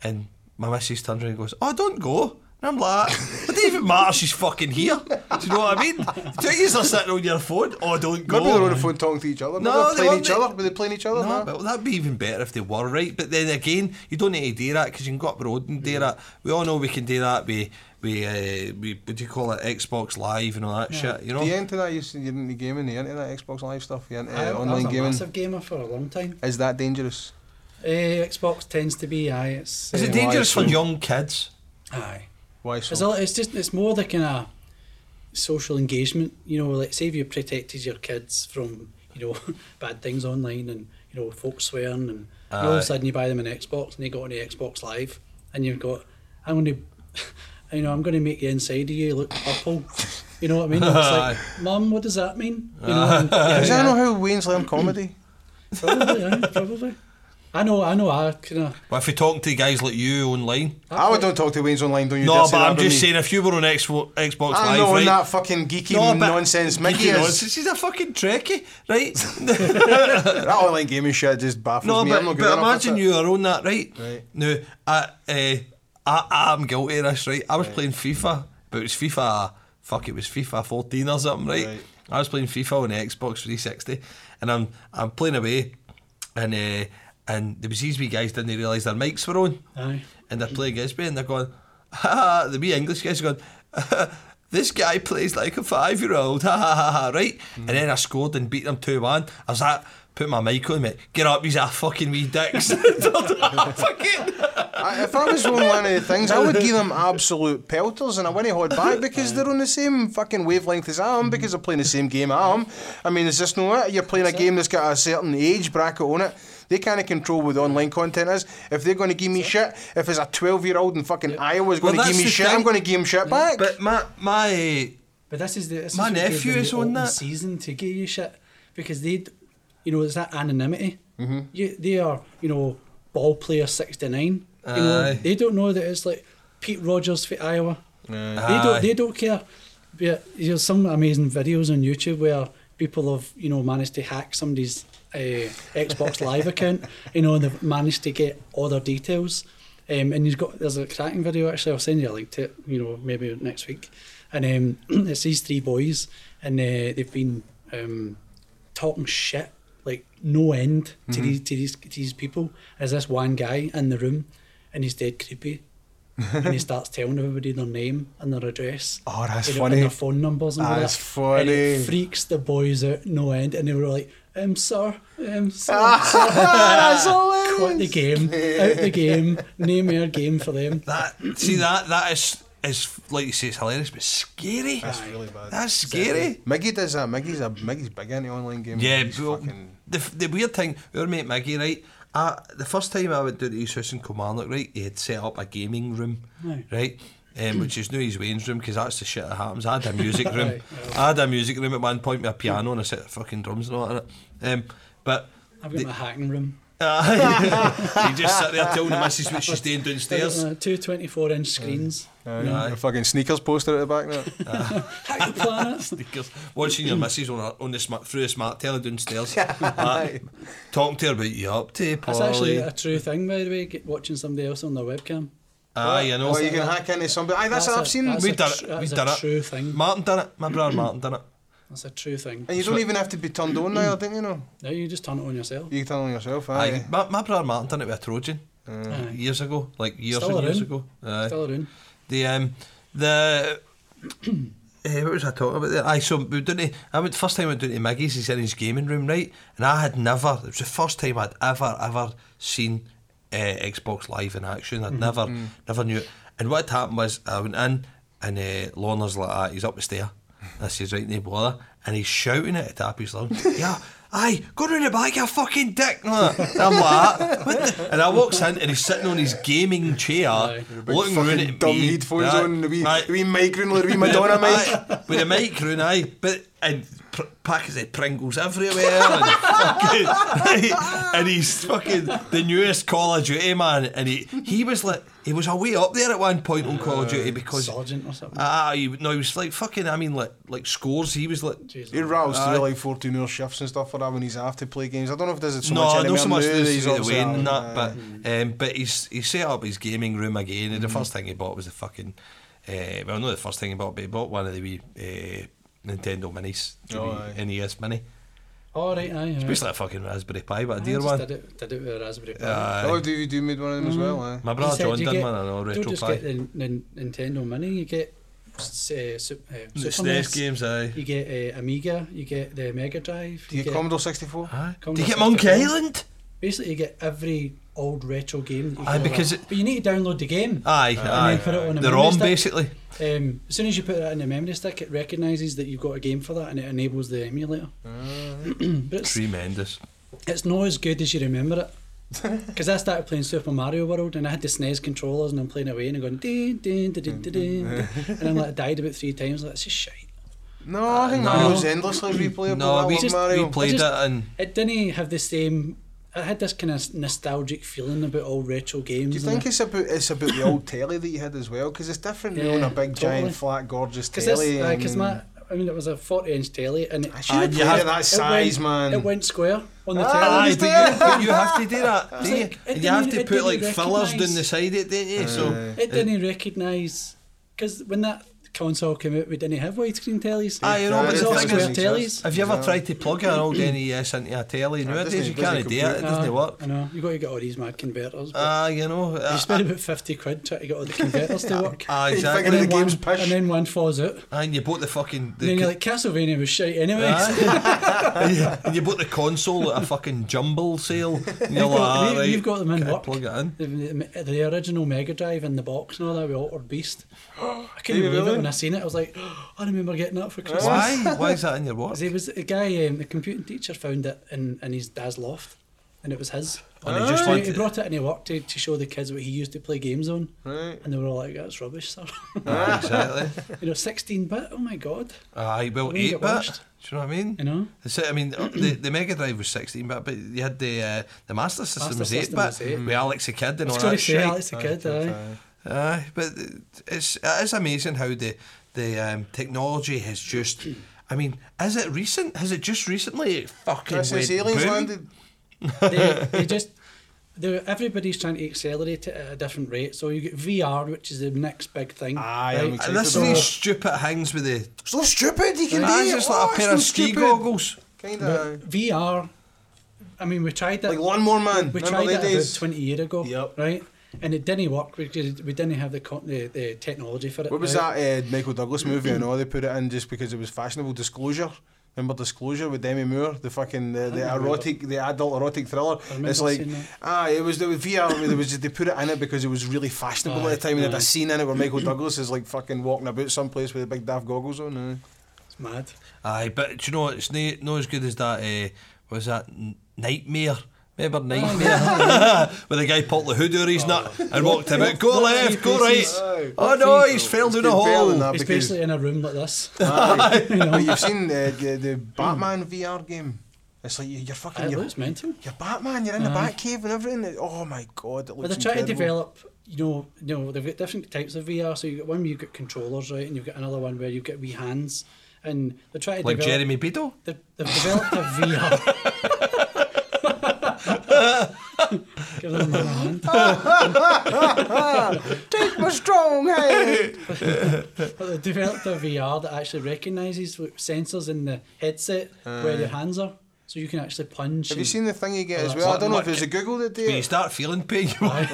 A: and my missus turns around and goes, "Oh, don't go." And I'm like, it doesn't even matter, she's fucking here. Do you know what I mean? Do you are sitting on your phone? Oh, don't go.
B: Maybe they're on the phone talking to each other. Maybe
A: No,
B: they're
A: they
B: playing
A: weren't.
B: each
A: They-
B: other. Were they playing each other?
A: No,
B: No,
A: but that'd be even better if they were right. But then again, you don't need to do that because you can go up the road and do that. We all know we can do that. We we uh, we what do you call it? Xbox Live and all that shit. You know.
B: Do you into that? You s- You're into gaming? You're into that Xbox Live stuff? You're into uh,
D: I, I was
B: online
D: a
B: gaming?
D: massive gamer for a long time.
B: Is that dangerous?
D: Uh, Xbox tends to be aye. It's
A: Is it
D: uh,
A: dangerous for
B: so-
A: young kids?
D: Aye.
B: Why
D: It's,
B: so?
D: a, it's just it's more the kind of social engagement. You know, like say if you protected your kids from you know bad things online and you know folks swearing and all of
A: Aye.
D: a sudden you buy them an Xbox and they got on the Xbox Live and you've got I'm going to you know I'm going to make the inside of you look purple. You know what I mean? It's like, Mum, what does that mean? You know, and-
B: Does that
D: yeah,
B: know how Wayne's Lamb comedy?
D: probably, aye, probably. I know, I know, I kind of.
A: Well, if you're talking to guys like you online.
B: I would don't talk to Wayne's online, don't you? dare
A: no,
B: say
A: but
B: that
A: I'm
B: about
A: just
B: me.
A: saying if you were on Xbox, Xbox
B: I'm
A: Live,
B: not on
A: right?
B: that fucking geeky
A: No, but-
B: nonsense Mickey
A: Geeky
B: is.
A: nonsense. He's a fucking trekkie, right?
B: that online gaming shit just baffles
A: No,
B: me.
A: but,
B: I'm not good
A: but
B: enough at
A: imagine
B: it.
A: you are on that, right?
B: Right.
A: Now, I, uh, I, I'm guilty of this, right? I was playing FIFA, but it was FIFA, fuck, it was FIFA 14 or something, right?
B: Right.
A: I was playing FIFA on the Xbox 360, and I'm I'm playing away, and uh, and there was these wee guys didn't realise their mics were on,
D: Aye.
A: and they're playing against me, and they're going, ha, ha, the wee English guys are going. This guy plays like a five-year-old, ha ha ha ha, right? And then I scored and beat them two-one. I was like, put my mic on, mate. Get up, these are fucking wee dicks. Fucking.
B: I, if I was on one of the things, I would give them absolute pelters and I wouldn't hold back because they're on the same fucking wavelength as I am because they're playing the same game I am. I mean, it's just not it. You're playing a game that's got a certain age bracket on it. They can't control what the online content is. If they're going to give me shit, if it's a 12 year old in fucking Iowa's
A: Well,
B: going to
A: that's
B: give me
A: the
B: shit, I'm
A: thing.
B: going to give him shit back.
A: But my my
D: But this is the this
A: My
D: is what gives
A: nephew
D: them
A: is
D: the
A: on
D: open
A: that.
D: season to give you shit because they, you know, it's that anonymity. Mm-hmm. You, they are, you know, ball player sixty nine. You know,
A: Aye.
D: they don't know that it's like Pete Rogers for Iowa. They
A: Aye.
D: don't. They don't care. Yeah, there's some amazing videos on YouTube where people have, you know, managed to hack somebody's uh, Xbox Live account. You know, and they've managed to get all their details. Um, and you've got there's a cracking video actually. I'll send you a link to it. You know, maybe next week. And um, it's these three boys, and uh, they've been um, talking shit like no end
B: Mm-hmm.
D: to these to these to these people. There's this one guy in the room, and he's dead creepy. and he starts telling everybody their name and their address.
B: Oh, that's
D: and,
B: funny.
D: And their phone numbers and all
B: That's
D: that. And
B: funny.
D: it freaks the boys out no end. And they were like, um, sir, um, sir, sir.
B: Ah, that's hilarious.
D: Quit the game, out the game, name your game for them.
A: that see that that is is like you say it's hilarious but scary. That's,
B: really bad.
A: scary.
B: Miggy does that. Miggy's a Miggy's big into online games.
A: Yeah,
B: He's
A: but
B: fucking.
A: the the weird thing, our mate Maggie, right? I, the first time I went down to his house in Kilmarnock, right, he had set up a gaming room,
D: Right.
A: right? Um, which is now his Wayne's room because that's the shit that happens. I had a music room.
D: Right,
A: I had a music room at one point with a piano and a set of fucking drums and all that. in it. Um, but
D: I've got my hacking room.
A: you just sit there telling the missus what she's doing downstairs.
D: Uh, Two 24 inch screens.
B: Uh, a fucking sneakers poster at the back now.
D: Hack the planet.
A: Sneakers. Watching your missus on, her, on the smart through a smart telly downstairs. Like, talking to her about you up to,
D: That's actually
A: Polly.
D: a true thing, by the way, get, watching somebody else on their webcam.
A: Aye, I know.
D: Oh,
B: Or you can hack into somebody. Aye, that's, what
D: That's a-
B: I've seen.
D: that's
A: we
D: a
A: done
D: tr-
A: it. We
D: that's a
A: done it.
D: true thing.
A: Martin done it. My brother Martin done it.
D: That's a true thing.
B: And you don't even have to be turned on now, didn't you know?
D: Now you just turn it on yourself.
B: You can turn on yourself,
A: Aye.
B: aye.
A: My, my brother Martin done it with a Trojan
D: Aye.
A: years ago, like years
D: Mm. Still
A: and years
D: around.
A: ago. Aye.
D: Still around.
A: The um, the. Eh, what was I talking about there? Aye, so we were doing to, I went first time I went down to Maggie's, he's in his gaming room, right? And I had never, it was the first time I'd ever, ever seen uh, Xbox Live in action. I'd never, never knew it. And what had happened was I went in and uh, Lorna's like, ah, he's up the stair. I says, right, no bother. And he's shouting it at Tappy's lung. yeah, aye, go round the back, you fucking dick. And I'm like, "Ah, what the-" and I walks in and he's sitting on his gaming chair, looking round
B: Fucking
A: at
B: dumb
A: me.
B: headphones
A: Right,
B: on, the wee,
A: right.
B: the wee migraine, the wee Madonna mic.
A: Aye, with a mic round, aye. But and pr- packets of Pringles everywhere, and, fucking, aye, and he's fucking the newest Call of Duty man, and he he was like he was away up there at one point on Call of Duty because
D: Sergeant or something.
A: ah he, no he was like fucking I mean like like scores he was like.
D: Jesus.
B: He rattles
A: Aye.
B: through like 14 hour shifts and stuff like that when he's have to play games. I don't know if there's so much
A: no,
B: anymore.
A: not so much
B: now,
A: this
B: he's
A: he's
B: obviously uh,
A: away and
B: out.
A: that, but um, but he's he set up his gaming room again, and the first thing he bought was the fucking uh, well, not the first thing he bought, but he bought one of the wee uh, Nintendo Minis, the
B: Oh,
A: wee NES Mini.
D: All right, aye. aye.
A: E Basically a fucking Raspberry Pi, but a
D: I
A: dear
D: just
A: one.
D: Did it, did it with a Raspberry Pi.
A: Aye. Mm.
B: Oh, do you do made one of them as well? Eh?
A: my
D: He
A: brother
D: said
A: John
D: you
A: done
D: get-
A: one, I know,
D: Don't
A: Retro
D: just
A: Pi.
D: get the Nin- Nintendo Mini. You get s- uh, Sup- uh,
A: The E
D: Super
A: SNES
D: NES.
A: games, aye.
D: You get uh, Amiga. You get the Mega Drive.
B: Do you get Commodore 64?
A: Aye.
D: Come
A: Do you
D: on,
A: get
D: let's
A: Monkey
D: get it.
A: Island?
D: Basically, you get every old retro game. That you
A: Aye,
D: can ever-
A: because it- Ah.
D: but you need to download the game.
A: Aye,
D: then put it
A: aye.
D: on a
A: They're
D: memory
A: on
D: stick.
A: basically.
D: Um, as soon as you put that in the memory stick, it recognises that you've got a game for that, and it enables the emulator.
A: Ah.
D: but it's,
A: Tremendous.
D: it's not as good as you remember it. Because I started playing Super Mario World and I had the SNES controllers and I'm playing away and I'm going ding ding ding ding ding, ding
B: Mm-hmm.
D: and I'm like I died about three times like this is shite.
B: No, I think
A: no.
B: Mario's endlessly replayable. I
A: No, we
B: love
A: just
B: Mario.
A: we played it
D: just-
A: and
D: It didn't have the same. I had this kind of nostalgic feeling about all retro games.
B: Do you think it's about it's about the old telly that you had as well? Because it's different now on
D: Yeah,
B: a big,
D: totally.
B: giant, flat, gorgeous
D: because
B: telly. and-
D: my I mean it was a 40 inch telly and it,
B: should have
D: it
B: played
D: had-
B: at that
D: it
B: size,
D: went,
B: man.
D: It went square on the
B: Ah,
A: Aye,
D: telly.
B: just
A: but
B: there.
A: you, but you have to do that.
D: was
A: do you?
D: like, it
A: And you have
D: didn't-
A: to
D: it
A: put
D: didn't
A: like fillers down the
D: recognise-
A: side of it, didn't you? so
B: Aye.
D: It didn't recognise because when that console came out, we didn't have widescreen tellies.
A: Aye, you know,
B: Aye,
A: but
D: It was
A: the
D: all
A: thing
D: square
A: is-
D: tellies.
A: have you ever tried to plug an old E NES into a telly? Nowadays
B: doesn't-
A: you can't
B: doesn't
A: do it. It
B: compute.
A: doesn't
D: No,
A: work.
D: I know. You've got to get all these mad converters. but
A: Ah, you know.
D: you
A: uh,
D: spend about 50 quid trying to get all the converters to work.
A: Ah,
B: figured
A: exactly.
B: it-
D: then
B: the game's
D: one,
B: pish.
D: and then one falls out. And
A: And you bought the fucking. The
D: then
A: co-
D: you're like, Castlevania was shite anyway.
A: Aye. and, you, and you bought the console at a fucking jumble sale. And you're
D: You've
A: like,
D: got-
A: ah,
D: you-
A: right,
D: you've got them in
A: gotta
D: work.
A: Plug it in.
D: The, the, the original Mega Drive in the box and all that with Altered Beast. I couldn't
B: Did you
D: believe it
B: really?
D: when I seen it. I was like, I remember getting that for Christmas.
A: Why? Why is that in your watch?
D: 'Cause He was a guy, um, the computing teacher found it in, in his dad's loft, and it was his.
A: And he
B: Ah.
A: just
D: So
A: wanted
D: he brought it and he worked to, to show the kids what he used to play games on,
B: Right. Ah.
D: and they were all like, "That's rubbish, sir."
A: Aye, exactly.
D: you know, sixteen bit. Oh my god,
A: Aye, well,
D: Wouldn't
A: eight
D: get
A: bit.
D: watched.
A: Do you know what I mean?
D: you know.
A: It's, I mean, uh, the, the Mega Drive was 16 bit, but you had the uh, the Master System
D: Master
A: was 8
D: System was
A: bit
D: eight.
A: with Alex the Kid and
D: I
A: all
D: was going
A: that
D: to say,
A: shit.
D: Alex the
B: Ah,
D: kid, aye.
A: Aye, but it's it is amazing how the the um, technology has just. I mean, is it recent? Has it just recently fucking
B: Chris,
A: went
B: it's aliens
A: boom?
B: landed.
D: they, they just they're, everybody's trying to accelerate it at a different rate. So you get VR, which is the next big thing.
B: Aye, I'm
A: And this is
B: Right.
A: these stupid hangs with the.
B: So stupid, you can
A: Aye,
B: do
A: it's
B: it.
A: just
B: Oh,
A: like a
B: it's
A: pair
B: so
A: of ski
B: stupid.
A: goggles.
B: Kinda.
D: VR. I mean, we tried that.
B: Like Lawnmower Man.
D: We
B: Remember
D: tried
B: that
D: that about
B: days?
D: 20 years ago,
B: Yep.
D: right? And it didn't work because we didn't have the co- the, the technology for it.
B: What was
D: right?
B: that uh, Michael Douglas movie? I know they put it in just because it was fashionable. Disclosure. Remember Disclosure with Demi Moore, the fucking the, the
D: remember
B: erotic, the adult erotic thriller.
D: remember
B: It's like,
D: seeing that.
B: ah, it was the VR. It was just, they put it in it because it was really fashionable
D: Aye,
B: at the time. And they had
D: aye.
B: a scene in it where Michael Douglas is like fucking walking about someplace with the big daft goggles on. eh?
D: It's mad.
A: Aye, but do you know what? it's no, no as good as that. Uh, what was that N- Nightmare? Remember
B: Oh,
A: Nightmare? Where the guy popped the hood over his nut and walked about. Go
D: What
A: left,
D: three
A: go right.
D: pieces?
B: Aye,
A: Oh
B: what
A: no,
B: three-
A: he's fell
B: It's
A: down a
B: been better than
A: hole.
B: that
D: It's
B: because-
D: basically in a room like this.
B: Aye. But you've seen uh, the, the Batman VR game. It's like you- you're fucking
D: It
B: you're,
D: looks mental.
B: you're Batman. You're in the Batcave and everything. Oh my god, it looks.
D: But they're trying to
B: incredible.
D: develop, you know, you know, they've got different types of VR. So you've got one where you've got controllers, right, and you've got another one where you've got wee hands. And they're trying to
A: Like
D: develop.
A: Jeremy Beadle.
D: They've, they've developed a VR. Give them a hand.
B: Take my strong hand.
D: But they've developed a VR that actually recognises sensors in the headset where your hands are. so you can actually punch.
B: Have you
D: and-
B: seen the thing you get
D: Oh,
B: as
D: that's
B: well? I
D: like-
B: don't know if
A: like-
B: it's a Google that did
A: When you
B: it.
A: start feeling pain, you worry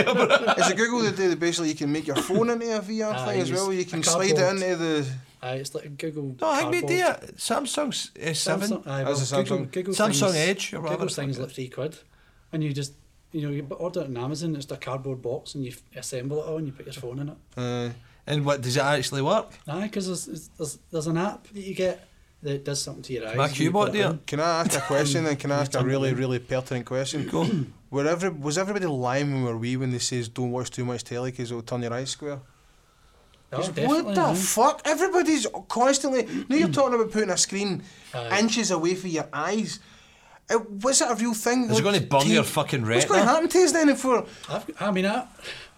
A: about it.
B: It's a Google that did it. Basically, you can make your phone into a VR
D: Ah,
B: thing as
D: yes.
B: well. You can
D: A
B: slide it
D: cardboard.
B: into the.
D: Aye, it's like a Google.
A: No, I think we
D: cardboard.
A: do it. Samsung's uh, S7.
D: Samsung, uh. aye,
B: That's
D: well,
B: a
D: Google,
B: Samsung.
D: Google
A: Samsung
D: things,
A: Edge or whatever
D: Google
A: the fuck
D: things
A: it
D: like three quid, and you just you know you b- order it on Amazon. It's a cardboard box, and you f- assemble it all, and you put your phone in it.
B: Uh,
A: And what does it actually work?
D: Aye, because there's, there's there's there's an app that you get that does something to your eyes.
A: My
D: and you
A: Cubot
D: put it
A: dear.
D: in.
B: can I ask a question? and can I ask a
D: Tumble
B: really,
D: in.
B: really pertinent question? Go. Were every, was everybody lying when we were wee when they says don't watch too much telly because it'll turn your eyes square?
D: Oh,
B: what
D: definitely,
B: the
D: aye.
B: fuck? Everybody's constantly. Now
A: Mm.
B: you're talking about putting a screen
D: Aye.
B: inches away from your eyes. It, was it a real thing?
A: Is it gonna burn
B: Do you-
A: your fucking
B: What's going to
A: retina?
B: happen to us then if we're.
D: I've, I mean, I,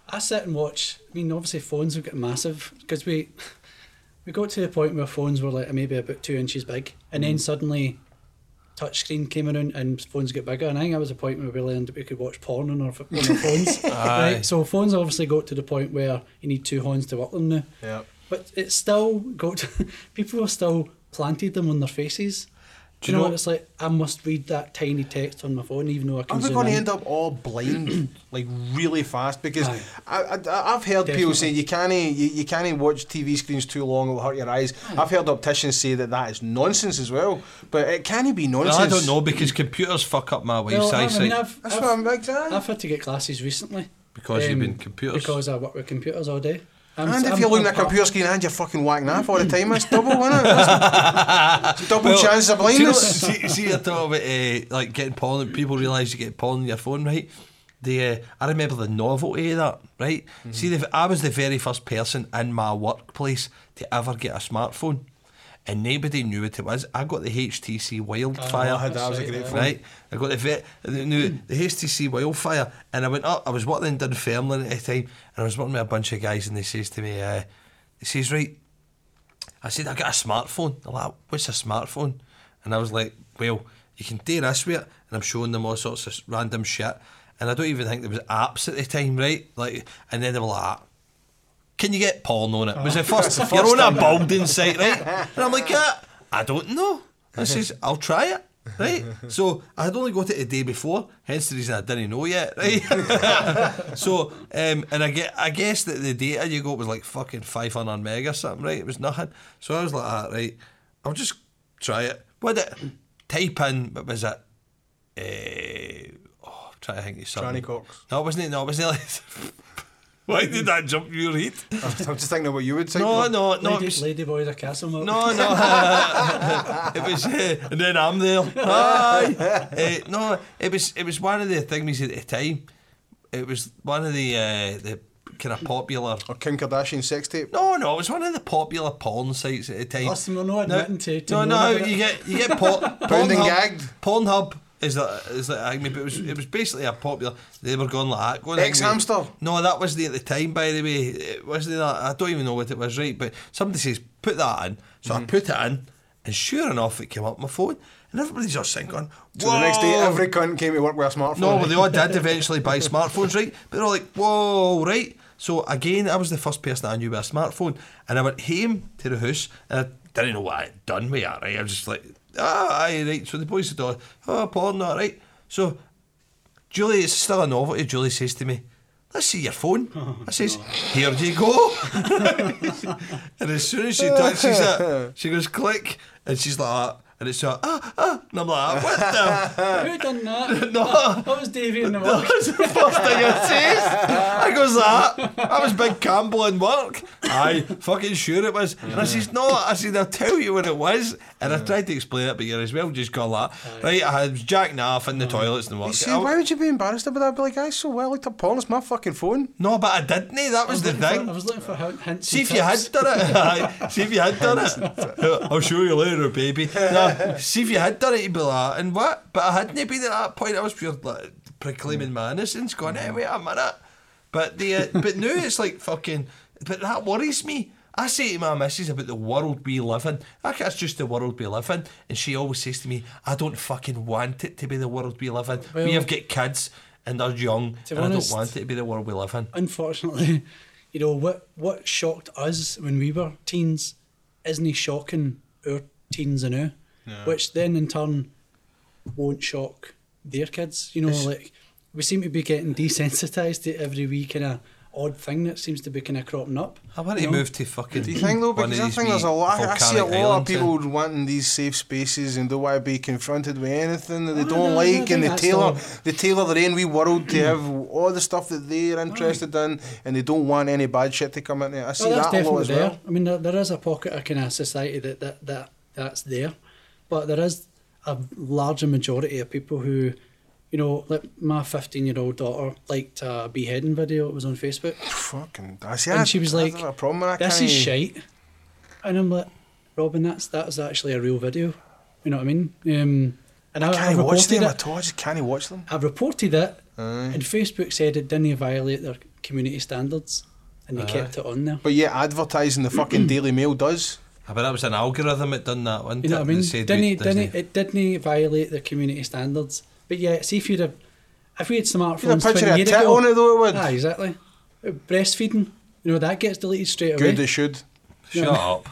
D: I sit and watch. I mean, obviously, phones have got massive because we we got to the point where phones were like maybe about two inches big, and
B: Mm.
D: then suddenly touch screen came around and phones get bigger. And I think that was a point where we learned that we could watch porn on our, f- on our phones.
A: Aye.
D: right? So phones obviously got to the point where you need two horns to work them now.
B: Yeah.
D: But it's still got people have still planted them on their faces.
A: Do
D: Do
A: you
D: you, know,
A: know-
D: it's like I must read that tiny text on my phone, even though I can.
B: Are we
D: zoom
B: going to
D: in.
B: end up all blind, like really fast? Because
D: Aye.
B: I, I, I- I've heard people
D: Definitely.
B: say you can't you, you can't watch TV screens too long; it'll hurt your eyes. I've heard opticians say that that is nonsense as well. But it can't be nonsense.
A: Well, I don't know because computers fuck up my wife's
D: Well, I
A: eyesight.
D: mean, I've,
B: That's
D: I've-
B: what I'm like. saying.
D: I've had to get glasses recently. Um,
A: Because you've been computers.
D: Because I work with computers all day. I'm,
B: and if
D: I'm-
B: you're looking
D: I'm
B: at a computer screen and you're fucking whacking off all the time, that's double, isn't it? That's double
A: Well,
B: chance of
A: do you know-
B: blindness.
A: see, see, you're talking about uh, like getting porn. People realise you get porn on your phone, right? The uh, I remember the novelty of that, right?
B: Mm.
A: See, the, I was the very first person in my workplace to ever get a smartphone, and nobody knew what it was. I got the HTC Wildfire.
B: Oh, I had that, it was a great phone.
A: Right, I got the vet, the, new, the HTC Wildfire, and I went up. I was working in Dunfermline at the time, and I was working with a bunch of guys, and they says to me, uh, "They says right, I said, I got a smartphone. They're like, what's a smartphone? And I was like, well, you can do this with it. And I'm showing them all sorts of random shit. And I don't even think there was apps at the time, right? Like, and then they were like, "Ah, can you get porn on it? Was the first, you're on a building site, right? And I'm like, yeah, I don't know. I says, I'll try it. Right, so I had only got it a day before, hence the reason I didn't know yet. Right, so um, and I get, I guess that the data you got was like fucking five hundred meg or something, right? It was nothing. So I was like, ah, right, I'll just try it. What it type in? What was it? Eh, oh, I'm trying to think of something.
B: Johnny Cox.
A: No, it wasn't. No, it wasn't. Like, why did that jump your head?
B: I'm just thinking of what you would say.
A: No, no, no. it
D: Lady,
A: was-
D: lady boys are castle milk.
A: no, no. it was, uh, and then I'm there. Hi. Eh, no, it was, it was one of the things at the time. It was one of the, uh, the kind of popular.
B: Or Kim Kardashian sex tape.
A: No, no, it was one of the popular porn sites at the time.
D: Listen, we're not
A: No,
D: admitting to- to
A: no, no,
D: knowing about
A: you
D: it.
A: get, you get por-
B: Bound and
A: Pornhub-
B: gagged.
A: Pornhub is that is that I mean, but it was it was basically a popular. They were going like that. Going
B: Ex
A: like-
B: hamster.
A: No, that wasn't it at the time. By the way, it wasn't that. I don't even know what it was, right? But somebody says put that in, so
B: Mhm.
A: I put it in, and sure enough, it came up on my phone, and everybody's just sitting on.
B: So the next day, every cunt came to work with a smartphone.
A: No, well, they all did eventually buy smartphones, right? But they're like, whoa, right? So again, I was the first person that I knew with a smartphone, and I went home to the house, and I didn't know what I'd done with it, right? I was just like, ah, aye, right. So the boys said, oh, porn, all right. So Julie, it's still a novelty. Julie says to me, Let's see your phone. I says, Here you go. and as soon as she touches it, she goes click, and she's like, that. and it's like, ah, ah, and I'm like, What the?
D: Who done that?
A: No.
D: That was Davy in the
A: That
D: work.
A: was the first thing I says. I goes that. That was big Campbell in work. Aye, fucking sure it was. And I says no. I said I'll tell you what it was. And I tried to explain it, but you're as well just gone that. Right, I was jacking off in the toilets and work.
B: You see,
A: I-
B: why would you be embarrassed about that? I'd be like, I so well I looked at porn. It's my fucking phone.
A: no, but I didn't. eh? That was the
D: I
A: thing.
D: was looking for hin- hints.
A: See
D: and
A: if you had
D: tips.
A: done it. Aye. see if you had done it. I'll show you later, baby. No, see if you had done it, you'd be like, and what? But I hadn't been at that point. I was pure like, proclaiming my innocence, going, hey, wait a minute. But the, uh, but now it's like fucking. But that worries me. I say to my missus about the world we live in. I think that's just the world we live in. And she always says to me, I don't fucking want it to be the world we live in. we
D: Well-
A: have got kids and they're young
D: To be
A: and I
D: honest-
A: don't want it to be the world we live in.
D: Unfortunately, you know what? What shocked us when we were teens, isn't he shocking our teens and now? Which then in turn won't shock their kids. You know, like we seem to be getting desensitized to every wee kind of odd thing that seems to be kind of cropping up.
A: I want to
D: you know?
A: move to fucking.
B: Do you think though?
A: one of
B: Because I
A: these
B: think there's a
A: wee
B: lot. I see a
A: volcanic
B: lot of
A: islands, eh?
B: people wanting these safe spaces and don't want to be confronted with anything that they
D: Oh,
B: don't
D: no, I
B: like,
D: think
B: and they
D: that's
B: tailor
D: all.
B: they tailor their own wee world to have all the stuff that they're interested in, and they don't want any bad shit to come in there. I see
D: Oh, that's
B: that a lot
D: definitely
B: as
D: there.
B: well.
D: I mean, there, there is a pocket of kind of society that, that that that's there, but there is a larger majority of people who, you know, like my fifteen-year-old daughter liked a beheading video. It was on Facebook,
B: Fucking, I see.
D: and
B: I-
D: she was
B: I
D: like,
B: have a problem. with that
D: "This
B: kind
D: is
B: of-
D: shite," and I'm like, "Robin, that's that's actually a real video." You know what I mean? Um, and I, I
B: Can't watch
D: reported
B: them
D: it.
B: at all. I just can't watch them.
D: I reported it, and Facebook said it didn't violate their community standards, and they kept it on there.
B: But yeah, advertising the fucking Daily Mail does.
A: I bet that was an algorithm that done that one.
D: You know what I mean?
A: Said
D: Didn't,
A: we-
D: it, didn't it, it didn't violate the community standards. But yeah, see if you'd have if we had
B: You had
D: smartphones
B: a picture
D: 20
B: of a
D: years
B: tit
D: ago.
B: on it though. It would.
D: Ah, exactly. Uh, Breastfeeding, you know that gets deleted straight away.
B: Good, they should.
A: Shut up.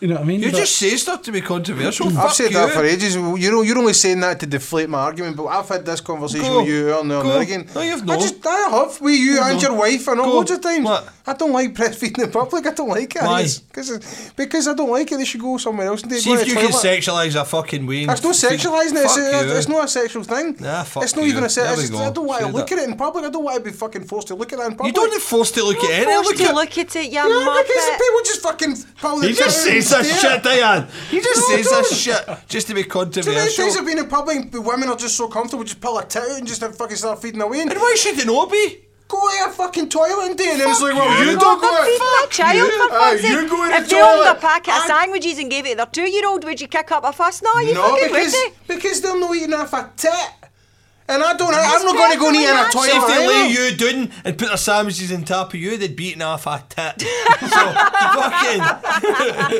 D: You know what I mean?
A: You
D: But-
A: just say stuff to be controversial.
B: I've
A: Fuck
B: said
A: you.
B: that for ages. You know, you're only saying that to deflate my argument, but I've had this conversation
A: Go.
B: with you earlier and
A: Go.
B: there again.
A: No, you've
B: I
A: not.
B: just, I have with you and your wife and all
A: Go.
B: loads of times.
A: What?
B: I don't like breastfeeding in public. I don't like it.
A: Why?
B: Because because I don't like it. They should go somewhere else and do it.
A: See
B: Go
A: if
B: to
A: you
B: the
A: can
B: toilet.
A: sexualise a fucking wing.
B: That's no sexualising it. It's, a- it's not a sexual thing.
A: Nah, fuck
B: it's not
A: you.
B: even a
A: There we
B: sex. I
A: go.
B: don't want to
A: Say
B: look
A: that.
B: at it in public. I don't want to be fucking forced to look at it in
A: You
B: public.
A: don't need forced to look at any.
C: Forced
A: Look
C: to
A: at.
C: look at it, you
B: yeah, because
C: muppet.
B: people just fucking. pull
A: He
B: the
A: just
B: trigger and
A: says this
B: stare.
A: shit, Diane. He just
B: No, I
A: says this shit
B: don't.
A: just to be
B: Too many
A: controversial.
B: times I've been in public, the women are just so comfortable, just pull a tit out and just fucking start feeding away. And
A: And why should they not be?
B: go to a fucking toilet and do it. And it's like, well, you
A: you.
B: don't
C: Well,
B: go
C: they're
B: to
C: feeding a child for
B: Aye,
C: fuck's sake.
B: you Uh, go in
C: If
B: the
C: they owned
B: toilet.
C: a packet of
B: I-
C: sandwiches and gave it to their two-year-old, would you kick up a fuss? No, you
B: No,
C: fucking
B: because,
C: wouldn't.
B: because they're not eating off a tit. And I don't,
C: That's
B: I'm not going to go and eat in a
C: perfectly
A: See if
B: toilet.
A: they
B: either.
A: lay you down and put their sandwiches on top of you, they'd beaten off a tit. so, fucking.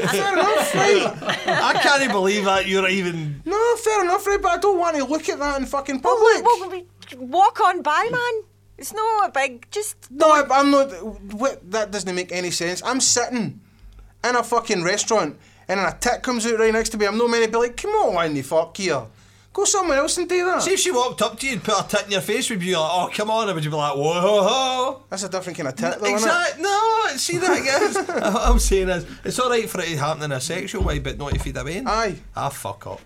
B: Fair enough, right?
A: I can't believe that you're even.
B: No, fair enough, right? But I don't want to look at that in fucking public.
C: Well, we- walk on by, man. It's not a big. Just
B: No, I, I'm not. What, that doesn't make any sense. I'm sitting in a fucking restaurant and a tit comes out right next to me. I'm not meant to be like, come on, you fuck here. Go somewhere else and do that.
A: See if she walked up to you and put her tit in your face, would you be like, oh, come on? Or would you be like, whoa, ho, ho?
B: That's a different kind of tit, though, innit?
A: Exactly. No, see that, guys. what I'm saying is, it's all right for it to happen in a sexual way, but not if you away.
B: Aye.
A: Ah, fuck up.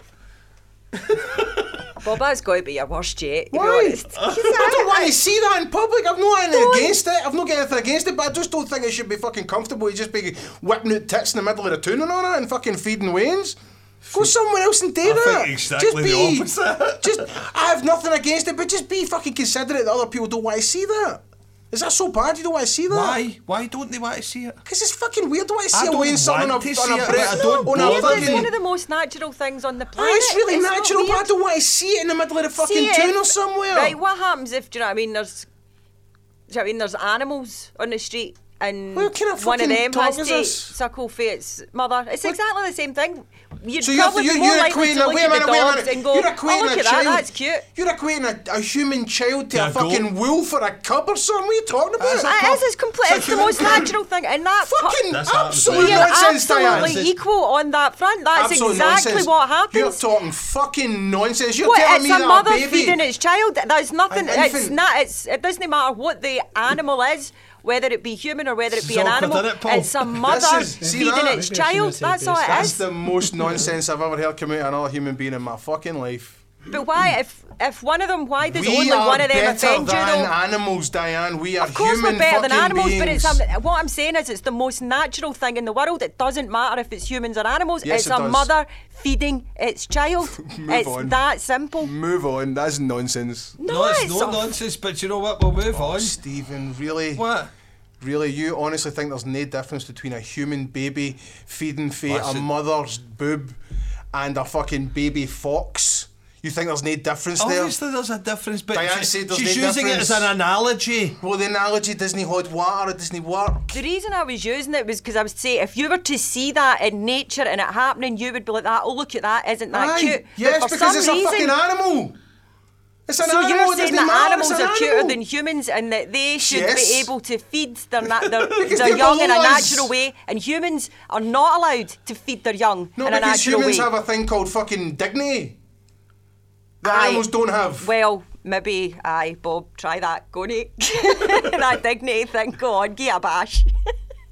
C: Bubba's got to be your worst yet. To be
B: Why?
C: honest.
B: I don't want to see that in public. I've no anything against it. I've not got anything against it, but I just don't think it should be fucking comfortable. You just be whipping out tits in the middle of the tune and all that and fucking feeding wains. Go somewhere else and do
A: I think
B: that.
A: exactly
B: just
A: the
B: be,
A: opposite.
B: Just, I have nothing against it, but just be fucking considerate that other people don't want to see that. Is that so bad? You don't want to see that?
A: Why? Why don't they want to see it?
B: Because it's fucking weird. Why
A: I
B: see a
A: don't
B: win something on
A: want
B: a,
A: to
B: on a
A: see it,
B: brick-
A: but I don't
B: on
A: bother
B: a
C: It's like
B: fucking.
C: one of the most natural things on the
B: Ah,
C: planet.
B: it's really
C: not
B: natural, but I
C: weird.
B: don't want to see it in the middle of the
C: See
B: fucking
C: if-
B: tune or somewhere.
C: Right, what happens if do you know what I mean? There's, do you know what I mean? There's animals on the street, and
B: What kind of
C: one of
B: fucking
C: them
B: talk
C: has
B: is
C: to
B: this?
C: suckle for its mother. It's exactly the same thing. You'd
B: So you're,
C: probably
B: you're,
C: be more
B: you're
C: likely
B: equating
C: to
B: a,
C: look
B: wait a
C: at the
B: minute, wait a
C: dogs
B: minute.
C: and go,
B: you're
C: "Oh,
B: equating
C: look
B: a
C: at that,
B: child.
C: that's cute."
B: You're equating a, a human child to
A: Yeah,
B: a
A: go.
B: fucking wolf or a cub or something. What are you talking about?
A: That's a
C: It is. Uh, It's complete. It's the most natural thing, and that pu-
B: fucking
A: That's not
B: absolute
A: right.
C: You're
B: nonsense, Diane.
C: absolutely equal on that front. That's
B: Absolute
C: exactly
B: nonsense.
C: what happens.
B: You're talking fucking nonsense. You're
C: What,
B: telling
C: it's
B: me
C: a
B: that
C: mother
B: a baby.
C: feeding its child. There's nothing.
B: An
C: it's
B: infant.
C: not. It's. It doesn't matter what the animal is, whether it be human or whether it be
A: It's
C: an
A: awkward,
C: animal.
A: isn't it, Paul?
C: it's a mother
B: is- see
C: feeding
B: that?
C: its
D: Maybe I shouldn't
C: child.
D: have said
C: That's all
D: this.
C: it
B: That's
C: is.
B: the most nonsense I've ever heard come out of another human being in my fucking life.
C: But why, if if one of them, why does
B: we
C: only
B: are
C: one of them
B: better
C: offend
B: than
C: you? Though?
B: animals, Diane. We are
C: Of course,
B: human
C: we're better than
B: fucking
C: animals,
B: beings.
C: but it's um, what I'm saying is it's the most natural thing in the world. It doesn't matter if it's humans or animals.
B: Yes,
C: it's
B: it
C: a
B: does.
C: mother feeding its child.
B: Move
C: it's
B: on. Mm.
C: that simple.
B: Move on. That's nonsense.
C: No,
A: No, it's
C: it's
A: no
C: a-
A: nonsense, but you know what? We'll move
B: Oh,
A: on.
B: Stephen, really?
A: What?
B: Really, you honestly think there's no difference between a human baby feeding for a
A: Listen.
B: mother's boob and a fucking baby fox? You think there's no difference
A: Obviously, Oh, there's a difference, but
B: Diane
A: she-
B: said there's
A: she's
B: no
A: using
B: difference.
A: it as an analogy.
B: there? Well, the analogy doesn't hold water, it doesn't work.
C: The reason I was using it was because I was saying if you were to see that in nature and it happening, you would be like that. Oh, look at that! Isn't that
B: Aye,
C: cute?
B: Yes,
C: but for
B: because
C: some
B: it's a
C: reason,
B: fucking animal. It's an
C: so
B: animal.
C: you're
B: it
C: saying
B: doesn't
C: that
B: matter, it's
C: animals
B: an
C: are cuter
B: animal.
C: than humans and that they should be
B: Yes.
C: able to feed their na- their,
B: they
C: their young in a
B: belong us.
C: natural way, and humans are not allowed to feed their young
B: No,
C: in a
B: because
C: natural
B: humans
C: way.
B: have a thing called fucking dignity. that
C: Aye.
B: animals don't have.
C: Well, maybe aye, Bob, try that, go Nate. that dignity thing, go on, give it a bash.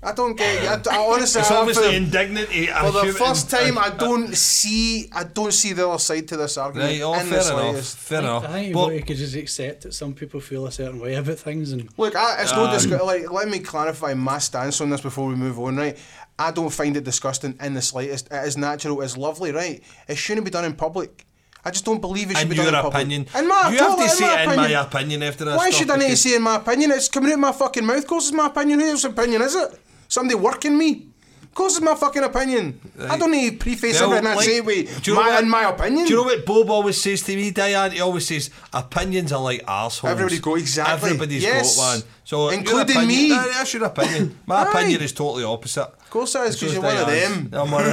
B: I don't get. I, I honestly,
A: It's
B: I,
A: obviously
B: for,
A: indignity.
B: for the first time, I don't see. I don't see the other side to this argument.
A: Right, oh,
B: in
A: fair
B: the
A: enough.
B: slightest.
A: Fair enough.
D: I think you've
A: Well,
D: got to just accept that some people feel a certain way about things, and
B: Look, I, it's no
A: Um,
B: disgu- like let me clarify my stance on this before we move on, right? I don't find it disgusting in the slightest. It is natural, it's lovely, right? It shouldn't be done in public. I just don't believe it should
A: in
B: be
A: your
B: done in public.
A: opinion,
B: In my,
A: you
B: totally
A: have to say
B: my
A: it in
B: opinion.
A: my opinion after this.
B: Why should I need to say in my opinion? It's coming out of my fucking mouth. Of course it's my opinion. Whose opinion is it? Somebody working me? Of course it's my fucking opinion. I
A: Right.
B: don't need to preface it in that same way. my, in my opinion.
A: Do you know what Bob always says to me, Diane? He always says opinions are like arseholes.
B: Everybody go- exactly.
A: Everybody's
B: Yes.
A: got one. So your
B: Including
A: opinion-
B: me.
A: Nah, That's your opinion. My
B: Aye.
A: opinion is totally opposite. Of
B: course it is, 'cause you're one of them.
A: I'm one of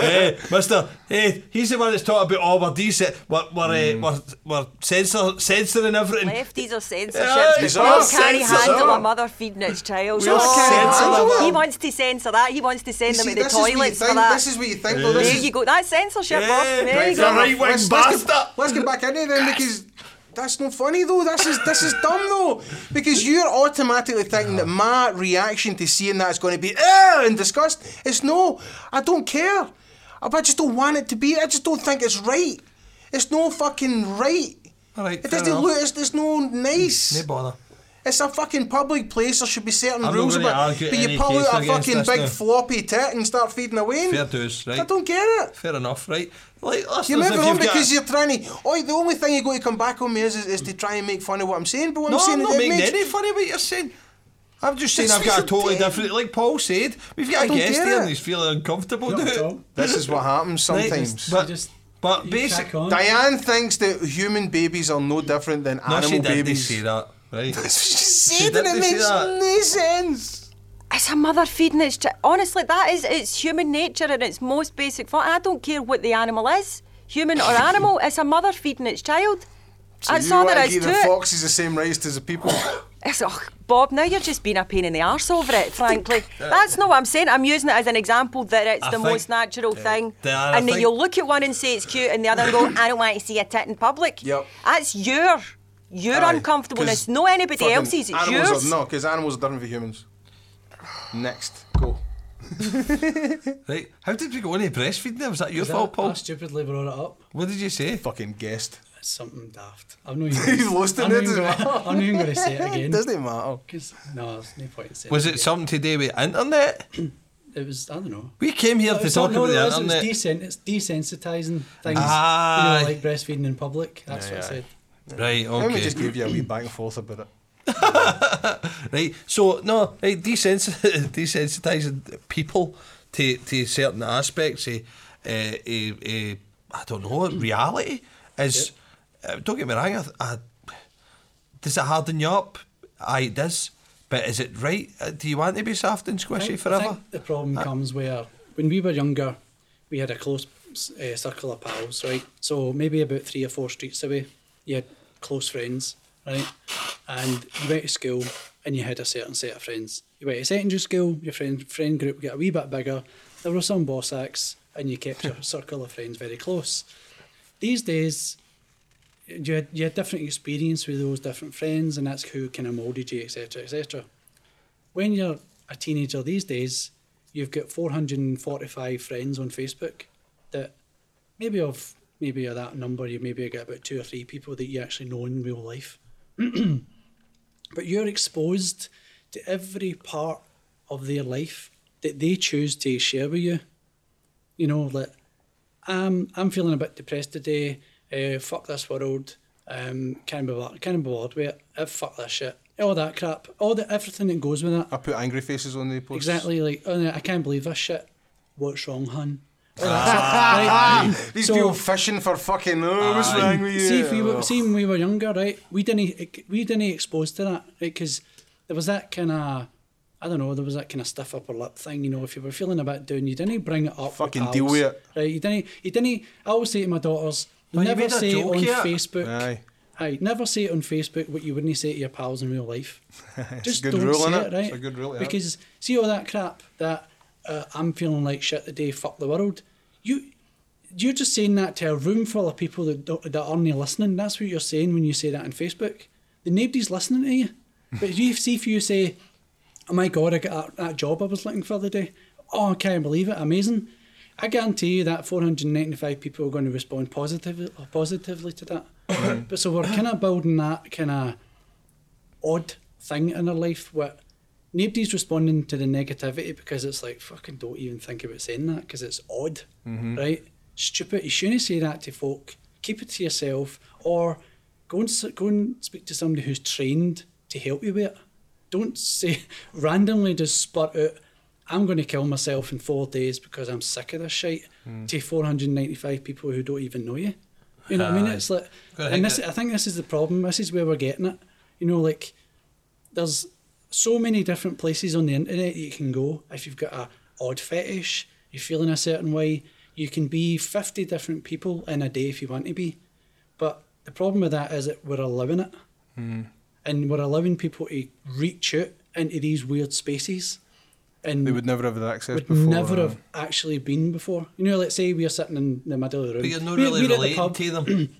A: hey, Mister, hey, he's the one that's talking about all we're decent, we're we're,
B: Mm.
A: uh, we're, we're censor, censoring everything.
C: Lefties are censorship.
A: Yeah,
C: Yeah,
A: it's
B: all
C: can't
B: censorship.
C: handle a mother feeding its child.
A: We all
C: Oh,
A: censor
C: handle
B: them.
C: He wants to censor that. He wants to send
B: You
C: them
B: see,
C: to the
B: this is what you
C: toilets for
B: think-
C: that.
B: This is what you think. though. this
C: there
B: is,
C: you go. That's censorship,
A: Yeah,
C: Bob. There
A: right, you're
C: you go.
A: right. right-wing
B: Let's- let's get-
A: bastard.
B: Let's get back into it then because that's not funny though. This is this is dumb though because you're automatically thinking that my reaction to seeing that is going to be "Ugh," and disgust. It's no, I don't care. I but I just don't want it to be. I just don't think it's right. It's no fucking right.
A: All right,
B: It
A: fair
B: doesn't
A: enough.
B: look. It's, it's no nice.
A: No bother.
B: It's a fucking public place. There should be certain
A: I'm not
B: rules
A: gonna
B: about.
A: argue
B: But you
A: any
B: pull
A: case
B: out a
A: against
B: fucking
A: this
B: big
A: now.
B: floppy tit and start feeding away.
A: Fair dues,
B: I
A: right?
B: don't get it.
A: Fair enough, right? Like, listeners,
B: You're
A: if
B: moving on
A: you've got-
B: because you're trying to. Oh, the only thing you got to come back on me is, is, is to try and make fun of what I'm saying. But what
A: No,
B: I'm saying
A: I'm
B: is
A: not
B: it
A: making
B: makes-
A: any funny what you're saying. I'm just saying
B: This
A: I've got a
B: isn't
A: totally
B: dead.
A: different. Like Paul said, we've
B: I
A: got a
B: don't
A: guest
B: get
A: here
B: it.
A: and he's feeling uncomfortable.
D: Not
A: doing
D: at
A: it.
D: all.
B: This is what happens
A: Right,
B: sometimes.
A: But
D: just-
A: but
D: you crack
A: basically,
D: on.
B: Diane thinks that human babies are no different than
A: no, she
B: animal
A: did
B: babies.
A: say that, right?
B: She
A: She
B: said
A: did
B: and it
A: say
B: makes
A: that.
B: no sense.
C: It's a mother feeding its child. Honestly, that is it's human nature in its most basic form. I don't care what the animal is, human or animal. It's a mother feeding its child. That's
B: you
C: all
B: wanna
C: there is
B: give
C: to
B: the
C: it.
B: foxes the same rights as the people.
C: It's, oh, Bob, now you're just being a pain in the arse over it. Frankly, that's not what I'm saying. I'm using it as an example that it's
A: I
C: the
A: think-
C: most natural thing,
A: Dan, I
C: and that
A: think-
C: you'll look at one and say it's cute, and the other and go, I don't want to see a tit in public.
B: Yep.
C: That's your your
B: Aye, 'cause
C: uncomfortableness, no anybody
B: fucking
C: else's. It's
B: animals
C: yours.
B: Are, no, because animals are different from humans. Next, go.
A: right? How did we go into breastfeeding? there? Was that your
D: that,
A: fault, Paul?
D: I stupidly brought it up.
A: What did you say?
B: Fucking guest.
D: It's something daft. I'm not even.
B: He's lost it
D: I'm
B: now,
D: not even
B: doesn't
D: gonna- I'm not even going to say it
B: It
D: again.
B: doesn't matter.
D: 'cause- no, there's no point in saying.
A: Was
D: it?
A: it something to do with internet?
D: again. It was. I don't know.
A: We came here
D: No,
A: to
D: it's
A: talk
D: not- no,
A: about the
D: no, it's-
A: internet.
D: It's, desen- it's desensitising things.
A: Aye.
D: You know, like breastfeeding in public. That's what I said.
A: Right,
B: Let me
A: okay.
B: just give you a wee back and forth about it.
A: right? So no, right, desensitizing, desensitizing people to to certain aspects of, uh, eh, eh, I don't know, reality is. Uh, don't get me wrong. I, th- I, does it harden you up? Aye, it does. But is it right? Uh, do you want to be soft and
D: I
A: squishy
D: think- I
A: forever?
D: think the problem comes where when we were younger, we had a close uh, circle of pals, right? So maybe about three or four streets away, you had close friends, right? And you went to school and you had a certain set of friends. You went to secondary school, your friend friend group got a wee bit bigger. There were some bossacks, and you kept your circle of friends very close. These days, you had, you had different experience with those different friends, and that's who kind of moulded you, etc., etc. When you're a teenager these days, you've got 445 friends on Facebook that maybe of maybe of that number, you maybe get about two or three people that you actually know in real life. but you're exposed to every part of their life that they choose to share with you. You know, like um, I'm feeling a bit depressed today. Uh, fuck this world. Um, can't be bothered. Can't be bothered with it. Uh, fuck this shit. All that crap. All the everything that goes with it.
B: I put angry faces on the post.
D: Exactly. Like, oh, no, I can't believe this shit. What's wrong, hun?
B: Ah. These
D: So-
B: people fishing for fucking. Oh, what's wrong with you?
D: See, if we were,
B: Ugh.
D: see when we were younger, right? We didn't we didn't expose to that because there was that kind of. I don't know. There was that kind of stiff upper lip thing, you know. If you were feeling a bit down, you didn't bring it up. with
B: Fucking deal
D: pals,
B: with it.
D: right? You didn't. You didn't. I always say to my daughters,
A: Well, you
D: never
A: made a
D: say
A: joke
D: on
A: here.
D: Facebook.
B: Aye.
D: Aye, never say it on Facebook what you wouldn't say to your pals in real life. Just
B: good
D: don't
B: rule,
D: say
B: innit?
D: it, right?
B: It's a good rule, yeah.
D: Because see all that crap that uh, I'm feeling like shit today, fuck the world. You you're just saying that to a room full of people that don't, that aren't listening. That's what you're saying when you say that on Facebook. That nobody's listening to you. But if you see if you say, "Oh my God, I got that, that job I was looking for the day. Oh, I can't believe it! Amazing." I guarantee you that 495 people are going to respond positively positively to that. but so we're kind of building that kind of odd thing in our life where nobody's responding to the negativity because it's like fucking don't even think about saying that because it's odd,
A: Mm-hmm.
D: right? Stupid. You shouldn't say that to folk. Keep it to yourself or go and s- go and speak to somebody who's trained to help you with it. Don't say randomly just spurt out. I'm going to kill myself in four days because I'm sick of this shit
A: Mm.
D: to 495 people who don't even know you. You know what I mean?
A: Aye.
D: It's like,
A: Gotta
D: and
A: hate
D: this,
A: it.
D: I think this is the problem. This is where we're getting it. You know, like there's so many different places on the internet you can go. If you've got a odd fetish, you're feeling a certain way, you can be 50 different people in a day if you want to be. But the problem with that is that we're allowing it.
A: Hmm.
D: And we're allowing people to reach out into these weird spaces. And
B: They would never have had access
D: would
B: before.
D: never
B: uh,
D: have actually been before. You know, let's say we are sitting in the middle of the room.
A: But you're not
D: We-
A: really
D: we're at the
A: relating
D: pub
A: to them.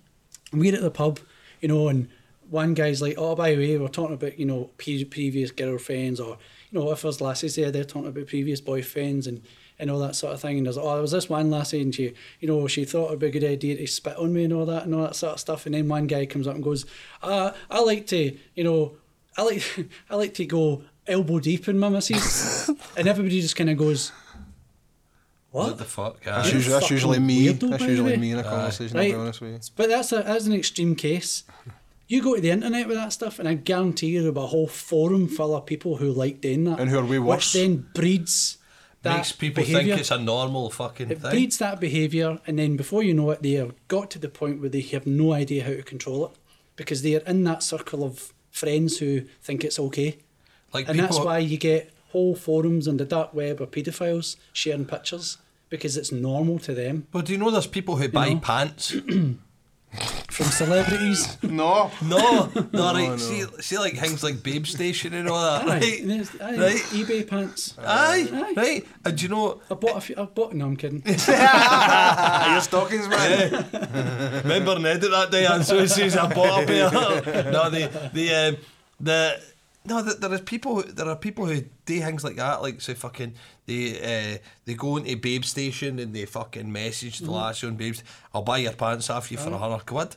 D: we're at the pub, you know, and one guy's like, "Oh, by the way, we're talking about you know pre- previous girlfriends, or you know, if there's lasses there, they're talking about previous boyfriends and and all that sort of thing." And there's oh, there was this one lassie, and she, you know, she thought it'd be a good idea to spit on me and all that and all that sort of stuff. And then one guy comes up and goes, "Uh, I like to, you know, I like I like to go elbow deep in my missus," and everybody just kind of goes,
A: What,
D: "What?"
A: the fuck,
B: That's
A: guys?
D: Sure.
B: usually, that's
D: fucking
B: usually me.
D: weirdo,
B: That's
D: by the
B: usually
D: way.
B: me in a conversation. I'll be
D: Right.
B: honest with you.
D: But that's a, that's an extreme case. You go to the internet with that stuff, and I guarantee you there'll be a whole forum full of people who like doing that,
B: And who are way worse.
D: Which then breeds that
A: Makes people
D: behavior.
A: think it's a normal fucking
D: it
A: thing.
D: breeds that behavior, and then before you know it, they have got to the point where they have no idea how to control it because they are in that circle of friends who think it's okay,
A: like
D: and
A: people,
D: that's why you get whole forums on the dark web of paedophiles sharing pictures because it's normal to them
A: But do you know there's people who buy
D: know?
A: pants?
D: from celebrities.
B: No.
A: No, no, right. See, see, like things like Babe Station and all that,
D: Aye, and
A: right?
D: there's- aye,
A: Right.
D: eBay pants.
A: Aye,
D: Aye.
A: right. And do you know,
D: I bought a few. I bought. No, I'm kidding.
B: Your stockings, man.
A: remember Ned at that day? And so he says, I bought a pair. no, the the um, the no, th- there is people. Who, there are people who do things like that, like say fucking they uh, they go into Babe Station and they fucking message the last on Babe's. I'll buy your pants off you for a hundred quid.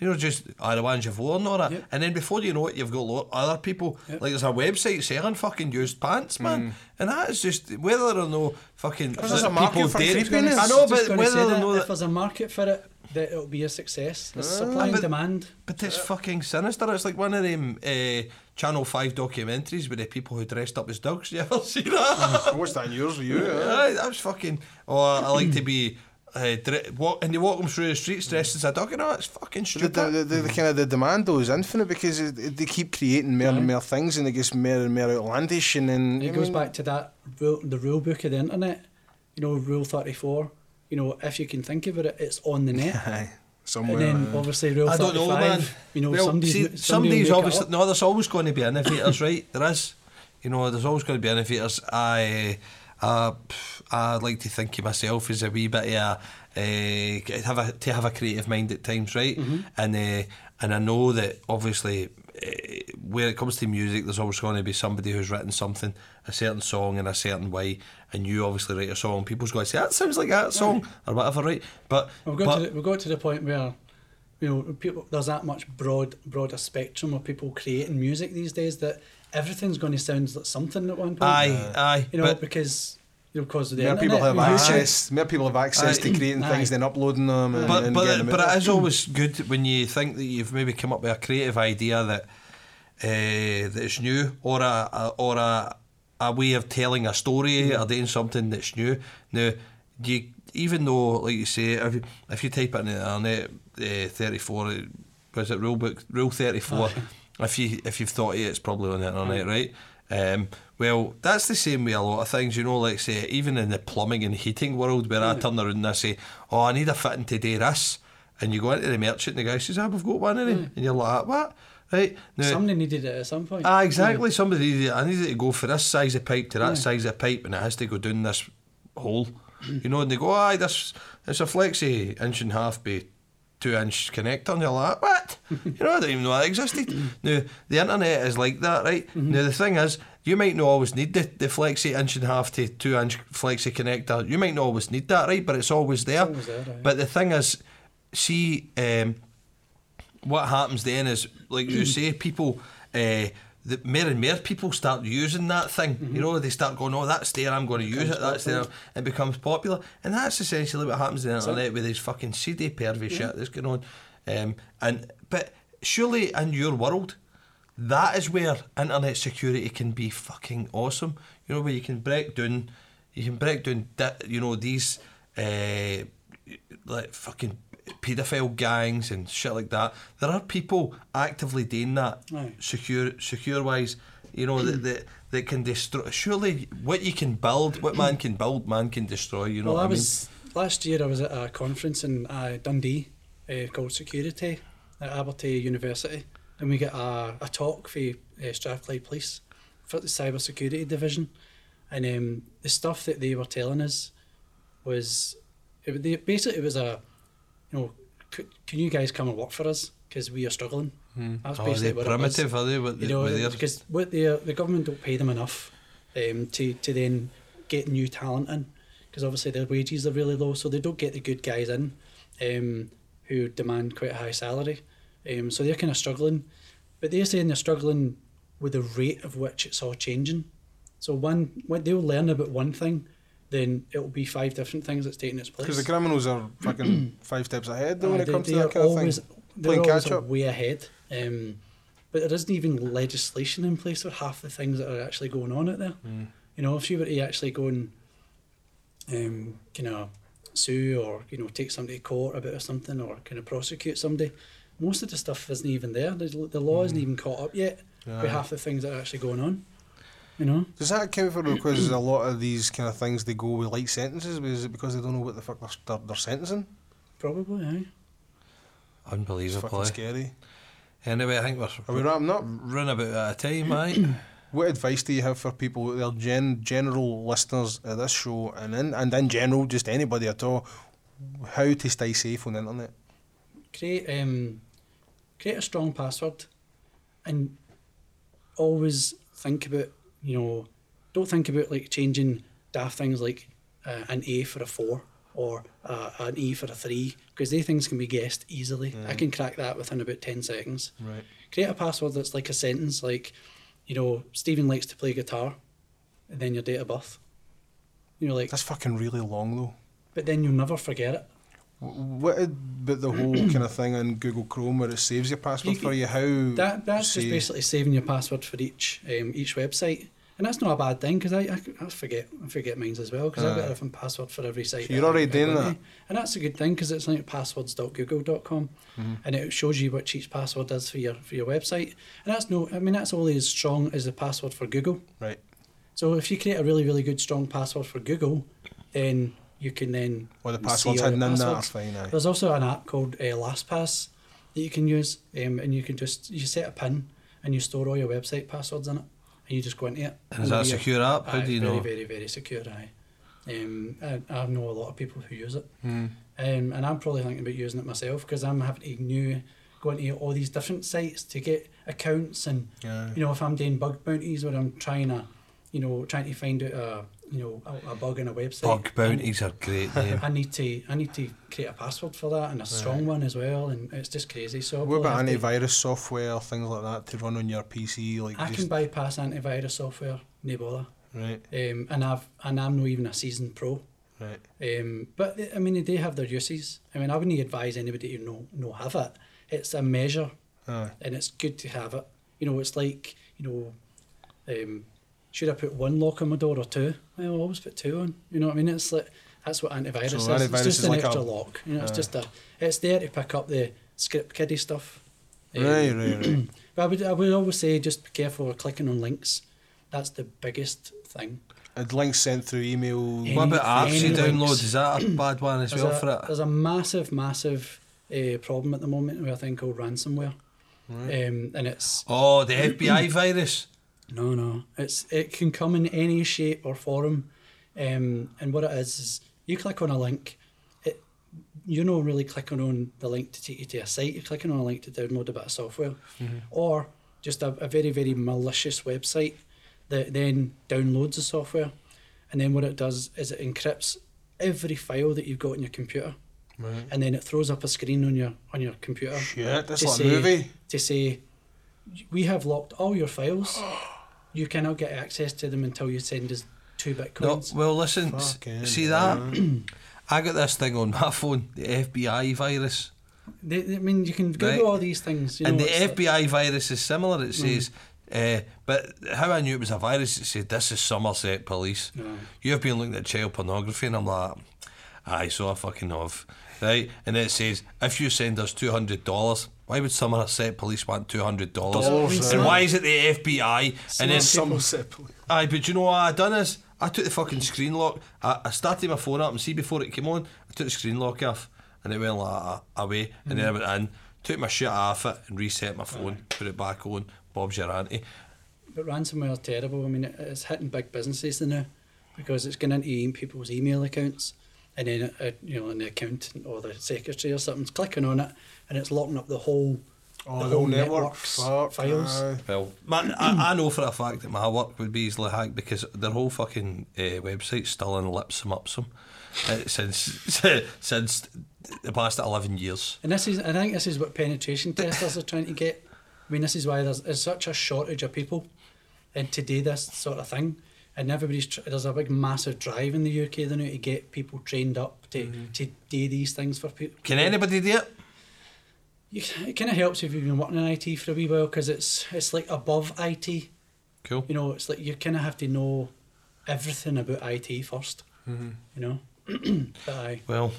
A: You know, just are the ones you've worn or that.
D: Yep.
A: And then before you know it, you've got lot other people.
D: Yep.
A: Like there's a website selling fucking used pants, man. And that is just whether or no fucking
B: Hmm. there's a market
A: people
B: for
A: did.
B: creepiness.
A: I know, but
D: Just gonna say
A: whether or
D: that,
A: no
D: if there's a market for it, that it'll be a success. There's supply and
A: but-
D: demand.
A: But it's fucking sinister. It's like one of them uh, Channel 5 documentaries with the people who dressed up as dogs. You ever see that?
B: What's that in yours with you? eh?
A: Aye, that was fucking. Oh, I like to be. Uh, dre- walk, and they walk them through the streets dressed as a dog. You know, it's fucking
B: The,
A: stupid.
B: the, the, the, kind of the demand though is infinite because it, it- they keep creating more and more things and it gets more and more outlandish and then
D: And it
B: I
A: Mm.
D: goes
B: mean,
D: back to that rule, the rule book of the internet. You know, rule thirty four. You know, if you can think about it, it's on the net.
B: aye,
D: and
B: somewhere.
D: then
B: aye.
D: obviously rule
A: I
D: thirty
A: don't know, man.
D: five. You know,
A: well,
D: somebody's,
A: see,
D: somebody will
A: somebody's
D: make it
A: obviously
D: up.
A: no. There's always going to be innovators, right? There is. You know, there's always going to be innovators. I, uh, pff, I like to think of myself as a wee bit of a, uh, have a to have a creative mind at times, right?
D: Mm-hmm.
A: And uh, and I know that obviously. eh, Where it comes to music, there's always going to be somebody who's written something, a certain song in a certain way, and you obviously write a song. People's going to say that sounds like that song or whatever, right? But
D: We've
A: but-
D: got, to the, we've got to the point where, you know, people there's that much broad broader spectrum of people creating music these days that everything's going to sound like something at one point.
A: aye, aye.
D: you know,
A: but-
D: because you know, because of the
B: More
D: internet,
B: people have
D: you should-
B: access. More people have access
A: Aye.
D: Ah, e-
B: to creating
D: Aye.
B: things, then uploading them, and,
A: but
B: and
A: but,
B: getting
A: it,
B: them
A: but
B: out
A: it
B: there.
A: is always good when you think that you've maybe come up with a creative idea that uh, that's new or a, a or a a way of telling a story or doing something that's new. Now, you even though like you say, if you, if you type it in the internet, uh, thirty four, was it rule book rule thirty four? If you if you've thought of it, it's probably on the internet, right? Um, well, that's the same way a lot of things, you know, like say, even in the plumbing and heating world where I turn around and I say, Oh, I need a fitting to do this. And you go into the merchant and the guy says, Ah, we've got one of them. And you're like, What? Right? Now,
D: Somebody needed it at some point.
A: Ah, exactly. Somebody, I need it to go for this size of pipe to that size of pipe and it has to go down this hole. you know, and they go, aye, this it's a flexi inch and a half by two inch connector, and you're like, what? you know, I didn't even know that existed. now, the internet is like that, right? Now, the thing is, you might not always need the, the flexi inch and a half to two inch flexi connector. You might not always need that, right? But it's always there.
D: always there, aye.
A: But the thing is, see, um, what happens then is, like you say, people, uh, the, more and more people start using that thing. You know, they start going, oh, that's there, I'm going to use it, that's there. It becomes popular. And that's essentially what happens on the internet with this fucking CD pervy shit that's going on. Um, and But surely in your world, that is where internet security can be fucking awesome. You know, where you can break down, you can break down, di- you know, these uh, like fucking paedophile gangs and shit like that. There are people actively doing that
D: Aye.
A: secure secure wise. You know that that that can destroy. Surely, what you can build, what man can build, man can destroy. You know
D: well,
A: what
D: I
A: I mean?
D: was last year. I was at a conference in uh, Dundee uh, called Security at Abertay University, and we got a, a talk for uh, Strathclyde Police for the cyber security division, and um, the stuff that they were telling us was it, wa- they, basically it was a you know c- can you guys come and work for us because we are struggling. That's
A: Oh, are they
D: basically what it was
A: primitive? Are they? What,
D: you know,
A: what they're-
D: because what the the government don't pay them enough um, to to then get new talent in, because obviously their wages are really low, so they don't get the good guys in, um, who demand quite a high salary, um, so they're kind of struggling, but they're saying they're struggling with the rate of which it's all changing, so one when they'll learn about one thing, then it will be five different things that's taking its place.
B: Because the criminals are fucking five steps ahead though,
D: Aye,
B: when it
D: Ah, Oh, they-
B: comes to
D: they
B: that
D: are
B: kind of
D: always-
B: thing.
D: They're
B: Playing
D: always
B: catch up.
D: way ahead. Um, but there isn't even legislation in place for half the things that are actually going on out there. You know, if you were to actually go and um, kind of sue or you know take somebody to court about or something or kind of prosecute somebody, most of the stuff isn't even there. The, the law isn't even caught up yet with half the things that are actually going on. You know,
B: Does that account for because a lot of these kind of things they go with light sentences? Is it because they don't know what the fuck they're, they're, they're sentencing?
D: probably. Aye.
B: It's
A: unbelievable.
B: fucking
A: eh?
B: scary.
A: Anyway, I think
B: Are we
A: we're
B: wrapping up?
A: running about out of time, right?
B: What advice do you have for people that are gen- general listeners of this show and in, and in general, just anybody at all, how to stay safe on the internet?
D: create um, create a strong password, and always think about you know, don't think about like changing daft things like uh, an A for a four or uh, an E for a three because they things can be guessed easily. I can crack that within about ten seconds.
B: Mm. Right.
D: Create a password that's like a sentence like, you know, Stephen likes to play guitar, and then your date of birth. You know, like,
B: That's fucking really long though.
D: but then you'll never forget it.
B: Wh- What about the whole kind of thing on Google Chrome where it saves your password
D: You
B: for you? How
D: That that's just
B: safe-
D: basically saving your password for each um, each website, and that's not a bad thing because I, I, c- I forget I forget mine as well because I've got a
B: Aye.
D: different password for every site.
B: So you're
D: that I-
B: already
D: I go
B: doing
D: to.
B: that?
D: and that's a good thing because it's like passwords.google.com,
B: Mm-hmm.
D: and it shows you what each password is for your for your website, and that's no I mean that's only as strong as the password for Google.
B: Right.
D: So if you create a really really good strong password for Google, then you can then
B: Or the
D: see
B: passwords
D: all your
B: hidden in that are
D: passwords.
B: fine. Aye.
D: There's also an app called uh, LastPass that you can use, um, and you can just you set a pin and you store all your website passwords in it, and you just go into it.
A: And is that a
D: it'll be
A: secure app? How
D: aye,
A: do you
D: very,
A: know?
D: Very, very, secure. Aye. Um, I, I know a lot of people who use it,
A: Hmm.
D: um, and I'm probably thinking about using it myself because I'm having to new go into all these different sites to get accounts, and
B: Yeah.
D: you know if I'm doing bug bounties where I'm trying to, you know, trying to find out a you know a, a bug in a website.
A: Bug
D: I'm-
A: bounties are great name.
D: I need to I need to create a password for that and a strong one as well, and it's just crazy. So I'll
B: What about
D: probably have to-
B: antivirus software, things like that, to run on your PC? Like
D: I
B: just,
D: can bypass antivirus software, no bother.
B: right,
D: Um, and I've and I'm not even a seasoned pro.
B: right.
D: Um, but they- I mean, they do have their uses. I mean, I wouldn't advise anybody to no no have it. It's a measure,
B: Aye.
D: and it's good to have it. You know, it's like you know, um, should I put one lock on my door or two? Well, I always put two on. You know what I mean? It's like that's what antivirus
B: So
D: is.
B: antivirus
D: it's just
B: is
D: an
B: like a-
D: extra lock. You know, it's just a. It's there to pick up the script kiddie stuff. Um,
B: right, right, right.
D: But I would I would always say just be careful with clicking on links. That's the biggest thing.
B: And links sent through email.
D: Any-
A: what about apps you
D: any
A: download?
D: links.
A: Is that a bad one as
D: There's,
A: well
D: a,
A: for it?
D: there's a massive, massive uh, problem at the moment with a thing called ransomware. Um, and it's
A: Oh, the FBI virus.
D: No, no. It's it can come in any shape or form, um, and what it is is You click on a link, it, you're not really clicking on the link to take you to a site, you're clicking on a link to download a bit of software or just a, a very, very malicious website that then downloads the software. And then what it does is it encrypts every file that you've got on your computer. And then it throws up a screen on your on your computer.
B: Shit, that's
D: to
B: like a
D: say-
B: movie.
D: To say, we have locked all your files. You cannot get access to them until you send us two
A: No,
D: bitcoins.
A: well, listen, s-
B: Fucking
A: see that? I got this thing on my phone, the FBI virus.
D: They, they- I mean, you can Google
A: Right.
D: all these things. You
A: and
D: know,
A: the
D: it's like-
A: FBI
D: Mm.
A: virus is similar. It says, uh, but how I knew it was a virus, it said, this is Somerset Police. You have been looking at child pornography, and I'm like, aye, so I fucking have. Right? And then it says, if you send us $200, why would Somerset Police want $200?
B: Dollars,
A: and
B: eh?
A: why is it the FBI? and then
B: Some simple.
A: Aye, but you know what I done is I took the fucking screen lock. I, I started my phone up and see before it came on, I took the screen lock off and it went like uh, away and then I went in, took my shit off it and reset my phone, put it back on. Bob's your auntie.
D: But ransomware is terrible. I mean, it- it's hitting big businesses now because it's going into e- people's email accounts, and then uh, you know, and the accountant or the secretary or something's clicking on it, and it's locking up the whole,
B: Oh, the whole network. Fuck,
D: files.
B: aye.
A: Well, man, I, I know for a fact that my work would be easily hacked because their whole fucking uh, website's still in lipsum upsum uh, since since the past eleven years.
D: And this is, I think, this is what penetration testers are trying to get. I mean, this is why there's, there's such a shortage of people, and to do this sort of thing, and everybody's tr- there's a big massive drive in the UK now to get people trained up to to do these things for people.
A: Can anybody do it?
D: You, it kind of helps if you've been working in IT for a wee while because it's it's like above IT. You
A: Cool.
D: know, it's like you kind of have to know everything about IT 1st You know, but aye.
A: Well,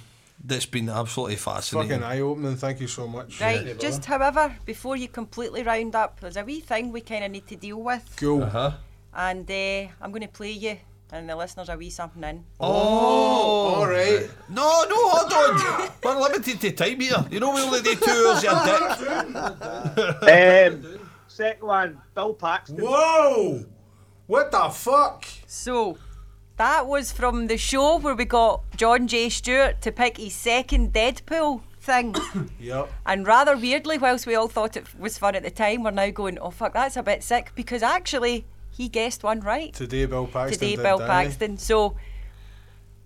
A: that's been absolutely fascinating.
B: Fucking eye opening. Thank you so much.
C: Right,
D: Yeah,
C: just however, before you completely round up, there's a wee thing we kind of need to deal with,
B: Cool.
A: Uh huh.
C: and uh, I'm going to play you, and the listeners a wee something in.
A: Oh,
B: all right.
A: No, no, hold on. We're limited to time here. You know we only do two hours, you dick.
G: Um, second one, Bill Paxton.
B: Whoa! What the fuck?
C: So, that was from the show where we got John J. Stewart to pick his second Deadpool thing.
B: Yep.
C: And rather weirdly, whilst we all thought it was fun at the time, we're now going, oh fuck, that's a bit sick, because actually, he guessed one right.
B: Today, Bill Paxton.
C: Today,
B: did,
C: Bill
B: didn't he?
C: Paxton. So,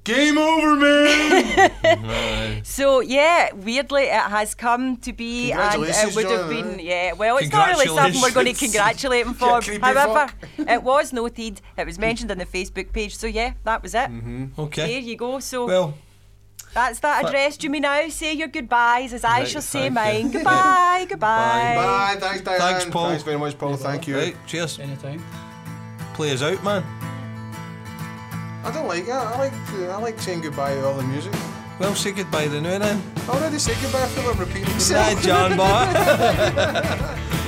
B: Game over, man.
C: so yeah, weirdly, it has come to be, and it
B: Congratulations,
C: would have
B: John,
C: been,
B: eh?
C: yeah. Well, it's not really something we're going to
B: Congratulations.
C: congratulate him
B: Yeah,
C: for.
B: creepy
C: However,
B: fuck.
C: it was noted. It was mentioned on the Facebook page. So yeah, that was it.
B: Mm-hmm.
C: There
A: Okay.
C: you go. So
A: Well,
C: that's that
A: fa-
C: address. Do me now say your goodbyes as I
A: Right,
C: shall say
A: thank you.
C: mine. Goodbye, goodbye.
B: Bye. Thanks, Diane.
A: Thanks, Paul.
B: Thanks very much, Paul. Thank you.
A: right, cheers.
D: Anytime.
A: Play us out, man.
B: I don't like it. I like to, I like saying goodbye to all the music.
A: Well, say goodbye to now then.
B: I already said goodbye. I feel like repeating myself.
A: Good night, John Boy.